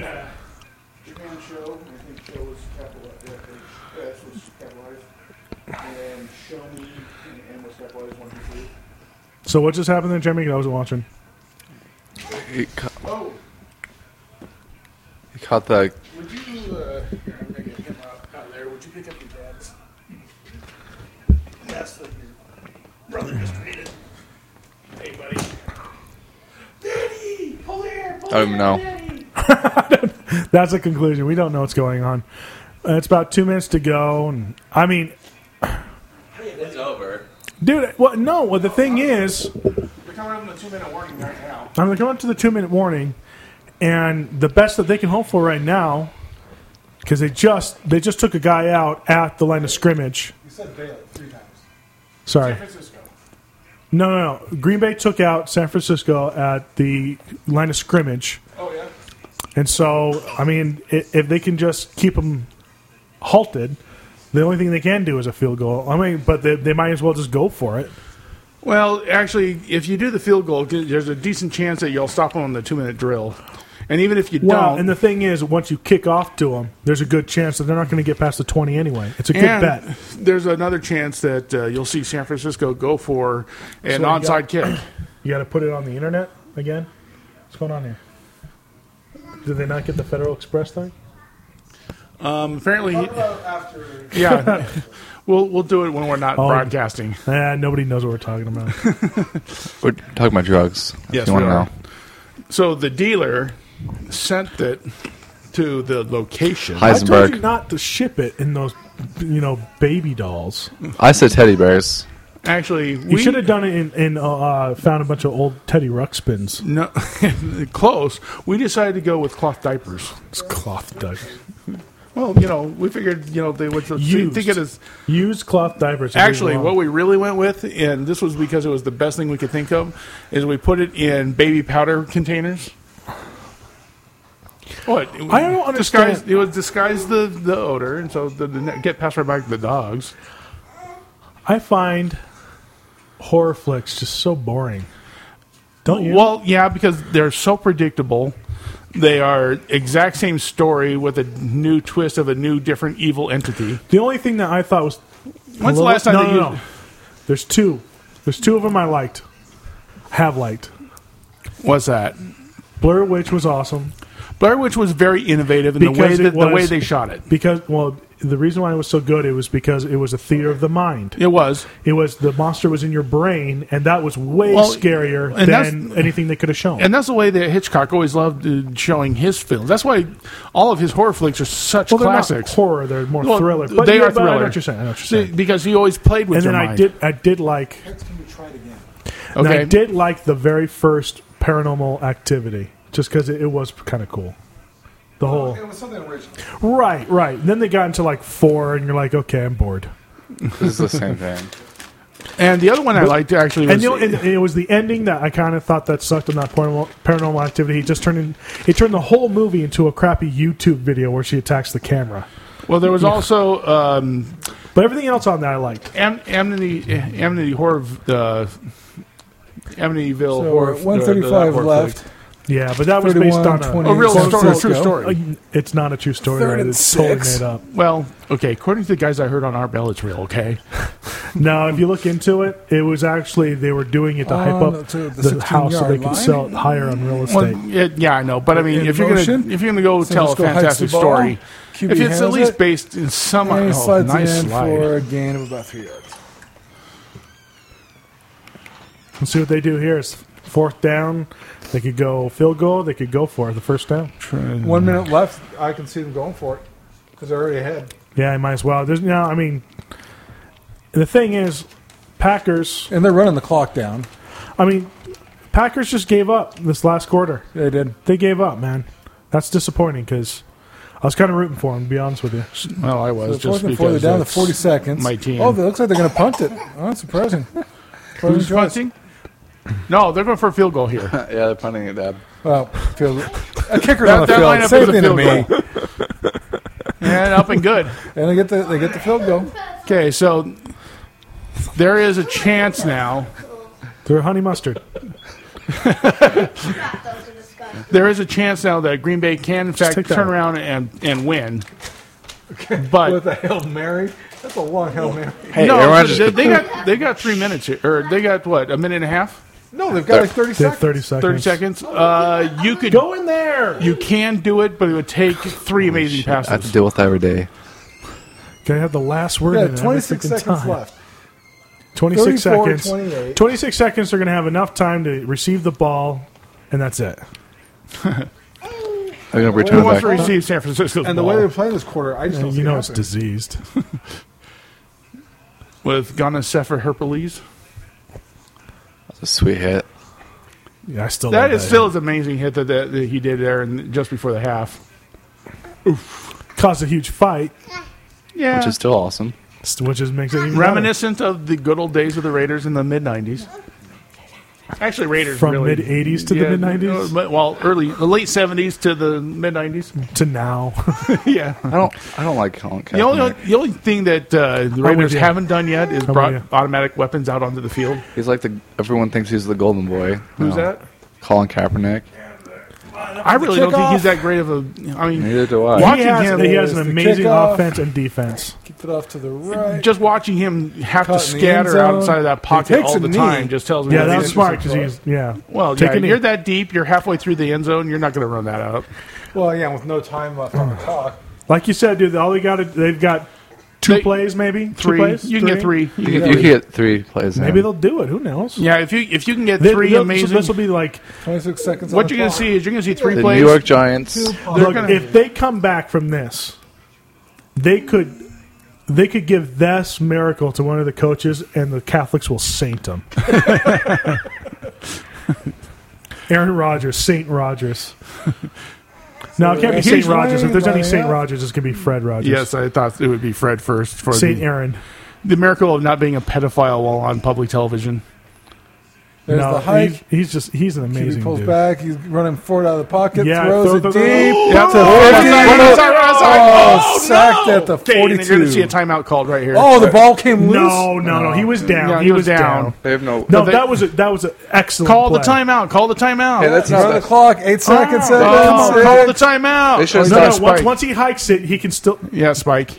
Speaker 7: Japan show, I think show was capitalized. Yeah, yeah, this was capitalized. And show me and M was capitalized one, two, three.
Speaker 2: So what just happened there, Jeremy? I wasn't watching.
Speaker 4: He, ca-
Speaker 7: Oh,
Speaker 4: he caught the.
Speaker 7: would you? Uh, I'm gonna get him out, out of there. Would you pick up your dad's? That's the brother just created. Hey, buddy. Daddy, pull here, pull
Speaker 4: I don't
Speaker 7: here,
Speaker 4: know.
Speaker 7: Daddy.
Speaker 2: That's the conclusion. We don't know what's going on. Uh, It's about two minutes to go, and I mean,
Speaker 8: It's over.
Speaker 2: dude. What? No. Well, the thing is,
Speaker 7: We're coming up on the two-minute warning right now.
Speaker 2: I'm going to come up to the two minute warning, and the best that they can hope for right now, because they just they just took a guy out at the line of scrimmage.
Speaker 7: You said Bailey three times.
Speaker 2: Sorry,
Speaker 7: Francisco.
Speaker 2: no, no, no. Green Bay took out San Francisco at the line of scrimmage,
Speaker 7: Oh yeah.
Speaker 2: and so I mean, i- if they can just keep them halted, The only thing they can do is a field goal. I mean, but they, they might as well just go for it.
Speaker 3: Well, actually, if you do the field goal, there's a decent chance that you'll stop them on the two minute drill. And even if you
Speaker 2: Well,
Speaker 3: don't,
Speaker 2: and the thing is, once you kick off to them, there's a good chance that they're not going to get past the 20 anyway. It's a good
Speaker 3: and
Speaker 2: bet.
Speaker 3: there's another chance that uh, you'll see San Francisco go for
Speaker 2: So
Speaker 3: an
Speaker 2: you got-
Speaker 3: onside kick.
Speaker 2: You got to put it on the internet again? What's going on here? Did they not get the Federal Express thing?
Speaker 3: Um, apparently,
Speaker 7: After
Speaker 3: yeah, we'll we'll do it when we're not
Speaker 2: Oh.
Speaker 3: broadcasting.
Speaker 2: Eh, nobody knows what we're talking about.
Speaker 4: We're talking about drugs. If
Speaker 3: Yes,
Speaker 4: you want
Speaker 3: we
Speaker 4: to
Speaker 3: are.
Speaker 4: know.
Speaker 3: So the dealer sent it to the location.
Speaker 2: I told you
Speaker 4: Heisenberg.
Speaker 2: not to ship it in those, you know, baby dolls.
Speaker 4: I said teddy bears.
Speaker 3: Actually,
Speaker 2: You
Speaker 3: we
Speaker 2: should have done it in, in uh, uh, found a bunch of old Teddy Ruxpins.
Speaker 3: No, close. We decided to go with cloth diapers.
Speaker 2: It's cloth diapers.
Speaker 3: Well, you know, we figured, you know, they would
Speaker 2: Used.
Speaker 3: think it is
Speaker 2: Used cloth diapers.
Speaker 3: actually what we really went with, and this was because it was the best thing we could think of, is we put it in baby powder containers. What
Speaker 2: I don't understand.
Speaker 3: Disguise, it would disguise the, the odor, and so the, the get past right back to the dogs.
Speaker 2: I find horror flicks just so boring. Don't you?
Speaker 3: Well, yeah, because they're so predictable. They are exact same story with a new twist of a new, different evil entity.
Speaker 2: the only thing that I thought was
Speaker 3: When's the last time
Speaker 2: no,
Speaker 3: they
Speaker 2: no, no.
Speaker 3: used-
Speaker 2: There's two. There's two of them I liked. Have liked.
Speaker 3: What's that?
Speaker 2: Blur Witch was awesome.
Speaker 3: Blair Witch was very innovative in the way
Speaker 2: Because
Speaker 3: that
Speaker 2: it
Speaker 3: the way
Speaker 2: was-
Speaker 3: they shot it.
Speaker 2: Because well, the reason why it was so good it was because it was a theater of the mind.
Speaker 3: It was.
Speaker 2: It was the monster was in your brain, and that was way
Speaker 3: Well,
Speaker 2: scarier
Speaker 3: and that's-
Speaker 2: than anything they could have shown.
Speaker 3: And that's the way that Hitchcock always loved uh, showing his films. That's why all of his horror flicks are such
Speaker 2: well, they're not
Speaker 3: classics.
Speaker 2: horror; they're more
Speaker 3: Well,
Speaker 2: thriller.
Speaker 3: th-
Speaker 2: But
Speaker 3: they
Speaker 2: yeah,
Speaker 3: are
Speaker 2: but I know
Speaker 3: thriller.
Speaker 2: what you're saying, I know what you're
Speaker 3: See,
Speaker 2: saying.
Speaker 3: because he always played with
Speaker 2: and
Speaker 3: your
Speaker 2: then
Speaker 3: mind.
Speaker 2: I did, I did like,
Speaker 7: it's gonna be tried again.
Speaker 2: and
Speaker 3: Okay.
Speaker 2: I did like the very first Paranormal Activity, just because it, it was kind of cool. The whole
Speaker 7: It was something original.
Speaker 2: right, right. Then they got into like four, and you're like, okay, I'm bored.
Speaker 4: This is the same thing.
Speaker 3: and the other one I liked actually was
Speaker 2: And, you know, and, and it was the ending that I kind of thought that sucked on that paranormal, paranormal activity. He just turned in, he turned the whole movie into a crappy YouTube video where she attacks the camera.
Speaker 3: well, there was also um,
Speaker 2: But everything else on that I liked.
Speaker 3: Am- Amity eh, Amity horror. Uh, Amityville
Speaker 1: So
Speaker 3: horror.
Speaker 1: we're at 135
Speaker 3: uh, horror
Speaker 1: left.
Speaker 3: flick.
Speaker 2: Yeah, but that was based on a,
Speaker 1: 31,
Speaker 3: A real
Speaker 1: San
Speaker 3: story, a true
Speaker 1: Francisco.
Speaker 3: story.
Speaker 2: a- It's not a true story.
Speaker 1: Third
Speaker 2: right?
Speaker 1: and
Speaker 2: It's totally
Speaker 1: six.
Speaker 2: made up.
Speaker 3: Well, okay. According to the guys I heard on our bell, it's real. Okay.
Speaker 2: No, if you look into it, it was actually they were doing it to hype
Speaker 1: On
Speaker 2: up
Speaker 1: to the
Speaker 2: the, house so they
Speaker 1: 16-yard
Speaker 2: could
Speaker 1: line.
Speaker 2: sell it higher on real estate.
Speaker 3: Well, yeah, yeah, I know, but I mean,
Speaker 1: In
Speaker 3: if you're
Speaker 1: motion,
Speaker 3: gonna if you're gonna go
Speaker 1: San
Speaker 3: tell a
Speaker 1: Francisco hikes
Speaker 3: fantastic
Speaker 1: the ball,
Speaker 3: story,
Speaker 1: QB
Speaker 3: if it's at
Speaker 1: handles
Speaker 3: least
Speaker 1: it,
Speaker 3: based in some
Speaker 1: And he
Speaker 3: oh,
Speaker 1: slides
Speaker 3: nice
Speaker 1: in
Speaker 3: slide.
Speaker 1: for a gain of about three yards.
Speaker 2: Let's see what they do here. It's fourth down. They could go field goal. They could go for the first down.
Speaker 1: One minute left. I can see them going for it because they're already ahead.
Speaker 2: Yeah, I might as well. There's no. I mean, the thing is, Packers.
Speaker 1: And they're running the clock down.
Speaker 2: I mean, Packers just gave up this last quarter.
Speaker 1: They did.
Speaker 2: They gave up, man. That's disappointing because I was kind of rooting for them. To be honest with you,
Speaker 3: Well, I was
Speaker 1: So
Speaker 3: just
Speaker 1: fourth and four, they're
Speaker 3: because
Speaker 1: down to
Speaker 3: that's-
Speaker 1: 40 seconds.
Speaker 3: my team.
Speaker 1: Oh, it looks like they're going to punt it. Oh, that's surprising. Surprising
Speaker 3: Who's
Speaker 1: choice.
Speaker 3: punting? No, they're going for a field goal here.
Speaker 4: yeah, they're punting it up.
Speaker 1: Well, field, a kicker
Speaker 3: That-
Speaker 1: on the
Speaker 3: that lineup
Speaker 1: field. Same
Speaker 3: was a
Speaker 1: thing to
Speaker 3: field
Speaker 1: me.
Speaker 3: and up and good.
Speaker 1: And they get the they get the field goal.
Speaker 3: Okay, so there is a chance now.
Speaker 2: they're honey mustard.
Speaker 3: There is a chance now that Green Bay can in fact
Speaker 2: take that
Speaker 3: turn
Speaker 2: one.
Speaker 3: around and and win. But
Speaker 1: with a hail mary. That's a long hail mary.
Speaker 4: Hey,
Speaker 3: no,
Speaker 4: everyone
Speaker 3: they, they got they got three minutes here, or they got what a minute and a half,
Speaker 1: No, they've got like thirty
Speaker 2: They have
Speaker 1: seconds.
Speaker 2: thirty seconds.
Speaker 3: thirty seconds. Uh, you could
Speaker 2: Go in there.
Speaker 3: You can do it, but it would take three amazing
Speaker 4: I have to
Speaker 3: passes.
Speaker 4: deal with that every day.
Speaker 2: Can I have the last word?
Speaker 1: Yeah,
Speaker 2: in it every
Speaker 1: twenty six
Speaker 2: freaking
Speaker 1: seconds
Speaker 2: time?
Speaker 1: left.
Speaker 2: 26
Speaker 1: 34,
Speaker 2: seconds.
Speaker 1: 28.
Speaker 2: 26 seconds, they're going to have enough time to receive the ball, and that's it.
Speaker 4: I'm gonna
Speaker 3: Who
Speaker 4: return it
Speaker 3: wants to
Speaker 4: back.
Speaker 3: receive San Francisco's
Speaker 1: And the
Speaker 3: ball
Speaker 1: way they're playing this quarter, I just don't see it
Speaker 2: you know it's
Speaker 1: happening.
Speaker 2: diseased.
Speaker 3: with Ghana Sefer Herpales?
Speaker 4: That's a sweet hit.
Speaker 2: Oh, Yeah, I still love
Speaker 3: That is still an amazing hit that, that, that he did there and just before the half.
Speaker 2: caused a huge fight,
Speaker 3: Yeah.
Speaker 4: Which is still awesome.
Speaker 2: st- which is makes it even better.
Speaker 3: Reminiscent of the good old days of the Raiders in the mid 90s. Actually, Raiders
Speaker 2: from
Speaker 3: really,
Speaker 2: mid '80s to
Speaker 3: Yeah,
Speaker 2: the mid
Speaker 3: uh,
Speaker 2: '90s
Speaker 3: but- Well, early, the late '70s to the mid '90s.
Speaker 2: to now.
Speaker 3: yeah.
Speaker 4: I don't. I don't like Colin Kaepernick.
Speaker 3: The only the only thing that uh, the
Speaker 2: I'm with
Speaker 3: Raiders
Speaker 2: you.
Speaker 3: haven't done yet is
Speaker 2: with
Speaker 3: brought
Speaker 2: you.
Speaker 3: automatic weapons out onto the field.
Speaker 4: he's like the. Everyone thinks he's the golden boy.
Speaker 3: Who's
Speaker 4: No.
Speaker 3: that?
Speaker 4: Colin Kaepernick.
Speaker 3: I really don't think he's that great of a. I mean,
Speaker 4: Neither do I.
Speaker 3: What?
Speaker 2: he
Speaker 3: Watching
Speaker 2: has,
Speaker 3: him
Speaker 2: he has
Speaker 1: is
Speaker 2: an
Speaker 1: the
Speaker 2: amazing
Speaker 1: kickoff.
Speaker 2: offense and defense.
Speaker 1: Keep it off to the right.
Speaker 3: just watching him have
Speaker 1: Caught
Speaker 3: to
Speaker 1: in the end
Speaker 3: scatter
Speaker 1: zone.
Speaker 3: outside of that
Speaker 1: He
Speaker 3: pocket
Speaker 1: takes
Speaker 3: all
Speaker 1: a
Speaker 3: the
Speaker 1: knee.
Speaker 3: time just tells me
Speaker 2: Yeah,
Speaker 3: that
Speaker 2: that
Speaker 3: he's
Speaker 2: was smart because he's yeah.
Speaker 3: Well,
Speaker 2: Take
Speaker 3: yeah,
Speaker 2: a knee.
Speaker 3: you're that deep. You're halfway through the end zone. You're not going to run that up.
Speaker 1: Well, yeah, with no time left on the clock.
Speaker 2: like you said, dude. All they got, they've got two
Speaker 3: They-
Speaker 2: plays, maybe
Speaker 3: Three.
Speaker 2: Two plays?
Speaker 3: you can get three. You
Speaker 4: You,
Speaker 3: can get
Speaker 4: you
Speaker 3: three.
Speaker 4: get three plays.
Speaker 2: Maybe
Speaker 4: in.
Speaker 2: they'll do it. Who knows?
Speaker 3: Yeah, if you if you can get
Speaker 2: They-
Speaker 3: three
Speaker 2: they'll-
Speaker 3: amazing.
Speaker 2: So this will be like
Speaker 1: Twenty-six seconds. on
Speaker 3: what
Speaker 1: the
Speaker 3: you're going to
Speaker 1: clock.
Speaker 3: see is you're going to see three
Speaker 4: the
Speaker 3: plays.
Speaker 4: New York Giants.
Speaker 3: They're
Speaker 2: look,
Speaker 3: gonna-
Speaker 2: if they come back from this, they could they could give this miracle to one of the coaches, and the Catholics will saint him. Aaron Rodgers, Saint Rodgers. No, it can't be
Speaker 1: here's
Speaker 2: Saint Rodgers. If there's any
Speaker 1: Wayne,
Speaker 2: Saint
Speaker 1: yeah.
Speaker 2: Rodgers, it's gonna be Fred Rodgers.
Speaker 3: Yes, I thought it would be Fred first for
Speaker 2: Saint
Speaker 3: the,
Speaker 2: Aaron.
Speaker 3: the miracle of not being a pedophile while on public television.
Speaker 1: There's
Speaker 2: no,
Speaker 1: the hike.
Speaker 2: he's, he's just he's an
Speaker 1: he
Speaker 2: amazing
Speaker 1: pulls
Speaker 2: dude.
Speaker 1: back. He's running forward out of the pocket.
Speaker 2: Yeah,
Speaker 1: throws
Speaker 2: throw-
Speaker 1: it
Speaker 2: throw- throw-
Speaker 1: deep.
Speaker 3: That's a
Speaker 1: Oh, oh, sacked at the
Speaker 3: Okay, and you're going to see
Speaker 1: 42.
Speaker 3: a timeout called right here.
Speaker 1: Oh, the ball came loose.
Speaker 2: No, no, no. He was down.
Speaker 3: Yeah,
Speaker 2: he, was down.
Speaker 4: They have no.
Speaker 2: No,
Speaker 3: But they-
Speaker 2: that was a, that was an excellent.
Speaker 3: Call the
Speaker 2: play.
Speaker 3: timeout. Call the timeout.
Speaker 4: Hey, that's
Speaker 1: Run the
Speaker 4: not. That,
Speaker 1: clock. Eight seconds. seven,
Speaker 3: Oh,
Speaker 1: six.
Speaker 3: call the timeout.
Speaker 4: They should've
Speaker 3: Oh,
Speaker 2: No,
Speaker 4: stopped
Speaker 2: no.
Speaker 3: Spike.
Speaker 2: Once, once he hikes it, he can still.
Speaker 3: yeah, Spike.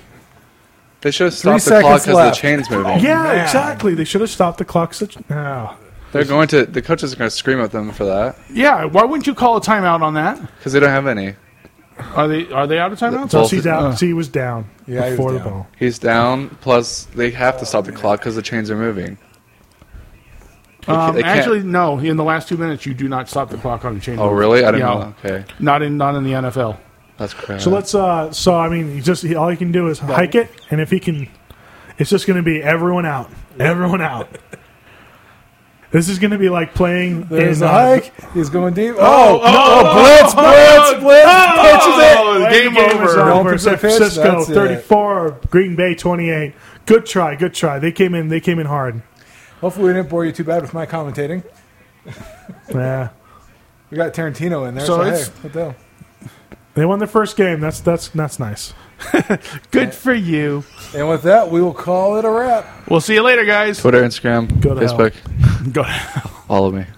Speaker 4: they should have stopped
Speaker 1: Three
Speaker 4: the clock
Speaker 1: seconds
Speaker 4: because the
Speaker 1: left.
Speaker 4: chain's
Speaker 1: Oh,
Speaker 4: moving.
Speaker 2: Yeah, exactly. They should have stopped the clock. Such no.
Speaker 4: They're going to. The coaches are going to scream at them for that
Speaker 3: Yeah, why wouldn't you call a timeout on that?
Speaker 4: because they don't have any.
Speaker 3: Are they are they out of timeouts?
Speaker 2: So
Speaker 4: Both-
Speaker 2: she's out. she was down
Speaker 1: Yeah, he was
Speaker 2: before the
Speaker 1: down.
Speaker 2: ball.
Speaker 4: He's down. Plus, they have to stop the clock because the chains are moving. They ca-
Speaker 3: Um,
Speaker 4: they can't-
Speaker 3: actually, no. In the last two minutes, you do not stop the clock on a change.
Speaker 4: Oh, really? I
Speaker 3: do
Speaker 4: didn't
Speaker 3: yeah,
Speaker 4: know. Okay,
Speaker 3: Not in not in the NFL.
Speaker 4: that's crap.
Speaker 2: So let's. uh So I mean, he just he, all he can do is hike it, and if he can, it's just going to be everyone out. Everyone out. This is going to be like playing.
Speaker 1: There's
Speaker 2: in,
Speaker 1: a
Speaker 2: uh,
Speaker 1: hike. He's going deep. Oh, blitz, blitz, blitz.
Speaker 5: Oh,
Speaker 1: Catches it.
Speaker 2: Game, game
Speaker 1: over.
Speaker 2: over.
Speaker 1: Opens the
Speaker 2: San
Speaker 1: pitch,
Speaker 2: Francisco
Speaker 1: that's it.
Speaker 2: 34, Green Bay 28. Good try, good try. They came in. They came in hard.
Speaker 1: Hopefully, we didn't bore you too bad with my commentating.
Speaker 2: Yeah,
Speaker 1: We got Tarantino in there.
Speaker 3: So
Speaker 1: So,
Speaker 3: it's-
Speaker 1: hey, what the hell?
Speaker 2: they won the first game. That's that's that's nice.
Speaker 3: Good for you.
Speaker 1: And with that, we will call it a wrap.
Speaker 3: We'll see you later, guys.
Speaker 4: Twitter, Instagram,
Speaker 2: Go to hell.
Speaker 4: Facebook,
Speaker 3: Go.
Speaker 4: follow me.